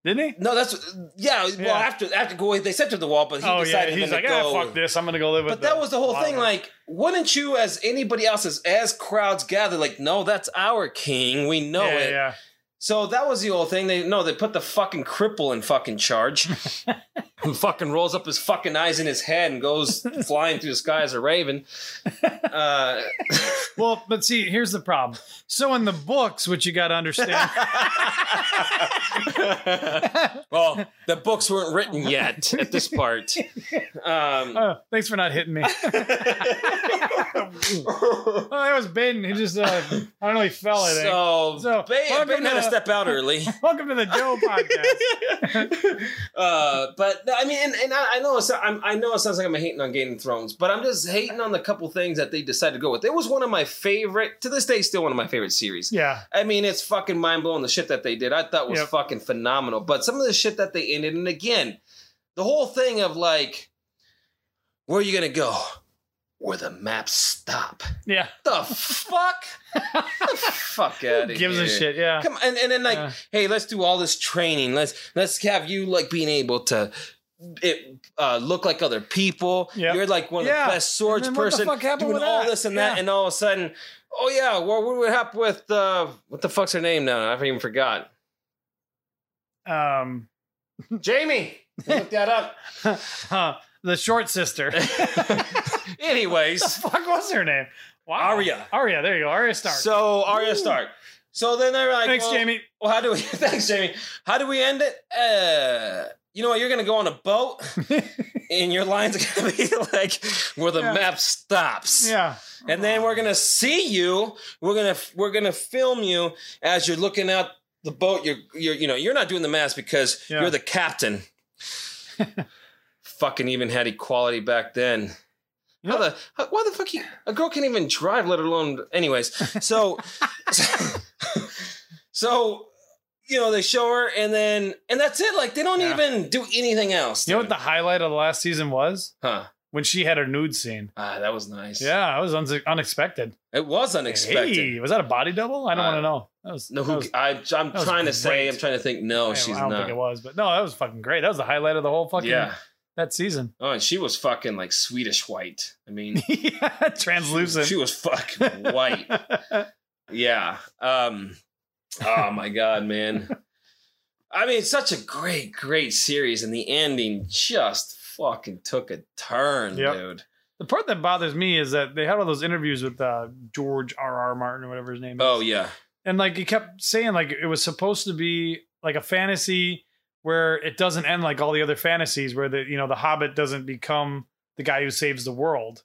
Speaker 3: Didn't he?
Speaker 2: No, that's yeah.
Speaker 3: Yeah.
Speaker 2: Well, after after Goy, they sent him the wall, but he
Speaker 3: oh yeah,
Speaker 2: decided
Speaker 3: he's
Speaker 2: to
Speaker 3: like,
Speaker 2: go.
Speaker 3: ah, fuck this. I'm gonna go live with.
Speaker 2: But that was the whole thing.
Speaker 3: Lotto."
Speaker 2: Like, wouldn't you, as anybody else, as, as crowds gather, like, no, that's our king. We know
Speaker 3: yeah,
Speaker 2: it.
Speaker 3: yeah.
Speaker 2: So that was the old thing. They no, they put the fucking cripple in fucking charge, who fucking rolls up his fucking eyes in his head and goes flying through the sky as a raven. Uh,
Speaker 3: Well, but see, here's the problem. So in the books, which you got to understand,
Speaker 2: well, the books weren't written yet at this part. Um,
Speaker 3: Oh, thanks for not hitting me. oh, that was Baden. He just, uh, I don't know, he fell. Oh, I think.
Speaker 2: so,
Speaker 3: So,
Speaker 2: Bay,
Speaker 3: welcome
Speaker 2: Bay had to
Speaker 3: to-
Speaker 2: step out early.
Speaker 3: Welcome to the Joe podcast.
Speaker 2: uh, but no, I mean, and, and I, I know it's, I'm, I know it sounds like I'm hating on Game of Thrones, but I'm just hating on the couple things that they decided to go with. It was one of my favorite, to this day, still one of my favorite series.
Speaker 3: yeah,
Speaker 2: I mean, it's fucking mind blowing the shit that they did. I thought was
Speaker 3: Yep.
Speaker 2: fucking phenomenal. But some of the shit that they ended, and again, the whole thing of like, where are you gonna go? Where the maps stop.
Speaker 3: yeah.
Speaker 2: The fuck? the fuck out of
Speaker 3: Gives a shit. Yeah.
Speaker 2: Come and, and then like,
Speaker 3: Yeah.
Speaker 2: hey, let's do all this training. Let's let's have you like being able to it, uh, look like other people.
Speaker 3: Yep.
Speaker 2: You're like one of
Speaker 3: Yeah.
Speaker 2: the best swords
Speaker 3: And then what the
Speaker 2: person
Speaker 3: fuck happened
Speaker 2: doing
Speaker 3: with
Speaker 2: all
Speaker 3: that?
Speaker 2: this and that,
Speaker 3: Yeah.
Speaker 2: and all of a sudden, oh yeah, well, what would happen with uh, what the fuck's her name now? I've even forgot.
Speaker 3: Um,
Speaker 2: Jamie, look that up.
Speaker 3: huh, the short sister.
Speaker 2: Anyways,
Speaker 3: Fuck, what's her name? Wow.
Speaker 2: Arya.
Speaker 3: Arya. There you go. Arya Stark.
Speaker 2: so Arya Stark. So then they're like,
Speaker 3: Thanks,
Speaker 2: well,
Speaker 3: Jamie.
Speaker 2: Well, how do we? Thanks, Jamie. How do we end it? Uh, you know what? You're gonna go on a boat, and your lines are gonna be like where the
Speaker 3: Yeah.
Speaker 2: map stops.
Speaker 3: Yeah.
Speaker 2: And then we're gonna see you. We're gonna we're gonna film you as you're looking out the boat. You're you're you know you're not doing the mask because
Speaker 3: Yeah.
Speaker 2: you're the captain. Fucking even had equality back then. How the how, why the fuck you, a girl can't even drive, let alone anyways. So so you know they show her and then and that's it. Like they don't
Speaker 3: Yeah.
Speaker 2: even do anything else.
Speaker 3: You know what
Speaker 2: dude.
Speaker 3: the highlight of the last season was?
Speaker 2: huh?
Speaker 3: When she had her nude scene.
Speaker 2: Ah, that was nice.
Speaker 3: Yeah, it was un- unexpected.
Speaker 2: it was unexpected.
Speaker 3: Hey, was that a body double? I don't
Speaker 2: Uh,
Speaker 3: want to know. That was
Speaker 2: No,
Speaker 3: that
Speaker 2: who,
Speaker 3: was-
Speaker 2: I, I'm trying
Speaker 3: was
Speaker 2: to say,
Speaker 3: great.
Speaker 2: I'm trying to think. No,
Speaker 3: I-
Speaker 2: she's
Speaker 3: I don't
Speaker 2: not.
Speaker 3: think it was, but no, that was fucking great. That was the highlight of the whole fucking
Speaker 2: yeah.
Speaker 3: that season.
Speaker 2: Oh, and she was fucking like Swedish white. I mean,
Speaker 3: yeah,
Speaker 2: she
Speaker 3: translucent.
Speaker 2: was fucking white. yeah. Um. Oh my god, man. I mean, it's such a great, great series, and the ending just fucking took a turn,
Speaker 3: Yep.
Speaker 2: dude.
Speaker 3: the part that bothers me is that they had all those interviews with uh, George R. R. Martin or whatever his name is.
Speaker 2: Oh yeah.
Speaker 3: and like he kept saying like it was supposed to be like a fantasy where it doesn't end like all the other fantasies where the you know the hobbit doesn't become the guy who saves the world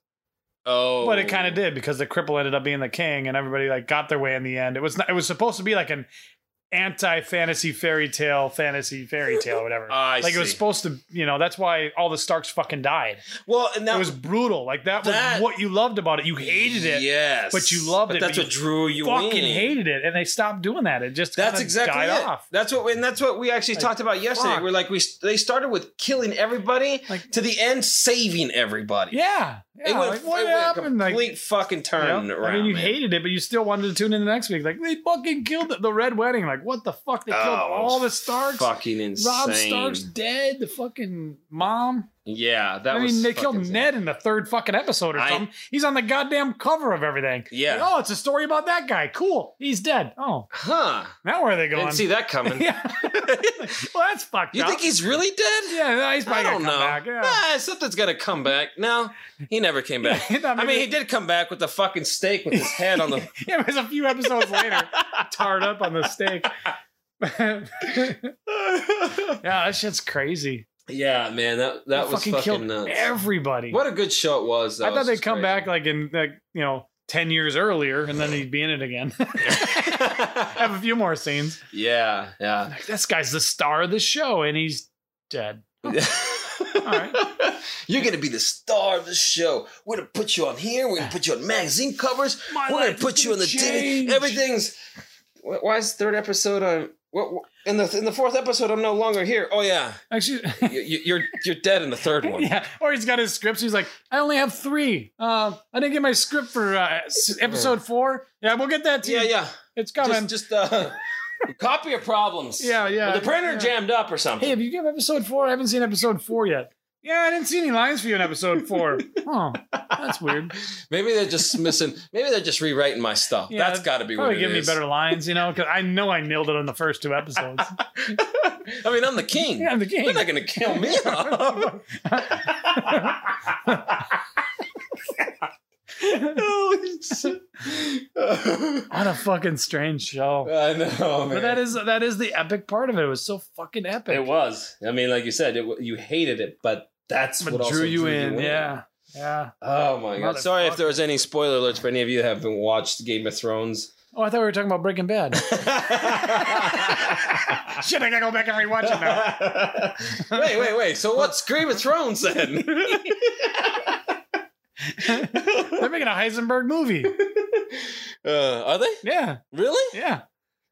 Speaker 2: Oh.
Speaker 3: but it kind of did because the cripple ended up being the king and everybody like got their way in the end it was not, it was supposed to be like an anti-fantasy fairy tale fantasy fairy tale or whatever
Speaker 2: Oh, I
Speaker 3: like it was
Speaker 2: see.
Speaker 3: supposed to you know that's why all the starks fucking died
Speaker 2: Well, and that
Speaker 3: it was brutal like that was
Speaker 2: that-
Speaker 3: what you loved about it you hated it
Speaker 2: Yes.
Speaker 3: but you loved it, but
Speaker 2: That's
Speaker 3: you
Speaker 2: what drew you
Speaker 3: fucking
Speaker 2: in.
Speaker 3: hated it and they stopped doing that it just
Speaker 2: That's
Speaker 3: kinda
Speaker 2: exactly
Speaker 3: died
Speaker 2: it.
Speaker 3: off
Speaker 2: That's what, and that's what we actually
Speaker 3: Like,
Speaker 2: talked about yesterday.
Speaker 3: fuck.
Speaker 2: We're like, we they started with killing everybody
Speaker 3: Like-
Speaker 2: to the end, saving everybody.
Speaker 3: Yeah. yeah.
Speaker 2: it went,
Speaker 3: like, what
Speaker 2: it went
Speaker 3: happened?
Speaker 2: a
Speaker 3: Like,
Speaker 2: complete fucking
Speaker 3: you know?
Speaker 2: turn around.
Speaker 3: I mean, you
Speaker 2: man.
Speaker 3: hated it, but you still wanted to tune in the next week. Like, they fucking killed it. the Red Wedding. Like, what the fuck? They killed
Speaker 2: Oh,
Speaker 3: all the Starks.
Speaker 2: fucking insane.
Speaker 3: Rob Stark's dead. The fucking mom.
Speaker 2: Yeah, that
Speaker 3: I
Speaker 2: was.
Speaker 3: mean, they killed
Speaker 2: fucking-
Speaker 3: Ned in the third fucking episode or
Speaker 2: I-
Speaker 3: something. He's on the goddamn cover of everything.
Speaker 2: Yeah.
Speaker 3: Like, oh, it's a story about that guy. Cool. He's dead. Oh,
Speaker 2: Huh?
Speaker 3: now where are they going?
Speaker 2: Didn't see that coming.
Speaker 3: yeah. well, that's fucked
Speaker 2: You
Speaker 3: up.
Speaker 2: think he's really dead?
Speaker 3: yeah, no, he's
Speaker 2: I
Speaker 3: probably
Speaker 2: don't
Speaker 3: gonna
Speaker 2: know.
Speaker 3: come back. Yeah.
Speaker 2: Nah, something's got to come back. No, he never came back. I mean, he did come back with the fucking steak with his head on the.
Speaker 3: it was a few episodes later, tarred up on the stake. yeah, that shit's crazy.
Speaker 2: yeah, man, that that
Speaker 3: They
Speaker 2: was fucking,
Speaker 3: killed
Speaker 2: nuts.
Speaker 3: everybody.
Speaker 2: What a good show it was. Though.
Speaker 3: I thought
Speaker 2: It's
Speaker 3: they'd
Speaker 2: just
Speaker 3: come
Speaker 2: crazy.
Speaker 3: back like in like you know ten years earlier, and then he'd be in it again. Have a few more scenes.
Speaker 2: yeah, yeah.
Speaker 3: Like, this guy's the star of the show, and he's dead. right.
Speaker 2: You're gonna be the star of the show. We're gonna put you on here. We're gonna put you on magazine covers.
Speaker 3: My
Speaker 2: We're gonna
Speaker 3: life is
Speaker 2: put you on the
Speaker 3: change.
Speaker 2: TV. Everything's. Wh- Why is the third episode on? What, what- in the in the fourth episode, I'm no longer here. Oh yeah,
Speaker 3: Actually,
Speaker 2: you, you, you're you're dead in the third one.
Speaker 3: yeah. Or he's got his scripts. He's like, I only have three. Um, I didn't get my script for uh, s- episode four. Yeah, we'll get that to
Speaker 2: yeah,
Speaker 3: you.
Speaker 2: yeah.
Speaker 3: It's coming.
Speaker 2: Just just uh, Copy of problems.
Speaker 3: Yeah, yeah,
Speaker 2: Well, the printer
Speaker 3: yeah.
Speaker 2: jammed up or something.
Speaker 3: Hey, have you got episode four? I haven't seen episode four yet. Yeah, I didn't see any lines for you in episode four. oh, that's weird.
Speaker 2: Maybe they're just missing. Maybe they're just rewriting my stuff.
Speaker 3: Yeah,
Speaker 2: That's got to be what
Speaker 3: Probably
Speaker 2: it
Speaker 3: give me
Speaker 2: is.
Speaker 3: better lines, you know, because I know I nailed it on the first two episodes.
Speaker 2: I mean, I'm the king.
Speaker 3: yeah, the game.
Speaker 2: They're not gonna kill me. Holy shit.
Speaker 3: What a fucking strange show.
Speaker 2: I know,
Speaker 3: But
Speaker 2: Oh, man.
Speaker 3: that is that is the epic part of it. It was so fucking epic.
Speaker 2: it was. I mean, like you said, it, wa- you hated it, but that's
Speaker 3: But
Speaker 2: what also
Speaker 3: drew you in. Yeah. Yeah.
Speaker 2: Oh my god. Sorry if there was any spoiler alerts for any of you that haven't watched Game of Thrones.
Speaker 3: Oh, I thought we were talking about Breaking Bad.
Speaker 2: wait,
Speaker 3: Shit, I gotta go back and rewatch
Speaker 2: wait, wait. So what's Game of Thrones then?
Speaker 3: They're making a Heisenberg movie.
Speaker 2: Uh, are they
Speaker 3: Yeah,
Speaker 2: really?
Speaker 3: yeah.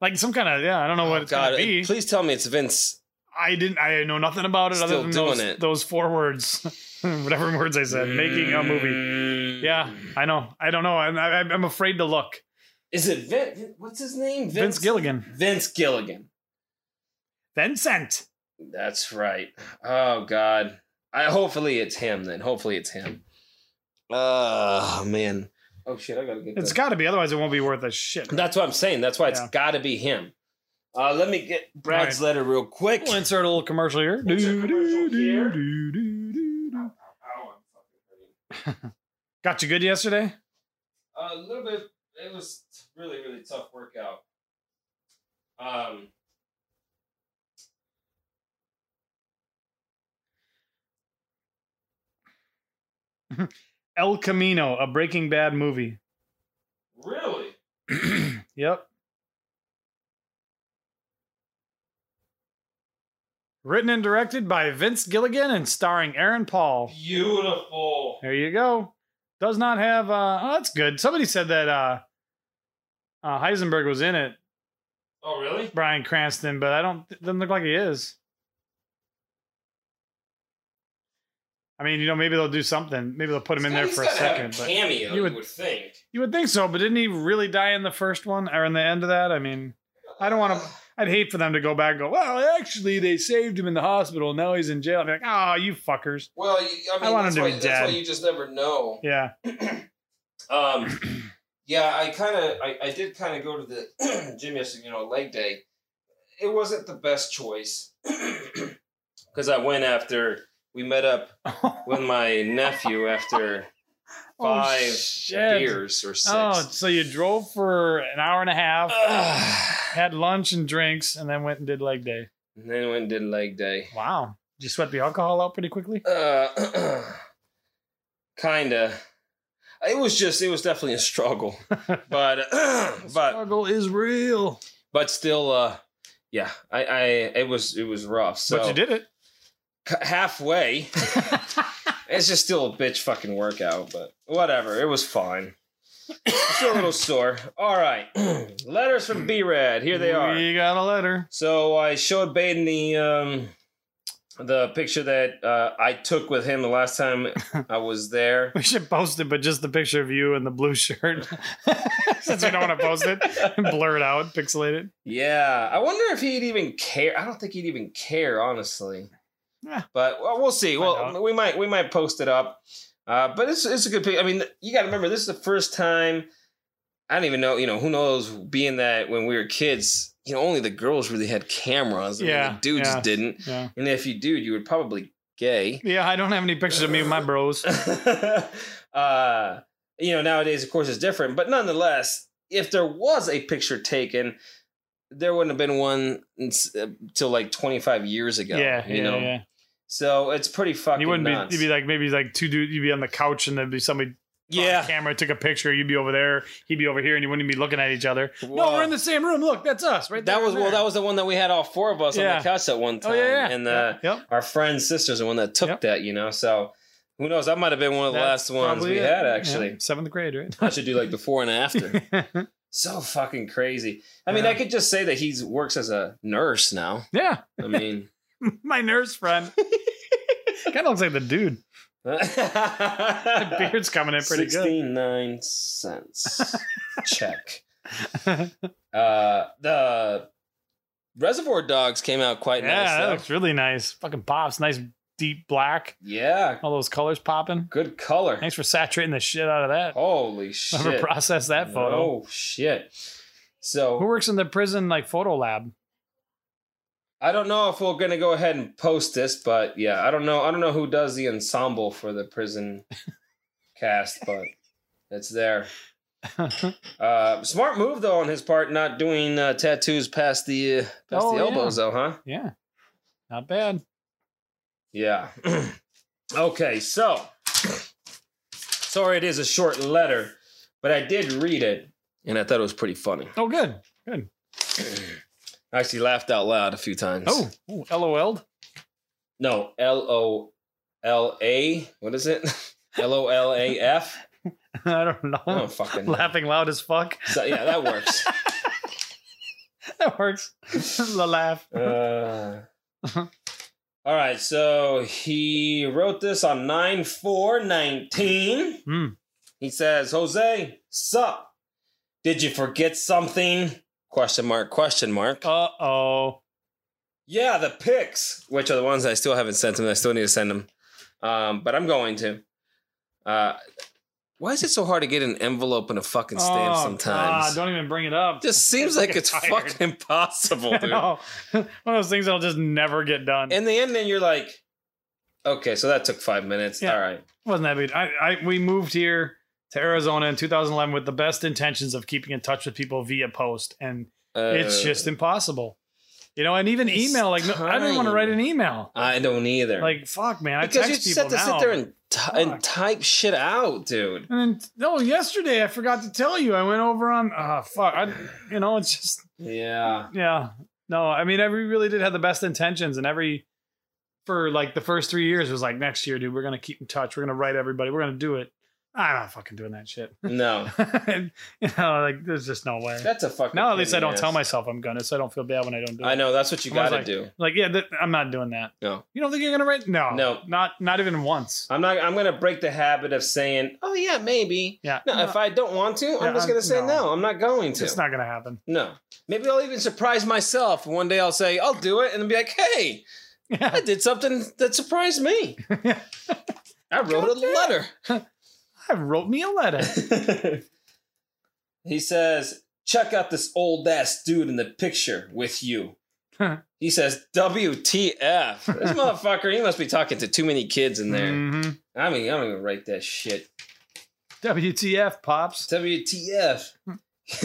Speaker 3: Like some kind of yeah. I don't know what it's
Speaker 2: Oh, God,
Speaker 3: gonna be.
Speaker 2: please tell me it's Vince.
Speaker 3: I didn't. I know nothing about it other
Speaker 2: Still
Speaker 3: than
Speaker 2: doing
Speaker 3: those,
Speaker 2: it.
Speaker 3: those four words, whatever words I said. Making a movie.
Speaker 2: movie.
Speaker 3: Yeah, I know. I don't know. I'm, I, I'm afraid to look.
Speaker 2: Is it Vince? What's his name?
Speaker 3: Vince, Gilligan.
Speaker 2: Vince Gilligan.
Speaker 3: Vincent.
Speaker 2: That's right. Oh God. I hopefully it's him then. Hopefully it's him. Oh man. Oh shit! I gotta get.
Speaker 3: It's
Speaker 2: that.
Speaker 3: got to be. Otherwise, it won't be worth a shit.
Speaker 2: That's what I'm saying. That's why it's
Speaker 3: Yeah.
Speaker 2: got to be him. Uh, let me get Brad's letter real quick.
Speaker 3: We'll insert a little commercial here.
Speaker 2: Insert
Speaker 3: Do,
Speaker 2: commercial
Speaker 3: do, do,
Speaker 2: here.
Speaker 3: do, do, do, do. Got you good yesterday?
Speaker 2: Uh, A little bit. It was really, really tough workout. Um,
Speaker 3: El Camino, a Breaking Bad movie.
Speaker 2: really.
Speaker 3: Yep. Written and directed by Vince Gilligan and starring Aaron Paul.
Speaker 2: Beautiful.
Speaker 3: There you go. Does not have. Uh, oh, that's good. Somebody said that uh, uh, Heisenberg was in it,
Speaker 2: Oh, really?
Speaker 3: Brian Cranston, but I don't. Doesn't look like he is. I mean, you know, maybe they'll do something. Maybe they'll put him in there for a second. but
Speaker 2: cameo,
Speaker 3: you
Speaker 2: you would,
Speaker 3: would-
Speaker 2: think.
Speaker 3: you would think so, but didn't he really die in the first one or in the end of that? I mean, I don't want to. I'd hate for them to go back and go, well, actually, they saved him in the hospital. Now he's in jail. I'd be like, oh, you fuckers.
Speaker 2: Well, you, I mean,
Speaker 3: I want
Speaker 2: that's,
Speaker 3: him to
Speaker 2: why,
Speaker 3: be
Speaker 2: that's why
Speaker 3: dead.
Speaker 2: you just never know.
Speaker 3: Yeah.
Speaker 2: Um, yeah, I kind of, I, I did kind of go to the gym yesterday, you know, leg day. It wasn't the best choice because I went after we met up with my nephew after
Speaker 3: Five
Speaker 2: Five beers or six.
Speaker 3: Oh, so you drove for an hour and a half,
Speaker 2: Ugh.
Speaker 3: had lunch and drinks, and then went and did leg day.
Speaker 2: and then went and did leg day.
Speaker 3: Wow. Did you sweat the alcohol out pretty quickly?
Speaker 2: Uh, kinda. It was just, it was definitely a struggle, but but
Speaker 3: Struggle is real.
Speaker 2: but still, uh, yeah, I, I it was it was rough. So
Speaker 3: but you did it.
Speaker 2: c- halfway. It's just still a bitch fucking workout, but whatever. It was fine. still a little sore. All right, letters from B Rad. Here they are.
Speaker 3: We got a letter.
Speaker 2: So I showed Baden the um, the picture that uh, I took with him the last time I was there.
Speaker 3: We should post it, but just the picture of you in the blue shirt. Since we don't want to post it, blur it out, pixelate it.
Speaker 2: Yeah, I wonder if he'd even care. I don't think he'd even care, honestly.
Speaker 3: Yeah.
Speaker 2: But well, we'll see.
Speaker 3: Find
Speaker 2: Well,
Speaker 3: out.
Speaker 2: we might we might post it up. Uh, but it's it's a good picture. I mean, you got to remember this is the first time. I don't even know. You know, who knows? Being that when we were kids, you know, only the girls really had cameras. I mean,
Speaker 3: Yeah,
Speaker 2: the dudes
Speaker 3: yeah.
Speaker 2: didn't.
Speaker 3: Yeah.
Speaker 2: And if you dude, you were probably gay.
Speaker 3: Yeah, I don't have any pictures of me with my bros.
Speaker 2: uh, you know, nowadays, of course, it's different, but nonetheless, if there was a picture taken, there wouldn't have been one until like 25 years ago.
Speaker 3: yeah,
Speaker 2: you
Speaker 3: yeah,
Speaker 2: know,
Speaker 3: yeah.
Speaker 2: so it's pretty fucking.
Speaker 3: You wouldn't
Speaker 2: nuts.
Speaker 3: be. You'd be like "Oh, maybe like two dudes. You'd be on the couch and there'd be somebody. on the
Speaker 2: yeah.
Speaker 3: camera took a picture. You'd be over there. He'd be over here, and you wouldn't be looking at each other.
Speaker 2: Well,
Speaker 3: no, we're in the same room. Look, that's us right there.
Speaker 2: That was well. That was the one that we had all four of us on
Speaker 3: Yeah.
Speaker 2: the couch at one time,
Speaker 3: Oh yeah, yeah.
Speaker 2: and uh,
Speaker 3: Yep, yep.
Speaker 2: our friend's sister's the one that took
Speaker 3: Yep.
Speaker 2: that. You know, so who knows? That might have been one of the
Speaker 3: That's
Speaker 2: last ones
Speaker 3: probably
Speaker 2: we
Speaker 3: it.
Speaker 2: had. Actually,
Speaker 3: Yeah, seventh grade, right?
Speaker 2: I should do like before and after. so fucking crazy. I mean,
Speaker 3: Yeah.
Speaker 2: I could just say that he's works as a nurse now.
Speaker 3: yeah,
Speaker 2: I mean,
Speaker 3: my nurse friend. kind of looks like the dude. The
Speaker 2: beard's
Speaker 3: beard's coming in pretty
Speaker 2: sixty-nine cents. Check. Uh, the Reservoir Dogs came out quite
Speaker 3: yeah,
Speaker 2: nice.
Speaker 3: that
Speaker 2: though.
Speaker 3: looks really nice. Fucking pops. Nice deep black.
Speaker 2: yeah,
Speaker 3: All those colors popping.
Speaker 2: good color.
Speaker 3: Thanks for saturating the shit out of that.
Speaker 2: Holy
Speaker 3: Never
Speaker 2: Oh, shit!
Speaker 3: processed that photo.
Speaker 2: Oh shit!
Speaker 3: Who
Speaker 2: So
Speaker 3: works in the prison like photo lab?
Speaker 2: I don't know if we're gonna go ahead and post this, but yeah, I don't know. I don't know who does the ensemble for the prison cast, but it's there. Uh, smart move though on his part, not doing uh, tattoos past the uh, past
Speaker 3: Oh,
Speaker 2: the
Speaker 3: yeah.
Speaker 2: elbows though, huh?
Speaker 3: yeah. Not bad.
Speaker 2: Yeah. okay, so sorry it is a short letter, but I did read it and I thought it was pretty funny.
Speaker 3: Oh good.
Speaker 2: I actually laughed out loud a few times.
Speaker 3: Oh, ooh, LOL'd.
Speaker 2: no, L O L A. What is it? L O L A F.
Speaker 3: I don't know.
Speaker 2: I don't Oh, fucking know.
Speaker 3: Laughing loud as fuck.
Speaker 2: So, yeah, that works.
Speaker 3: That works. the laugh.
Speaker 2: Uh,
Speaker 3: Uh-huh.
Speaker 2: all right, so he wrote this on 9 4 19.
Speaker 3: Hmm.
Speaker 2: He says, Jose, sup? Did you forget something? Question mark, question mark.
Speaker 3: Uh oh.
Speaker 2: Yeah, the pics, which are the ones I still haven't sent him. I still need to send them. Um, but I'm going to. Uh, why is it so hard to get an envelope and a fucking stamp
Speaker 3: Oh,
Speaker 2: sometimes?
Speaker 3: God, don't even bring it up.
Speaker 2: Just seems like it's
Speaker 3: Tired.
Speaker 2: fucking impossible,
Speaker 3: I
Speaker 2: dude.
Speaker 3: know. One of those things that'll just never get done.
Speaker 2: In the end, then you're like, okay, so that took five minutes.
Speaker 3: Yeah.
Speaker 2: All right.
Speaker 3: wasn't that big. I, I we moved here to Arizona in 2011 with the best intentions of keeping in touch with people via post, and
Speaker 2: Uh,
Speaker 3: it's just impossible. You know, and even
Speaker 2: It's
Speaker 3: email. Like, no, I didn't want to
Speaker 2: time.
Speaker 3: write an email.
Speaker 2: I don't either.
Speaker 3: Like, fuck, man. I
Speaker 2: because you
Speaker 3: text
Speaker 2: just
Speaker 3: people
Speaker 2: have to
Speaker 3: now.
Speaker 2: sit there and, ty- and
Speaker 3: Fuck.
Speaker 2: type shit out, dude.
Speaker 3: And then no, yesterday I forgot to tell you. I went over on. Ah, fuck. I, you know, it's just
Speaker 2: Yeah.
Speaker 3: yeah. No, I mean, every really did have the best intentions, and every for like the first three years was like next year, dude. We're gonna keep in touch. We're gonna write everybody. We're gonna do it. I'm not fucking doing that shit.
Speaker 2: No,
Speaker 3: you know, like there's just no way.
Speaker 2: that's a fucking.
Speaker 3: Now at least
Speaker 2: pain
Speaker 3: I
Speaker 2: in
Speaker 3: don't
Speaker 2: the
Speaker 3: tell
Speaker 2: ass.
Speaker 3: myself I'm gonna, so I don't feel bad when I don't do
Speaker 2: I
Speaker 3: it.
Speaker 2: know that's what you
Speaker 3: I'm always
Speaker 2: gotta
Speaker 3: like-
Speaker 2: do.
Speaker 3: Like, yeah, th- I'm not doing that.
Speaker 2: No.
Speaker 3: You don't think you're gonna write? No,
Speaker 2: No. Uh,
Speaker 3: not not even once.
Speaker 2: I'm not. I'm gonna break the habit of saying, "Oh yeah, maybe."
Speaker 3: Yeah,
Speaker 2: No, if I don't want to,
Speaker 3: Yeah,
Speaker 2: I'm just
Speaker 3: I'm-
Speaker 2: gonna say no.
Speaker 3: no.
Speaker 2: I'm not going to.
Speaker 3: it's not gonna happen.
Speaker 2: no. Maybe I'll even surprise myself. One day I'll say, "I'll do it," and then be like, "Hey, I
Speaker 3: Yeah,
Speaker 2: did something that surprised me. I wrote a letter."
Speaker 3: I wrote me a letter.
Speaker 2: he says, check out this old ass dude in the picture with you. he says, WTF. This motherfucker, he must be talking to too many kids in there.
Speaker 3: Mhm.
Speaker 2: I mean, I don't even write that shit.
Speaker 3: WTF, pops?
Speaker 2: WTF.
Speaker 3: Hmm.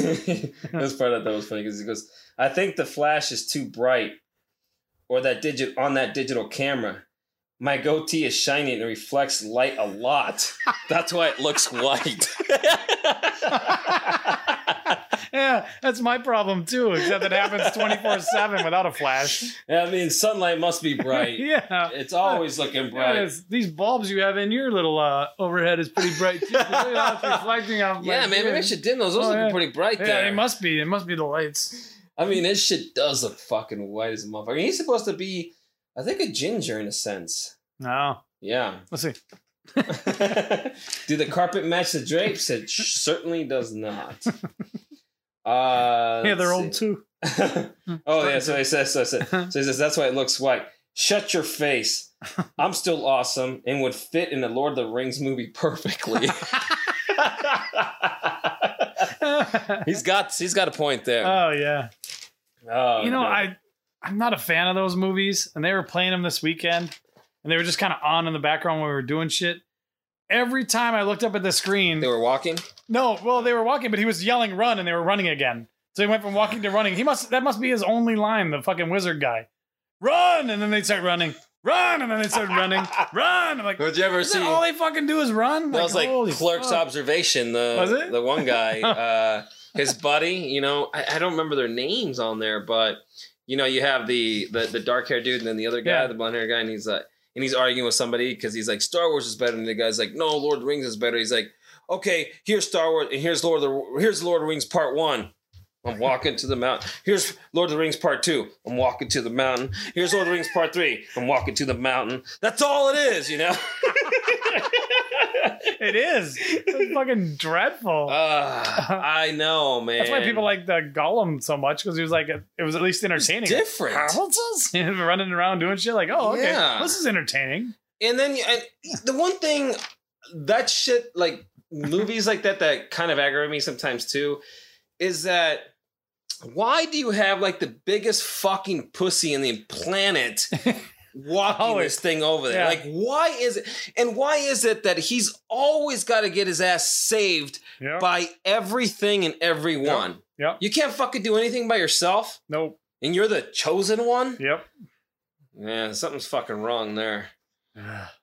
Speaker 2: That's part I thought was funny because he goes, I think the flash is too bright or that digit on that digital camera. My goatee is shiny and it reflects light a lot. That's why it looks white.
Speaker 3: Yeah, that's my problem too. Except it happens 24 seven without a flash.
Speaker 2: I mean, sunlight must be bright.
Speaker 3: yeah.
Speaker 2: It's always looking
Speaker 3: Yeah,
Speaker 2: bright.
Speaker 3: it's- these bulbs you have in your little uh, overhead is pretty bright too. Look at how it's reflecting off my
Speaker 2: Yeah, man, maybe I
Speaker 3: beard.
Speaker 2: should dim those. Those
Speaker 3: Oh,
Speaker 2: look
Speaker 3: yeah.
Speaker 2: pretty bright
Speaker 3: Yeah,
Speaker 2: there.
Speaker 3: it must be. It must be the lights.
Speaker 2: I mean, this shit does look fucking white as a motherfucker. I mean, he's supposed to be, I think, a ginger in a sense.
Speaker 3: No,
Speaker 2: Yeah.
Speaker 3: let's see.
Speaker 2: Do the carpet match the drapes? It sh- certainly does not. Uh,
Speaker 3: yeah, they're
Speaker 2: let's see.
Speaker 3: old too.
Speaker 2: oh yeah, so he says, so, he says- so he says that's why it looks white. Shut your face. I'm still awesome and would fit in the Lord of the Rings movie perfectly.
Speaker 3: oh
Speaker 2: he's got he's got a point there.
Speaker 3: yeah.
Speaker 2: Oh,
Speaker 3: Uh, You know,
Speaker 2: no.
Speaker 3: I I'm not a fan of those movies, and they were playing them this weekend, and they were just kind of on in the background when we were doing shit. Every time I looked up at the screen,
Speaker 2: they were walking.
Speaker 3: no, well, they were walking, but he was yelling "run," and they were running again. So he went from walking to running. He must that must be his only line. The fucking wizard guy, run, and then they start running, run, and then they start running, run. I'm like,
Speaker 2: Did you ever
Speaker 3: is
Speaker 2: see?
Speaker 3: that all they fucking do is run?
Speaker 2: that was like
Speaker 3: holy
Speaker 2: Clerk's
Speaker 3: fuck.
Speaker 2: observation. The
Speaker 3: Was it?
Speaker 2: the one guy, uh, his buddy. You know, I, I don't remember their names on there, but you know, you have the the, the dark haired dude and then the other guy,
Speaker 3: Yeah.
Speaker 2: the blonde haired guy, and he's like, and he's arguing with somebody because he's like, Star Wars is better, and the guy's like, No, Lord of the Rings is better. He's like, Okay, here's Star Wars, and here's Lord of the here's Lord of the Rings Part One. I'm walking to the mountain. Here's Lord of the Rings Part Two. I'm walking to the mountain. Here's Lord of the Rings Part Three. I'm walking to the mountain. That's all it is, you know.
Speaker 3: it is. It's fucking dreadful.
Speaker 2: Uh, I know, man.
Speaker 3: That's why people like the Gollum so much because he was like, it was at least entertaining.
Speaker 2: different.
Speaker 3: Hobbles? running around doing shit like, oh, okay,
Speaker 2: Yeah.
Speaker 3: this is entertaining.
Speaker 2: And then and the one thing that shit like movies like that that kind of aggravate me sometimes too is that why do you have like the biggest fucking pussy in the planet walking
Speaker 3: Always.
Speaker 2: this thing over there?
Speaker 3: Yeah.
Speaker 2: Like why is it and why is it that he's always got to get his ass saved
Speaker 3: Yeah.
Speaker 2: by everything and everyone?
Speaker 3: Yep.
Speaker 2: You can't fucking do anything by yourself
Speaker 3: Nope.
Speaker 2: and you're the chosen one?
Speaker 3: Yep.
Speaker 2: Yeah, something's fucking wrong there.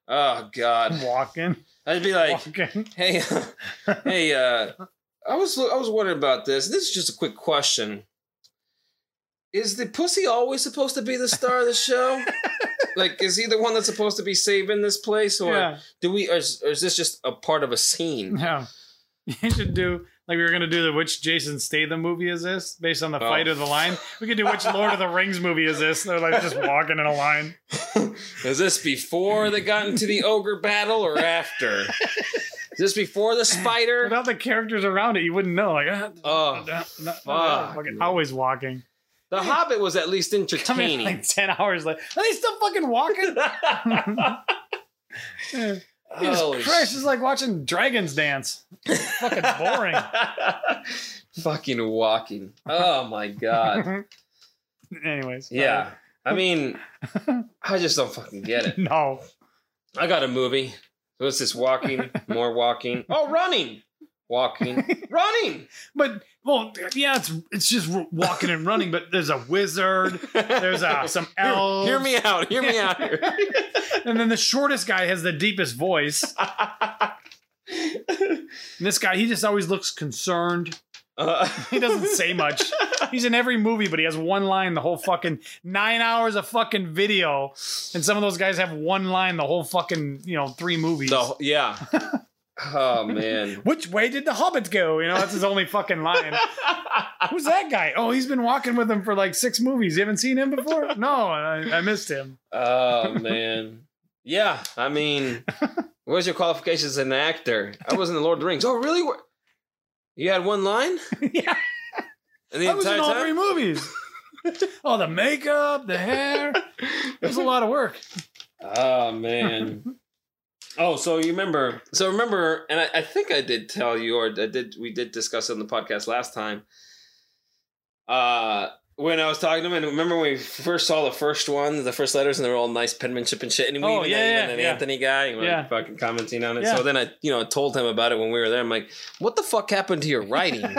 Speaker 2: Oh god.
Speaker 3: walking.
Speaker 2: I'd be like
Speaker 3: walking.
Speaker 2: Hey, hey, uh, I was I was wondering about this. This is just a quick question. Is the pussy always supposed to be the star of the show? like, is he the one that's supposed to be saving this place, or
Speaker 3: Yeah.
Speaker 2: do we? Or is, or is this just a part of a scene?
Speaker 3: Yeah. You should do like we were gonna do the which Jason Statham movie is this based on the
Speaker 2: Oh.
Speaker 3: fight of the line. We could do which Lord of the Rings movie is this? They're like just walking in a line.
Speaker 2: Is this before they got into the ogre battle, or after? is this before the spider?
Speaker 3: Without the characters around it, you wouldn't know. Like ah,
Speaker 2: Oh,
Speaker 3: no, no,
Speaker 2: fuck.
Speaker 3: fucking always walking.
Speaker 2: The Hobbit was at least
Speaker 3: Come in
Speaker 2: entertaining.
Speaker 3: like ten hours later. Are they still fucking walking? Jesus
Speaker 2: Holy
Speaker 3: Christ, it's like watching dragons dance. fucking boring.
Speaker 2: Fucking walking. Oh my god.
Speaker 3: Anyways.
Speaker 2: Yeah. I mean, I just don't fucking get
Speaker 3: uh,
Speaker 2: it.
Speaker 3: no.
Speaker 2: I got a movie. So it's just walking, more walking. Oh, running. Walking. Running.
Speaker 3: But well, yeah, it's it's just walking and running. But there's a wizard. There's uh, some
Speaker 2: Hear,
Speaker 3: elves.
Speaker 2: hear me out. Hear me out here.
Speaker 3: And then the shortest guy has the deepest voice. And this guy, he just always looks concerned.
Speaker 2: Uh,
Speaker 3: He doesn't say much. He's in every movie, but he has one line the whole fucking nine hours of fucking video. And some of those guys have one line the whole fucking you know three movies.
Speaker 2: the- yeah. Oh, man.
Speaker 3: Which way did the hobbits go? You know, that's his only fucking line. Who's that guy? Oh, he's been walking with him for like six movies. You haven't seen him before? No, I, I missed him.
Speaker 2: Oh, man. Yeah. I mean, where's your qualifications as an actor? I was in The Lord of the Rings. Oh, really? Where- You had one line?
Speaker 3: yeah,
Speaker 2: And the
Speaker 3: I was in
Speaker 2: entire
Speaker 3: all
Speaker 2: time?
Speaker 3: three movies. All Oh, the makeup, the hair. It was a lot of work.
Speaker 2: Oh man. oh, so you remember? So remember, and I, I think I did tell you, or I did. We did discuss it on the podcast last time. Uh when I was talking to him, and remember when we first saw the first one, the first letters, and they were all nice penmanship and shit. And we
Speaker 3: Oh,
Speaker 2: even
Speaker 3: yeah,
Speaker 2: had
Speaker 3: yeah,
Speaker 2: even an
Speaker 3: yeah.
Speaker 2: Anthony guy, you know,
Speaker 3: Yeah.
Speaker 2: fucking commenting on it.
Speaker 3: Yeah.
Speaker 2: So then I, you know, told him about it when we were there. I'm like, what the fuck happened to your writing?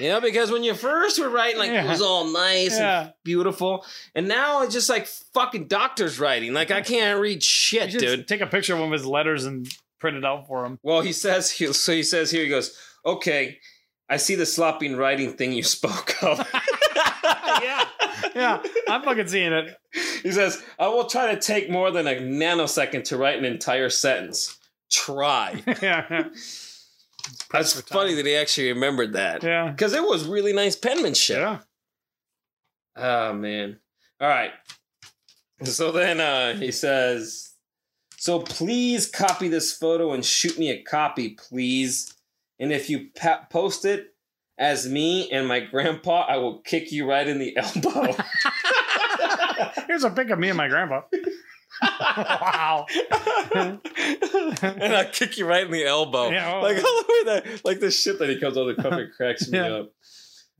Speaker 2: you know, because when you first were writing, like it
Speaker 3: Yeah.
Speaker 2: was all nice and
Speaker 3: Yeah,
Speaker 2: beautiful. And now it's just like fucking doctors writing. Like I can't read
Speaker 3: You
Speaker 2: shit,
Speaker 3: should
Speaker 2: dude.
Speaker 3: Take a picture of one of his letters and print it out for him.
Speaker 2: Well, he says he so he says here he goes, "Okay, I see the sloppy writing thing you spoke of."
Speaker 3: yeah, yeah. I'm fucking seeing it.
Speaker 2: He says, "I will try to take more than a nanosecond to write an entire sentence. Try."
Speaker 3: yeah,
Speaker 2: That's
Speaker 3: for time.
Speaker 2: funny that he actually remembered that.
Speaker 3: yeah,
Speaker 2: Cuz it was really nice penmanship.
Speaker 3: yeah.
Speaker 2: Oh man. All right. So then uh, he says, "So please copy this photo and shoot me a copy, please. And if you pa- post it as me and my grandpa, I will kick you right in the elbow."
Speaker 3: Here's a pic of me and my grandpa. wow.
Speaker 2: and I kick you right in the elbow.
Speaker 3: Yeah, oh.
Speaker 2: like all the way that, like the shit that he comes on the cup and cracks me
Speaker 3: Yeah.
Speaker 2: up.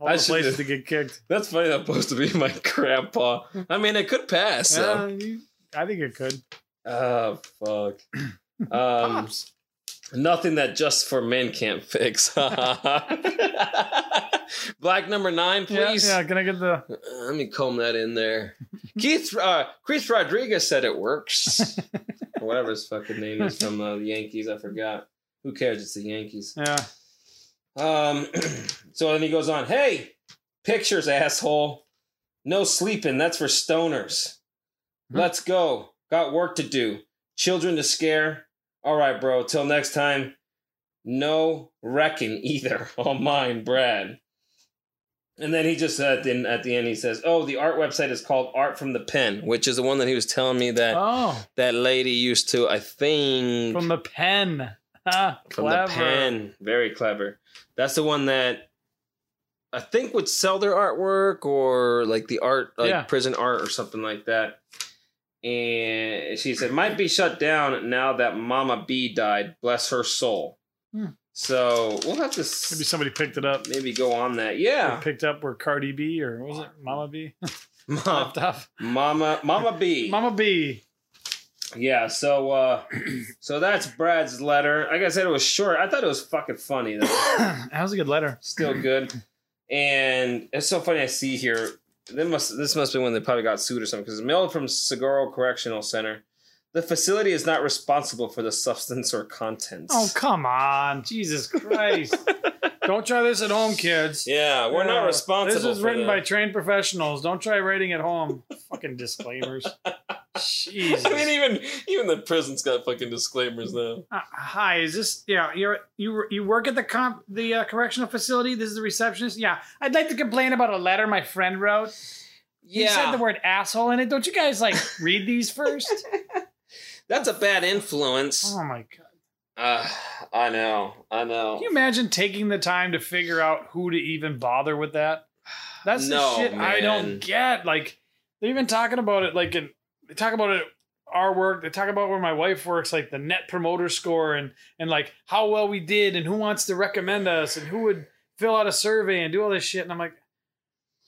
Speaker 3: All
Speaker 2: I
Speaker 3: the
Speaker 2: should
Speaker 3: places
Speaker 2: do-
Speaker 3: to get kicked.
Speaker 2: That's funny. That's supposed to be my grandpa. I mean, it could pass. So. um,
Speaker 3: Yeah, you- I think it could.
Speaker 2: Oh fuck. Um,
Speaker 3: Pops.
Speaker 2: nothing that just for men can't fix. Black number nine,
Speaker 3: Yeah,
Speaker 2: please.
Speaker 3: yeah, can I get the?
Speaker 2: Uh, Let me comb that in there. Keith, uh, Chris Rodriguez said it works. Or Whatever his fucking name is from uh, the Yankees, I forgot. Who cares? It's the Yankees.
Speaker 3: Yeah,
Speaker 2: Um, so then he goes on. Hey, pictures, asshole. No sleeping. That's for stoners.
Speaker 3: Hmm.
Speaker 2: Let's go. Got work to do. Children to scare. All right, bro. Till next time. No wrecking either on mine, Brad. And then he just at the, at the end he says, "Oh, the art website is called Art from the Pen, which is the one that he was telling me that
Speaker 3: Oh,
Speaker 2: that lady used to. I think
Speaker 3: from the pen. Ah,
Speaker 2: From the
Speaker 3: Clever.
Speaker 2: pen. Very clever. That's the one that I think would sell their artwork or like the art, like
Speaker 3: Yeah.
Speaker 2: prison art or something like that. And she said, might be shut down now that Mama B died. Bless her soul.
Speaker 3: Hmm.
Speaker 2: So we'll have to s-
Speaker 3: Maybe somebody picked it up.
Speaker 2: maybe go on that. Yeah.
Speaker 3: Picked up where Cardi B or what was it Mama B?
Speaker 2: Ma-
Speaker 3: Left off.
Speaker 2: Mama, Mama B.
Speaker 3: Mama B.
Speaker 2: Yeah, so uh so that's Brad's letter. Like I said, it was short. I thought it was fucking funny though.
Speaker 3: that was a good letter.
Speaker 2: Still good. And it's so funny I see here. They must this must be when they probably got sued or something, because mailed from Seguro Correctional Center. The facility is not responsible for the substance or contents.
Speaker 3: Oh come on, Jesus Christ! Don't try this at home, kids.
Speaker 2: yeah, we're
Speaker 3: Yeah.
Speaker 2: not responsible.
Speaker 3: This is
Speaker 2: for
Speaker 3: written
Speaker 2: the-
Speaker 3: by trained professionals. Don't try writing at home. Fucking disclaimers. Jesus.
Speaker 2: I mean, even even the prison's got fucking disclaimers now.
Speaker 3: Uh, hi, is this? Yeah, you're you you work at the comp the uh, correctional facility. This is the receptionist. Yeah, I'd like to complain about a letter my friend wrote. He said the word asshole in it. Don't you guys like read these first?
Speaker 2: that's a bad influence.
Speaker 3: oh my god!
Speaker 2: Uh, I know, I know.
Speaker 3: Can you imagine taking the time to figure out who to even bother with that? That's
Speaker 2: No,
Speaker 3: the shit I
Speaker 2: man.
Speaker 3: don't get. Like they're even talking about it. Like in they talk about it. at Our work. They talk about where my wife works, like the net promoter score, and and like how well we did, and who wants to recommend us, and who would fill out a survey and do all this shit. And I'm like,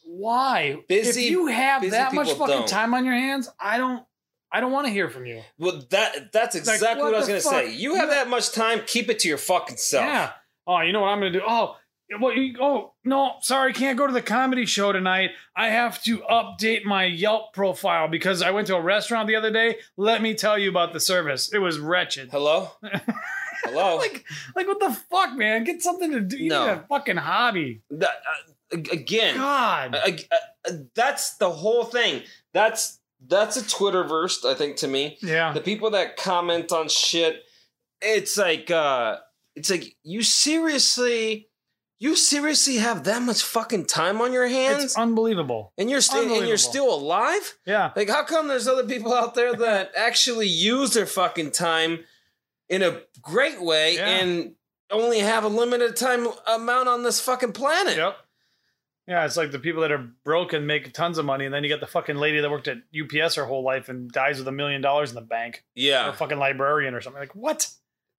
Speaker 3: why?
Speaker 2: Busy-
Speaker 3: if you have
Speaker 2: busy
Speaker 3: that much
Speaker 2: people
Speaker 3: fucking
Speaker 2: don't.
Speaker 3: time on your hands, I don't. I don't want to hear from you.
Speaker 2: Well, that that's
Speaker 3: like,
Speaker 2: exactly what,
Speaker 3: what
Speaker 2: I was
Speaker 3: the
Speaker 2: gonna
Speaker 3: fuck?
Speaker 2: say. You have that much time, keep it to your fucking self.
Speaker 3: Yeah. Oh, you know what I'm gonna do? Oh, well, you, oh no, sorry, can't go to the comedy show tonight. I have to update my Yelp profile because I went to a restaurant the other day. Let me tell you about the service. It was wretched.
Speaker 2: Hello, hello.
Speaker 3: Like, like what the fuck, man? Get something to do. You
Speaker 2: No.
Speaker 3: need a fucking hobby.
Speaker 2: That- uh, ag- again,
Speaker 3: God.
Speaker 2: ag- uh, uh, that's the whole thing. That's that's a Twitterverse, I think, to me.
Speaker 3: Yeah.
Speaker 2: The people that comment on shit, it's like uh it's like you seriously, you seriously have that much fucking time on your hands,
Speaker 3: It's unbelievable.
Speaker 2: and you're still and you're
Speaker 3: unbelievable.
Speaker 2: still alive.
Speaker 3: Yeah.
Speaker 2: Like, how come there's other people out there that actually use their fucking time in a great way
Speaker 3: Yeah.
Speaker 2: and only have a limited time amount on this fucking planet?
Speaker 3: Yep. Yeah, it's like the people that are broke and make tons of money, and then you got the fucking lady that worked at UPS her whole life and dies with a million dollars in the bank. Or a
Speaker 2: Yeah.
Speaker 3: fucking librarian or something. Like, what?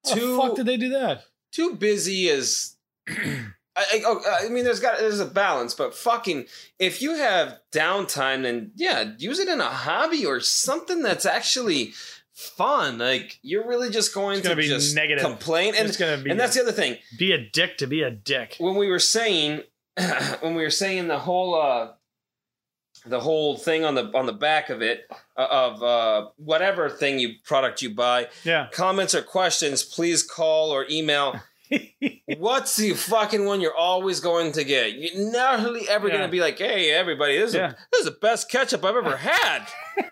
Speaker 3: How
Speaker 2: Two-
Speaker 3: the fuck did they do that?
Speaker 2: Too busy is. I, I, oh, I mean, there's got there's a balance, but fucking, if you have downtime, then yeah, use it in a hobby or something that's actually fun. Like you're really just going
Speaker 3: It's
Speaker 2: to
Speaker 3: gonna be
Speaker 2: just
Speaker 3: negative.
Speaker 2: complain, and
Speaker 3: it's gonna be
Speaker 2: and that's the other thing.
Speaker 3: be a dick to be a dick.
Speaker 2: when we were saying when we were saying the whole uh the whole thing on the on the back of it uh, of uh whatever thing you product you buy
Speaker 3: Yeah.
Speaker 2: comments or questions please call or email what's the fucking one you're always going to get you're nearly ever
Speaker 3: Yeah.
Speaker 2: going to be like hey everybody this is
Speaker 3: Yeah.
Speaker 2: this is the best ketchup i've ever had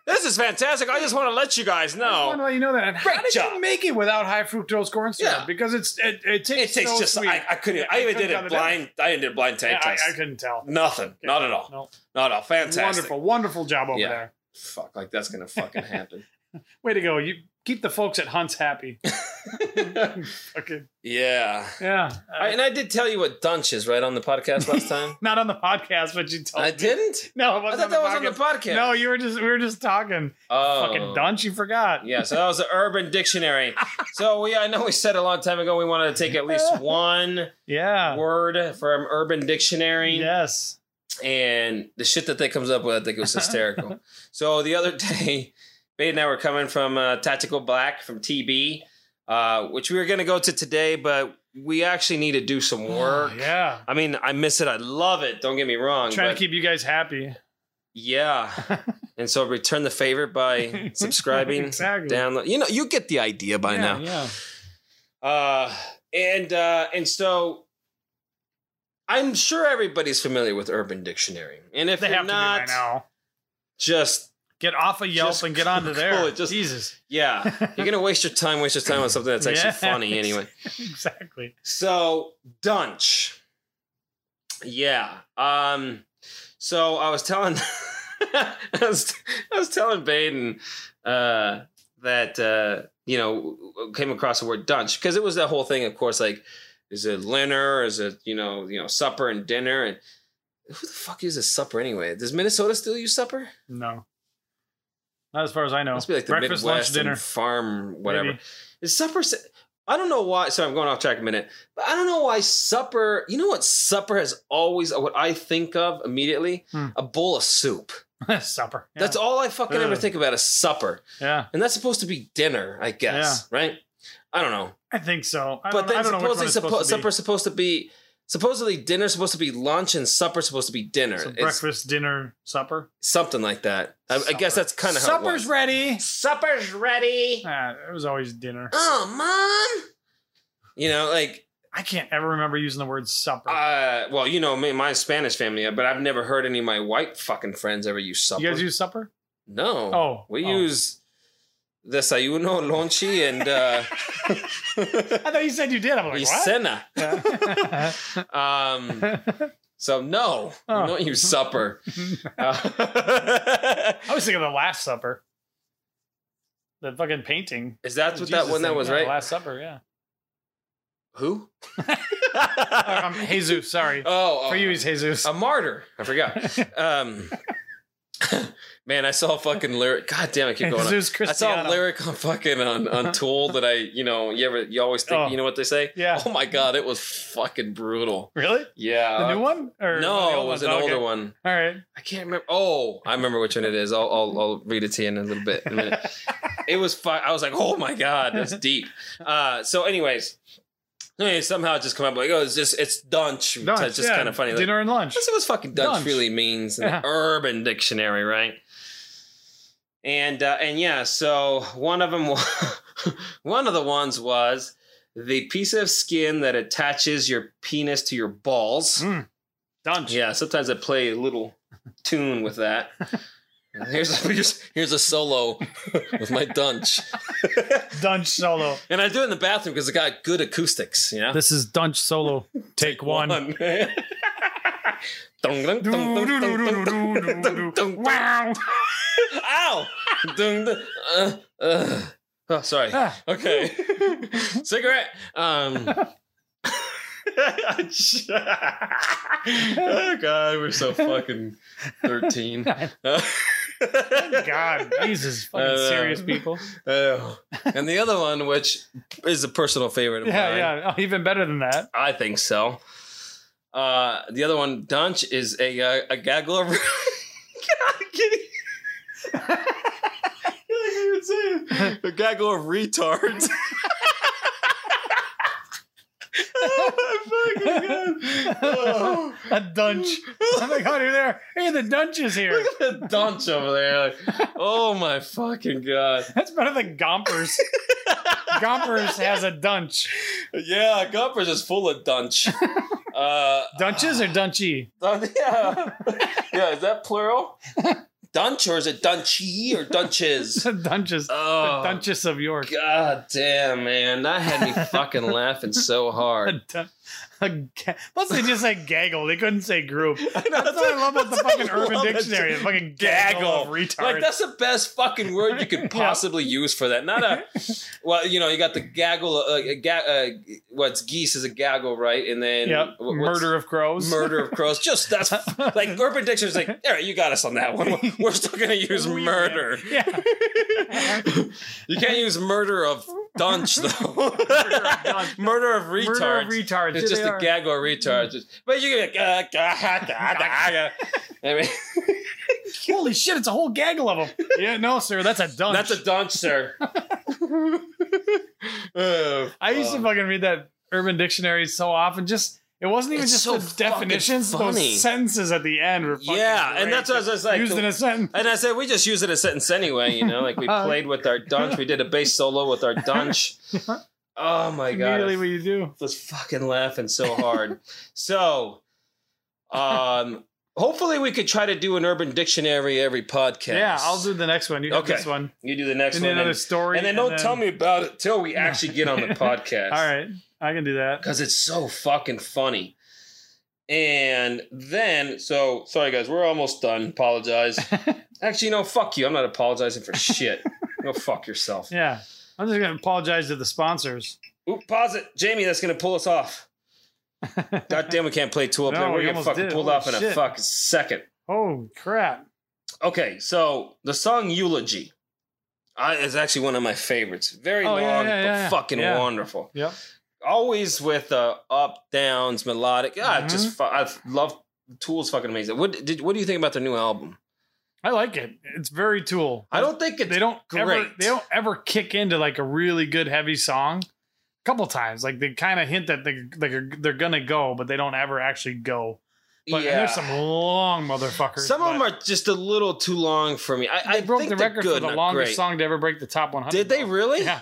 Speaker 2: this is fantastic i just want to let you guys
Speaker 3: I
Speaker 2: know
Speaker 3: let you know that. And
Speaker 2: Great
Speaker 3: how did
Speaker 2: job.
Speaker 3: you make it without high fructose corn syrup?
Speaker 2: Yeah.
Speaker 3: Because it's it, it
Speaker 2: it
Speaker 3: tastes
Speaker 2: takes
Speaker 3: so
Speaker 2: just
Speaker 3: sweet.
Speaker 2: I, I couldn't i
Speaker 3: I
Speaker 2: even
Speaker 3: couldn't
Speaker 2: did
Speaker 3: have
Speaker 2: it
Speaker 3: it
Speaker 2: blind i didn't do a blind
Speaker 3: Yeah,
Speaker 2: taste
Speaker 3: I,
Speaker 2: test
Speaker 3: I couldn't tell.
Speaker 2: nothing not at all
Speaker 3: No.
Speaker 2: not at all fantastic
Speaker 3: Wonderful, wonderful job over
Speaker 2: Yeah.
Speaker 3: there.
Speaker 2: fuck, like that's gonna fucking happen.
Speaker 3: Way to go. You keep the folks at Hunt's happy. okay.
Speaker 2: yeah.
Speaker 3: Yeah. Uh,
Speaker 2: I, and I did tell you what Dunch is, right, on the podcast last time.
Speaker 3: not on the podcast, but you told
Speaker 2: I
Speaker 3: me.
Speaker 2: didn't?
Speaker 3: No, it
Speaker 2: I
Speaker 3: wasn't
Speaker 2: thought that was on the podcast.
Speaker 3: No, you were just we were just talking.
Speaker 2: oh.
Speaker 3: Fucking dunce, you forgot.
Speaker 2: Yeah, so that was the Urban Dictionary. so we, I know we said a long time ago we wanted to take at least one
Speaker 3: Yeah.
Speaker 2: word from Urban Dictionary.
Speaker 3: Yes.
Speaker 2: and the shit that they comes up with, I think it was hysterical. so the other day, Bade and I were coming from uh, Tactical Black from TB, uh, which we were going to go to today, but we actually need to do some work.
Speaker 3: Oh, Yeah.
Speaker 2: I mean, I miss it. I love it. Don't get me wrong.
Speaker 3: Trying
Speaker 2: but
Speaker 3: to keep you guys happy.
Speaker 2: yeah. and so return the favor by subscribing,
Speaker 3: Exactly.
Speaker 2: download. You know, you get the idea by
Speaker 3: yeah,
Speaker 2: now.
Speaker 3: Yeah.
Speaker 2: Uh, and uh, and so I'm sure everybody's familiar with Urban Dictionary, and if
Speaker 3: They
Speaker 2: you're
Speaker 3: have
Speaker 2: not,
Speaker 3: to be by now.
Speaker 2: just
Speaker 3: Get off of Yelp
Speaker 2: Just
Speaker 3: and get onto
Speaker 2: Google
Speaker 3: there.
Speaker 2: it, just-
Speaker 3: Jesus.
Speaker 2: yeah, you're gonna waste your time, waste your time on something that's actually
Speaker 3: Yes.
Speaker 2: funny anyway.
Speaker 3: exactly.
Speaker 2: So Dunch, yeah. Um, so I was telling, I was, I was telling Baden, uh, that uh, you know came across the word dunch because it was that whole thing. Of course, like is it dinner? Is it you know you know supper and dinner and who the fuck uses supper anyway? Does Minnesota still use supper?
Speaker 3: No. Not as far as I know.
Speaker 2: Must be like the
Speaker 3: Breakfast,
Speaker 2: Midwest
Speaker 3: lunch, dinner.
Speaker 2: and farm whatever.
Speaker 3: Maybe.
Speaker 2: Is supper? s- I don't know why. Sorry, I'm going off track a minute, but I don't know why supper. You know what supper has always what I think of immediately
Speaker 3: Hmm.
Speaker 2: a bowl of soup.
Speaker 3: Supper. Yeah.
Speaker 2: That's all I fucking ever
Speaker 3: Ugh.
Speaker 2: think about is supper,
Speaker 3: Yeah,
Speaker 2: and that's supposed to be dinner, I guess, right? I don't know,
Speaker 3: I think so. I
Speaker 2: but
Speaker 3: don't, I
Speaker 2: then
Speaker 3: don't know which one
Speaker 2: supposedly
Speaker 3: it's
Speaker 2: suppo-
Speaker 3: supposed to be.
Speaker 2: supper's supposed to be supposedly dinner's supposed to be lunch and supper's supposed to be dinner.
Speaker 3: So
Speaker 2: It's
Speaker 3: breakfast, dinner, supper.
Speaker 2: something like that. I, I guess
Speaker 3: Supper.
Speaker 2: that's kind of how it was.
Speaker 3: supper's ready.
Speaker 2: Supper's ready.
Speaker 3: Ah, it was always dinner.
Speaker 2: Oh, mom. You know, like,
Speaker 3: I can't ever remember using the word supper.
Speaker 2: uh, well, you know, me, my Spanish family, but I've never heard any of my white fucking friends ever use supper.
Speaker 3: you guys use supper?
Speaker 2: no.
Speaker 3: Oh,
Speaker 2: we
Speaker 3: oh.
Speaker 2: use desayuno, lonchi, and uh,
Speaker 3: I thought you said you did. I'm like,
Speaker 2: y
Speaker 3: what?
Speaker 2: cena.
Speaker 3: Yeah.
Speaker 2: Um, so no,
Speaker 3: Oh.
Speaker 2: we don't use supper. Uh,
Speaker 3: I was thinking of the Last Supper. The fucking painting.
Speaker 2: is that what
Speaker 3: Jesus
Speaker 2: that one that
Speaker 3: thing,
Speaker 2: was
Speaker 3: yeah,
Speaker 2: right?
Speaker 3: Last Supper, yeah.
Speaker 2: Who?
Speaker 3: Uh, um, Jesus, sorry.
Speaker 2: oh,
Speaker 3: For
Speaker 2: oh.
Speaker 3: you, he's Jesus.
Speaker 2: a martyr. I forgot. Um, man, I saw a fucking lyric. God damn, I keep going. On.
Speaker 3: Jesus
Speaker 2: I saw
Speaker 3: Cristiano.
Speaker 2: a lyric on fucking on, on Tool that I, you know, you ever, you always think,
Speaker 3: Oh.
Speaker 2: you know what they say?
Speaker 3: Yeah.
Speaker 2: Oh my god, it was fucking brutal.
Speaker 3: Really?
Speaker 2: Yeah.
Speaker 3: The new one? Or one of the
Speaker 2: Uh, No,
Speaker 3: old
Speaker 2: it was
Speaker 3: ones?
Speaker 2: an
Speaker 3: Oh,
Speaker 2: older
Speaker 3: okay.
Speaker 2: one.
Speaker 3: All right.
Speaker 2: I can't remember. Oh, I remember which one it is. I'll, I'll, I'll read it to you in a little bit. In a minute. it was fun. I was like, oh my god, that's deep. Uh, so, anyways, anyway, somehow it just come up like, oh, it's just it's dunch.
Speaker 3: Nice,
Speaker 2: it's just
Speaker 3: yeah.
Speaker 2: kind of funny. Like,
Speaker 3: Dinner and lunch.
Speaker 2: That's what fucking Dutch
Speaker 3: Dunch.
Speaker 2: really means in
Speaker 3: Yeah.
Speaker 2: the Urban Dictionary, right? And uh, and yeah, so one of them, one of the ones was the piece of skin that attaches your penis to your balls.
Speaker 3: Mm. Dunch.
Speaker 2: Yeah, sometimes I play a little tune with that. Here's a, here's, here's a solo with my dunch,
Speaker 3: Dunch solo.
Speaker 2: and I do it in the bathroom because it got good acoustics. You know,
Speaker 3: This is Dunch solo. Take one.
Speaker 2: Dun, dun, dun, dun, dun, dun, dun.
Speaker 3: Wow.
Speaker 2: Ow! Dun, dun, uh, uh. Oh, sorry.
Speaker 3: Ah.
Speaker 2: Okay. Cigarette. Um. oh God, we're so fucking thirteen. Uh,
Speaker 3: God, Jesus, fucking
Speaker 2: Uh,
Speaker 3: serious people.
Speaker 2: oh. and the other one, which is a personal favorite of
Speaker 3: Yeah,
Speaker 2: mine.
Speaker 3: yeah. Oh, even better than that.
Speaker 2: I think so. Uh, the other one, Dunch, is a uh, a gaggle of. God, I'm kidding. I can't even say it. A gaggle of retards. oh my fucking god! Oh.
Speaker 3: A dunch. Oh my god, you're there. Hey, the dunch is here.
Speaker 2: Look at the Dunch over there. Like, oh my fucking god!
Speaker 3: That's better than Gompers. Gompers has a dunch.
Speaker 2: Yeah, Gumper's is full of Dunch. Uh,
Speaker 3: Dunches or dunchy?
Speaker 2: Dun- yeah. yeah, is that plural? Dunch or is it dunchy or dunches?
Speaker 3: Dunches.
Speaker 2: Oh,
Speaker 3: the Dunchess of York.
Speaker 2: God damn, man. That had me fucking laughing so
Speaker 3: A
Speaker 2: hard.
Speaker 3: dun- a ga- Plus, they just say gaggle. They couldn't say group.
Speaker 2: I know,
Speaker 3: That's what I love about the
Speaker 2: that's
Speaker 3: fucking
Speaker 2: what I
Speaker 3: Urban
Speaker 2: love.
Speaker 3: Dictionary. The fucking gaggle of retards.
Speaker 2: Like, that's the best fucking word you could possibly use for that. Not a, well, you know, you got the gaggle, uh, a ga- uh, what's geese is a gaggle, right? And then
Speaker 3: yep.
Speaker 2: wha- what's-
Speaker 3: Murder of crows.
Speaker 2: Murder of crows. Just that's like Urban Dictionary's like, all right, you got us on that one. We're- We're still gonna use
Speaker 3: We-
Speaker 2: murder.
Speaker 3: Yeah.
Speaker 2: you can't use murder of dunch though.
Speaker 3: of dunch.
Speaker 2: murder of retards.
Speaker 3: Murder of retards.
Speaker 2: It's
Speaker 3: Here
Speaker 2: just
Speaker 3: they
Speaker 2: a
Speaker 3: are. Mm.
Speaker 2: gag or retard. Just, but you can be like, uh, ga, ga, ga, ga. I mean,
Speaker 3: Holy shit, it's a whole gaggle of them. yeah, no, sir, that's a dunce.
Speaker 2: that's a dunch, sir. oh,
Speaker 3: I used to
Speaker 2: fuck.
Speaker 3: fucking read that Urban Dictionary so often. Just it wasn't even
Speaker 2: It's
Speaker 3: just
Speaker 2: so
Speaker 3: the
Speaker 2: fucking
Speaker 3: definitions;
Speaker 2: funny.
Speaker 3: those sentences at the end were fucking
Speaker 2: Yeah, and
Speaker 3: great.
Speaker 2: that's what I was just like,
Speaker 3: used
Speaker 2: the-
Speaker 3: in a sentence.
Speaker 2: And I said, we just use it a sentence anyway, you know, like we
Speaker 3: Uh,
Speaker 2: played with our dunch. We did a bass solo with our dunch. Oh my God.
Speaker 3: Immediately,
Speaker 2: I
Speaker 3: what you do?
Speaker 2: was fucking laughing so hard. so, um, hopefully we could try to do an urban dictionary every podcast.
Speaker 3: Yeah, I'll do the next one. You do
Speaker 2: Okay.
Speaker 3: this one,
Speaker 2: You do the next
Speaker 3: and
Speaker 2: one.
Speaker 3: then another
Speaker 2: and,
Speaker 3: story,
Speaker 2: and then don't tell me about it till we actually get on the podcast.
Speaker 3: All right, I can do that.
Speaker 2: Because it's so fucking funny. And then, so sorry guys, we're almost done. Apologize. Actually, no, fuck you. I'm not apologizing for shit. Go fuck yourself.
Speaker 3: Yeah. I'm just gonna apologize to the sponsors.
Speaker 2: Oop, pause it, Jamie. That's gonna pull us off. God damn, we can't play two up
Speaker 3: No,
Speaker 2: there.
Speaker 3: we
Speaker 2: We're gonna
Speaker 3: almost
Speaker 2: fucking
Speaker 3: did.
Speaker 2: pulled
Speaker 3: Holy
Speaker 2: off in a
Speaker 3: shit.
Speaker 2: fucking second.
Speaker 3: Oh crap.
Speaker 2: Okay, so the song "Eulogy" I, is actually one of my favorites. Very
Speaker 3: Oh,
Speaker 2: long,
Speaker 3: yeah, yeah,
Speaker 2: but
Speaker 3: yeah.
Speaker 2: fucking
Speaker 3: Yeah.
Speaker 2: wonderful.
Speaker 3: Yep.
Speaker 2: Always with uh, up downs, melodic. Ah,
Speaker 3: Mhm.
Speaker 2: just fu- I love Tool's fucking amazing. What did what do you think about their new album?
Speaker 3: I like it. It's very tool.
Speaker 2: I don't think it's
Speaker 3: they don't ever
Speaker 2: great.
Speaker 3: they don't ever kick into like a really good heavy song. A couple times, like they kind of hint that they like are- they're gonna go, but they don't ever actually go. But and
Speaker 2: yeah.
Speaker 3: there's some long motherfuckers.
Speaker 2: Some of them
Speaker 3: but
Speaker 2: are just a little too long for me. I, I
Speaker 3: They broke
Speaker 2: think
Speaker 3: the
Speaker 2: they're
Speaker 3: record
Speaker 2: good,
Speaker 3: for the
Speaker 2: not
Speaker 3: longest
Speaker 2: great.
Speaker 3: song to ever break the top 100.
Speaker 2: Did they
Speaker 3: though.
Speaker 2: really?
Speaker 3: Yeah,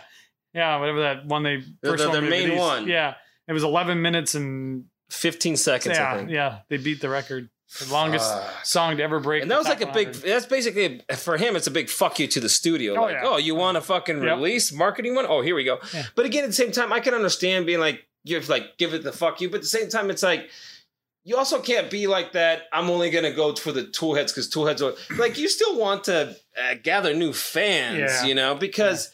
Speaker 3: yeah, whatever that one they
Speaker 2: The-
Speaker 3: first
Speaker 2: the-
Speaker 3: one
Speaker 2: their
Speaker 3: they
Speaker 2: main
Speaker 3: released.
Speaker 2: one.
Speaker 3: Yeah, it was 11 minutes and
Speaker 2: Fifteen seconds. I
Speaker 3: yeah,
Speaker 2: think.
Speaker 3: yeah, they beat the record, the longest
Speaker 2: Fuck.
Speaker 3: song to ever break.
Speaker 2: And
Speaker 3: the
Speaker 2: that was
Speaker 3: top
Speaker 2: like a big.
Speaker 3: 100.
Speaker 2: That's basically for him. It's a big fuck you to the studio.
Speaker 3: Oh,
Speaker 2: like,
Speaker 3: yeah.
Speaker 2: oh, you want a fucking
Speaker 3: Yep.
Speaker 2: release marketing one? Oh, here we go.
Speaker 3: Yeah.
Speaker 2: But again, at the same time, I can understand being like, you're like, give it the fuck you. But at the same time, it's like. You also can't be like that. I'm only gonna go for the tool heads because tool heads are like you still want to uh, gather new fans,
Speaker 3: Yeah.
Speaker 2: you know, because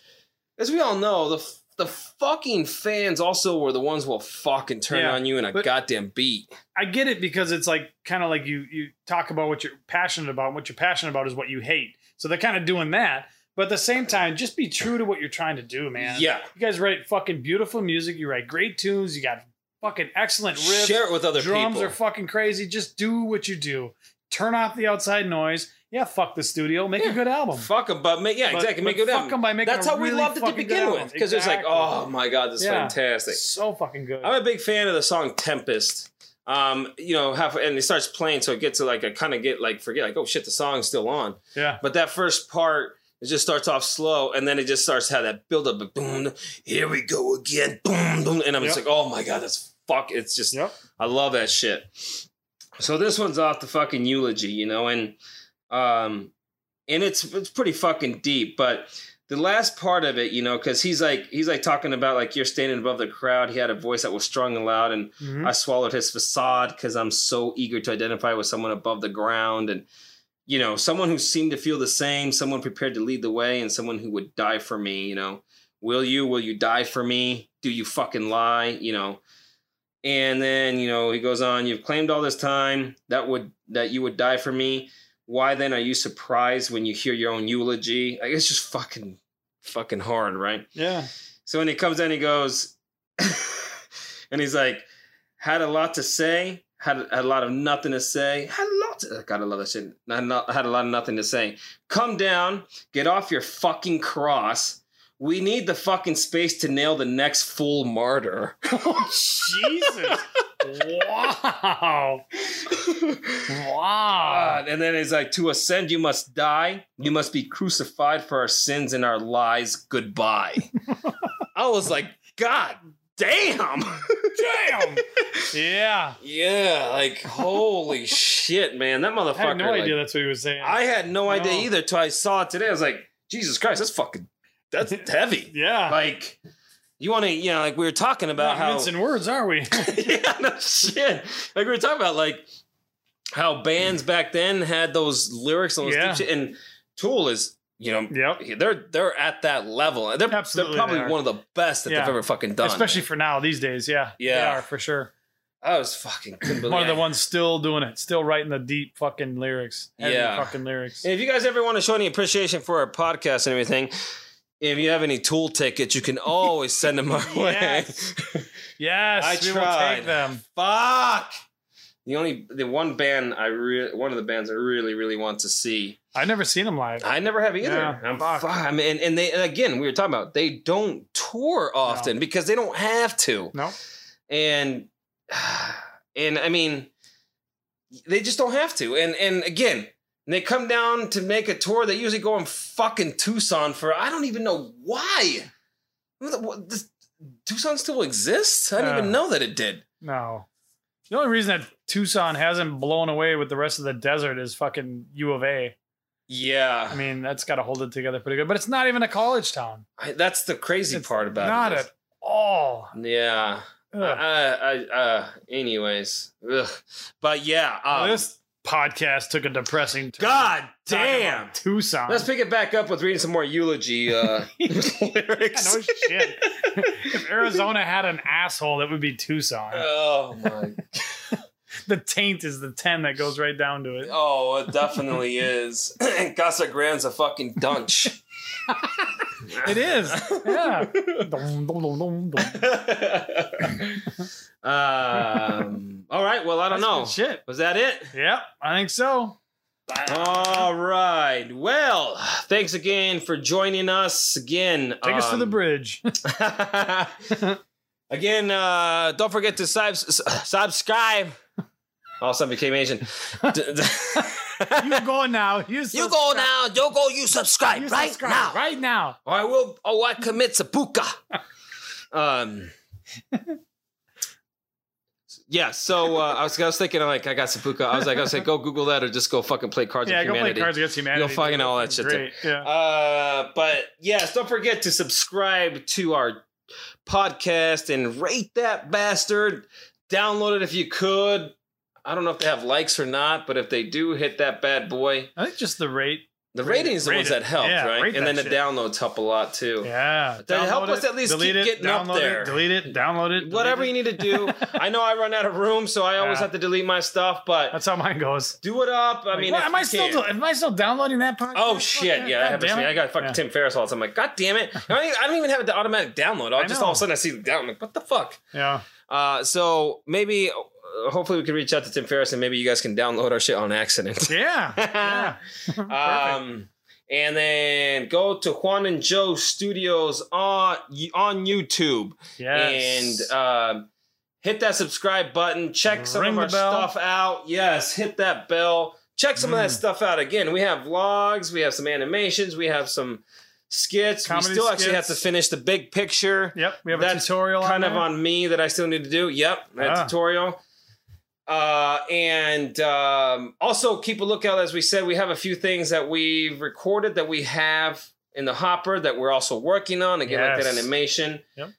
Speaker 2: as we all know, the the fucking fans also were the ones who will fucking turn
Speaker 3: Yeah.
Speaker 2: on you in a
Speaker 3: But-
Speaker 2: goddamn beat.
Speaker 3: I get it because it's like kind of like you you talk about what you're passionate about, and what you're passionate about is what you hate. So they're kind of doing that, but at the same time, just be true to what you're trying to do, man.
Speaker 2: Yeah,
Speaker 3: you guys write fucking beautiful music. You write great tunes. You got fucking excellent riffs.
Speaker 2: share it with other
Speaker 3: drums
Speaker 2: people.
Speaker 3: are fucking crazy. Just do what you do. Turn off the outside noise. Yeah, fuck the studio. Make
Speaker 2: Yeah.
Speaker 3: a good album.
Speaker 2: Fuck them, but ma- yeah,
Speaker 3: But-
Speaker 2: exactly. Make
Speaker 3: but
Speaker 2: it
Speaker 3: fuck
Speaker 2: up.
Speaker 3: 'em by making
Speaker 2: That's
Speaker 3: a
Speaker 2: how we
Speaker 3: really
Speaker 2: loved it to
Speaker 3: fucking good
Speaker 2: begin
Speaker 3: album.
Speaker 2: with, because it's like,
Speaker 3: Exactly.
Speaker 2: oh my god, this is
Speaker 3: Yeah.
Speaker 2: fantastic.
Speaker 3: So fucking good.
Speaker 2: I'm a big fan of the song Tempest. Um, you know, half and it starts playing, so it gets to like I kind of get like forget like oh shit, the song's still on.
Speaker 3: yeah.
Speaker 2: But that first part, it just starts off slow, and then it just starts to have that build up. Boom, here we go again. Boom, boom, and I'm just
Speaker 3: Yep.
Speaker 2: like, oh my god, that's fuck. It's just
Speaker 3: Yep.
Speaker 2: I love that shit. So this one's off the fucking eulogy, you know, and um, and it's it's pretty fucking deep, but. The last part of it, you know, because he's like he's like talking about like you're standing above the crowd. He had a voice that was strong and loud, and
Speaker 3: Mhm.
Speaker 2: I swallowed his facade because I'm so eager to identify with someone above the ground and, you know, someone who seemed to feel the same, someone prepared to lead the way, and someone who would die for me, you know. Will you? Will you die for me? Do you fucking lie? You know. And then, you know, he goes on, you've claimed all this time that would that you would die for me. Why then are you surprised when you hear your own eulogy? Like it's just fucking fucking hard, right?
Speaker 3: Yeah.
Speaker 2: So when he comes in, he goes, and he's like, had a lot to say, had, had a lot of nothing to say, had a lot. To, oh, God, I love that shit. Not, not, had a lot of nothing to say. Come down, get off your fucking cross. We need the fucking space to nail the next full martyr. Oh,
Speaker 3: Jesus. wow. Wow.
Speaker 2: God. And then it's like, to ascend, you must die. You must be crucified for our sins and our lies. Goodbye. I was like, God damn.
Speaker 3: Damn. yeah.
Speaker 2: Yeah, like holy shit, man, that motherfucker.
Speaker 3: I had no
Speaker 2: like-
Speaker 3: idea that's what he was saying.
Speaker 2: I had no, idea
Speaker 3: No.
Speaker 2: either till I saw it today. I was like, Jesus Christ, that's fucking, that's heavy.
Speaker 3: yeah.
Speaker 2: Like, you want to, you know, like we were talking about
Speaker 3: Not
Speaker 2: how,
Speaker 3: mints and words, are we?
Speaker 2: yeah, no shit. Like we were talking about like how bands back then had those lyrics and those deep
Speaker 3: Yeah.
Speaker 2: shit, and Tool is, you know,
Speaker 3: yep.
Speaker 2: they're they're at that level. They're
Speaker 3: Absolutely
Speaker 2: they're probably
Speaker 3: they are.
Speaker 2: one of the best that
Speaker 3: Yeah.
Speaker 2: they've ever fucking done.
Speaker 3: Especially for now, these days. Yeah. They
Speaker 2: Yeah.
Speaker 3: are for sure.
Speaker 2: I was fucking couldn't believe
Speaker 3: One of the
Speaker 2: I-
Speaker 3: ones still doing it, still writing the deep fucking lyrics. Heavy
Speaker 2: Yeah.
Speaker 3: Fucking lyrics.
Speaker 2: And if you guys ever want to show any appreciation for our podcast and everything, if you have any tool tickets, you can always send them our way.
Speaker 3: Yes. Yes.
Speaker 2: I
Speaker 3: we will
Speaker 2: tried.
Speaker 3: take them.
Speaker 2: Fuck. The only the one band I really one of the bands I really really want to see.
Speaker 3: I've never seen them live.
Speaker 2: I never have either.
Speaker 3: Yeah,
Speaker 2: I'm
Speaker 3: fuck.
Speaker 2: fuck. I mean, and, and they and again we were talking about they don't tour often because they don't have to.
Speaker 3: no.
Speaker 2: and and I mean, they just don't have to. And and again, they come down to make a tour. They usually go in fucking Tucson for I don't even know why. What the- what- does Tucson still exists? I didn't
Speaker 3: Uh.
Speaker 2: even know that it did.
Speaker 3: No. The only reason that Tucson hasn't blown away with the rest of the desert is fucking U of A. I
Speaker 2: Yeah,
Speaker 3: mean, that's got to hold it together pretty good. But it's not even a college town.
Speaker 2: I, that's the crazy
Speaker 3: It's
Speaker 2: part about
Speaker 3: not
Speaker 2: it.
Speaker 3: at all.
Speaker 2: Yeah.
Speaker 3: Ugh.
Speaker 2: Uh, I, I, uh, anyways, Ugh. but yeah, um,
Speaker 3: this podcast took a depressing turn.
Speaker 2: God
Speaker 3: Talking
Speaker 2: damn.
Speaker 3: about Tucson.
Speaker 2: Let's pick it back up with reading some more eulogy uh,
Speaker 3: Yeah,
Speaker 2: lyrics.
Speaker 3: no shit. if Arizona had an asshole, that would be Tucson.
Speaker 2: Oh my!
Speaker 3: the taint is the ten that goes right down to it.
Speaker 2: Oh, it definitely is. Casa Grande's a fucking dunch.
Speaker 3: It is. Yeah. Dum, dum, dum, dum, dum.
Speaker 2: um, all right. Well, I don't
Speaker 3: That's
Speaker 2: know.
Speaker 3: good Shit.
Speaker 2: Was that it?
Speaker 3: Yep, I think so.
Speaker 2: All right. Well, thanks again for joining us again.
Speaker 3: Take us to
Speaker 2: um,
Speaker 3: the bridge.
Speaker 2: Again, uh, don't forget to sub- s- subscribe. All of a sudden became Asian. D- d-
Speaker 3: you go now. You,
Speaker 2: you go now. You go. You subscribe
Speaker 3: You
Speaker 2: right
Speaker 3: subscribe
Speaker 2: now.
Speaker 3: Right now.
Speaker 2: Or I will. Oh, I commit seppuku. um. Yeah. So uh, I was. I was thinking. Like I got seppuku. I was like. I was like. Go Google that, or just go fucking play Cards
Speaker 3: Yeah,
Speaker 2: with
Speaker 3: go play
Speaker 2: Humanity.
Speaker 3: Cards Against Humanity.
Speaker 2: You'll fucking all that shit too.
Speaker 3: Great. Yeah.
Speaker 2: Uh, but yes, don't forget to subscribe to our podcast and rate that bastard. Download it if you could. I don't know if they have likes or not, but if they do, hit that bad boy.
Speaker 3: I think just the rate.
Speaker 2: The
Speaker 3: Rate it,
Speaker 2: ratings are the
Speaker 3: rate
Speaker 2: ones
Speaker 3: it.
Speaker 2: that help,
Speaker 3: Yeah,
Speaker 2: right?
Speaker 3: rate
Speaker 2: And
Speaker 3: that
Speaker 2: then the
Speaker 3: shit.
Speaker 2: downloads help a lot too.
Speaker 3: Yeah.
Speaker 2: To help
Speaker 3: Download
Speaker 2: us
Speaker 3: it,
Speaker 2: at least
Speaker 3: delete
Speaker 2: keep
Speaker 3: it,
Speaker 2: getting up
Speaker 3: download it,
Speaker 2: there.
Speaker 3: delete it. Download it. delete
Speaker 2: Whatever
Speaker 3: it.
Speaker 2: you need to do. I know I run out of room, so I always
Speaker 3: Yeah.
Speaker 2: have to delete my stuff, but
Speaker 3: That's how mine goes.
Speaker 2: do it up. I
Speaker 3: Like,
Speaker 2: mean,
Speaker 3: what,
Speaker 2: if
Speaker 3: am I
Speaker 2: you
Speaker 3: still
Speaker 2: can.
Speaker 3: do- am I still downloading that podcast?
Speaker 2: Oh
Speaker 3: Fuck
Speaker 2: shit! Yeah, that
Speaker 3: God
Speaker 2: happens to
Speaker 3: damn
Speaker 2: me.
Speaker 3: it.
Speaker 2: I got fucking
Speaker 3: Yeah.
Speaker 2: Tim Ferriss all the time. I'm like, God damn it! I don't even, I don't even have the automatic download. I'll
Speaker 3: I
Speaker 2: just all of a sudden
Speaker 3: know.
Speaker 2: I see the download. I'm like, what the fuck?
Speaker 3: Yeah.
Speaker 2: Uh, so maybe, uh, hopefully, we can reach out to Tim Ferriss and maybe you guys can download our shit on accident.
Speaker 3: Yeah. yeah. Perfect.
Speaker 2: um, and then go to Juan and Joe Studios on on YouTube
Speaker 3: Yes.
Speaker 2: and um, hit that subscribe button. Check some
Speaker 3: Ring
Speaker 2: of
Speaker 3: the
Speaker 2: our
Speaker 3: bell.
Speaker 2: stuff out. Yes, hit that bell. Check some of that
Speaker 3: Mm.
Speaker 2: stuff out again. We have vlogs, we have some animations, we have some skits.
Speaker 3: Comedy
Speaker 2: we still actually have
Speaker 3: skits.
Speaker 2: to finish the big picture.
Speaker 3: yep. We have a
Speaker 2: that's
Speaker 3: tutorial.
Speaker 2: Kind
Speaker 3: on
Speaker 2: of
Speaker 3: there.
Speaker 2: on me that I still need to do. Yep, that
Speaker 3: Ah.
Speaker 2: tutorial. Uh, and um, also keep a lookout. As we said, we have a few things that we've recorded that we have in the hopper that we're also working on. Again, like that
Speaker 3: Yes.
Speaker 2: animation.
Speaker 3: Yep.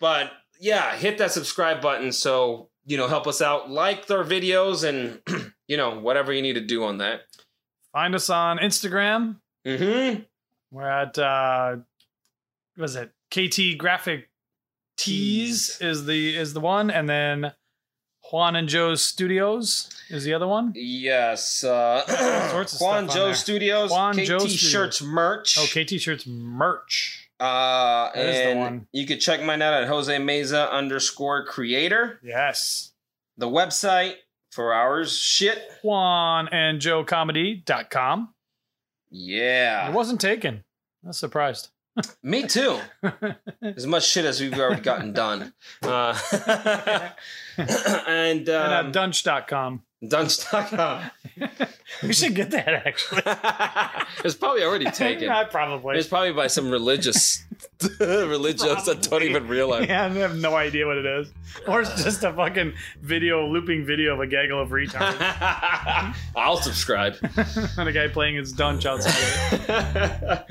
Speaker 2: But yeah, hit that subscribe button so you know help us out. Like our videos and you know whatever you need to do on that.
Speaker 3: Find us on Instagram.
Speaker 2: Mm-hmm.
Speaker 3: We're at uh what is it? KT Graphic Tees is the is the one, and then Juan and Joe's Studios is the other one.
Speaker 2: Yes.
Speaker 3: All
Speaker 2: Uh,
Speaker 3: sorts of
Speaker 2: Juan
Speaker 3: stuff on
Speaker 2: Joe
Speaker 3: there.
Speaker 2: Studios.
Speaker 3: Juan
Speaker 2: KT
Speaker 3: Joe
Speaker 2: shirts merch.
Speaker 3: Oh, KT shirts merch.
Speaker 2: Uh,
Speaker 3: That is the
Speaker 2: and
Speaker 3: one.
Speaker 2: you could check mine out at Jose Meza underscore creator.
Speaker 3: Yes.
Speaker 2: The website for ours shit.
Speaker 3: Juan and Joe Comedy.com. It
Speaker 2: Yeah.
Speaker 3: wasn't taken. I was surprised.
Speaker 2: Me too. as much shit as we've already gotten done. Uh, and
Speaker 3: and
Speaker 2: um,
Speaker 3: at dunch.com.
Speaker 2: Dunch.com.
Speaker 3: we should get that actually.
Speaker 2: it's probably already taken.
Speaker 3: Not probably.
Speaker 2: It's probably by some religious religious that don't even realize.
Speaker 3: Yeah, I have no idea what it is. Or it's just a fucking video, looping video of a gaggle of retards
Speaker 2: I'll subscribe.
Speaker 3: and a guy playing his dunch outside.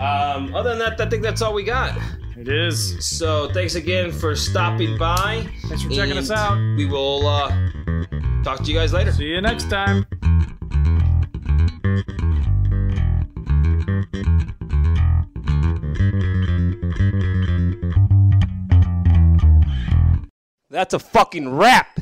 Speaker 2: um, other than that, I think that's all we got.
Speaker 3: It is.
Speaker 2: So thanks again for stopping by.
Speaker 3: Thanks for checking us
Speaker 2: and
Speaker 3: out.
Speaker 2: We will uh, talk to you guys later.
Speaker 3: See you next time.
Speaker 2: That's a fucking wrap.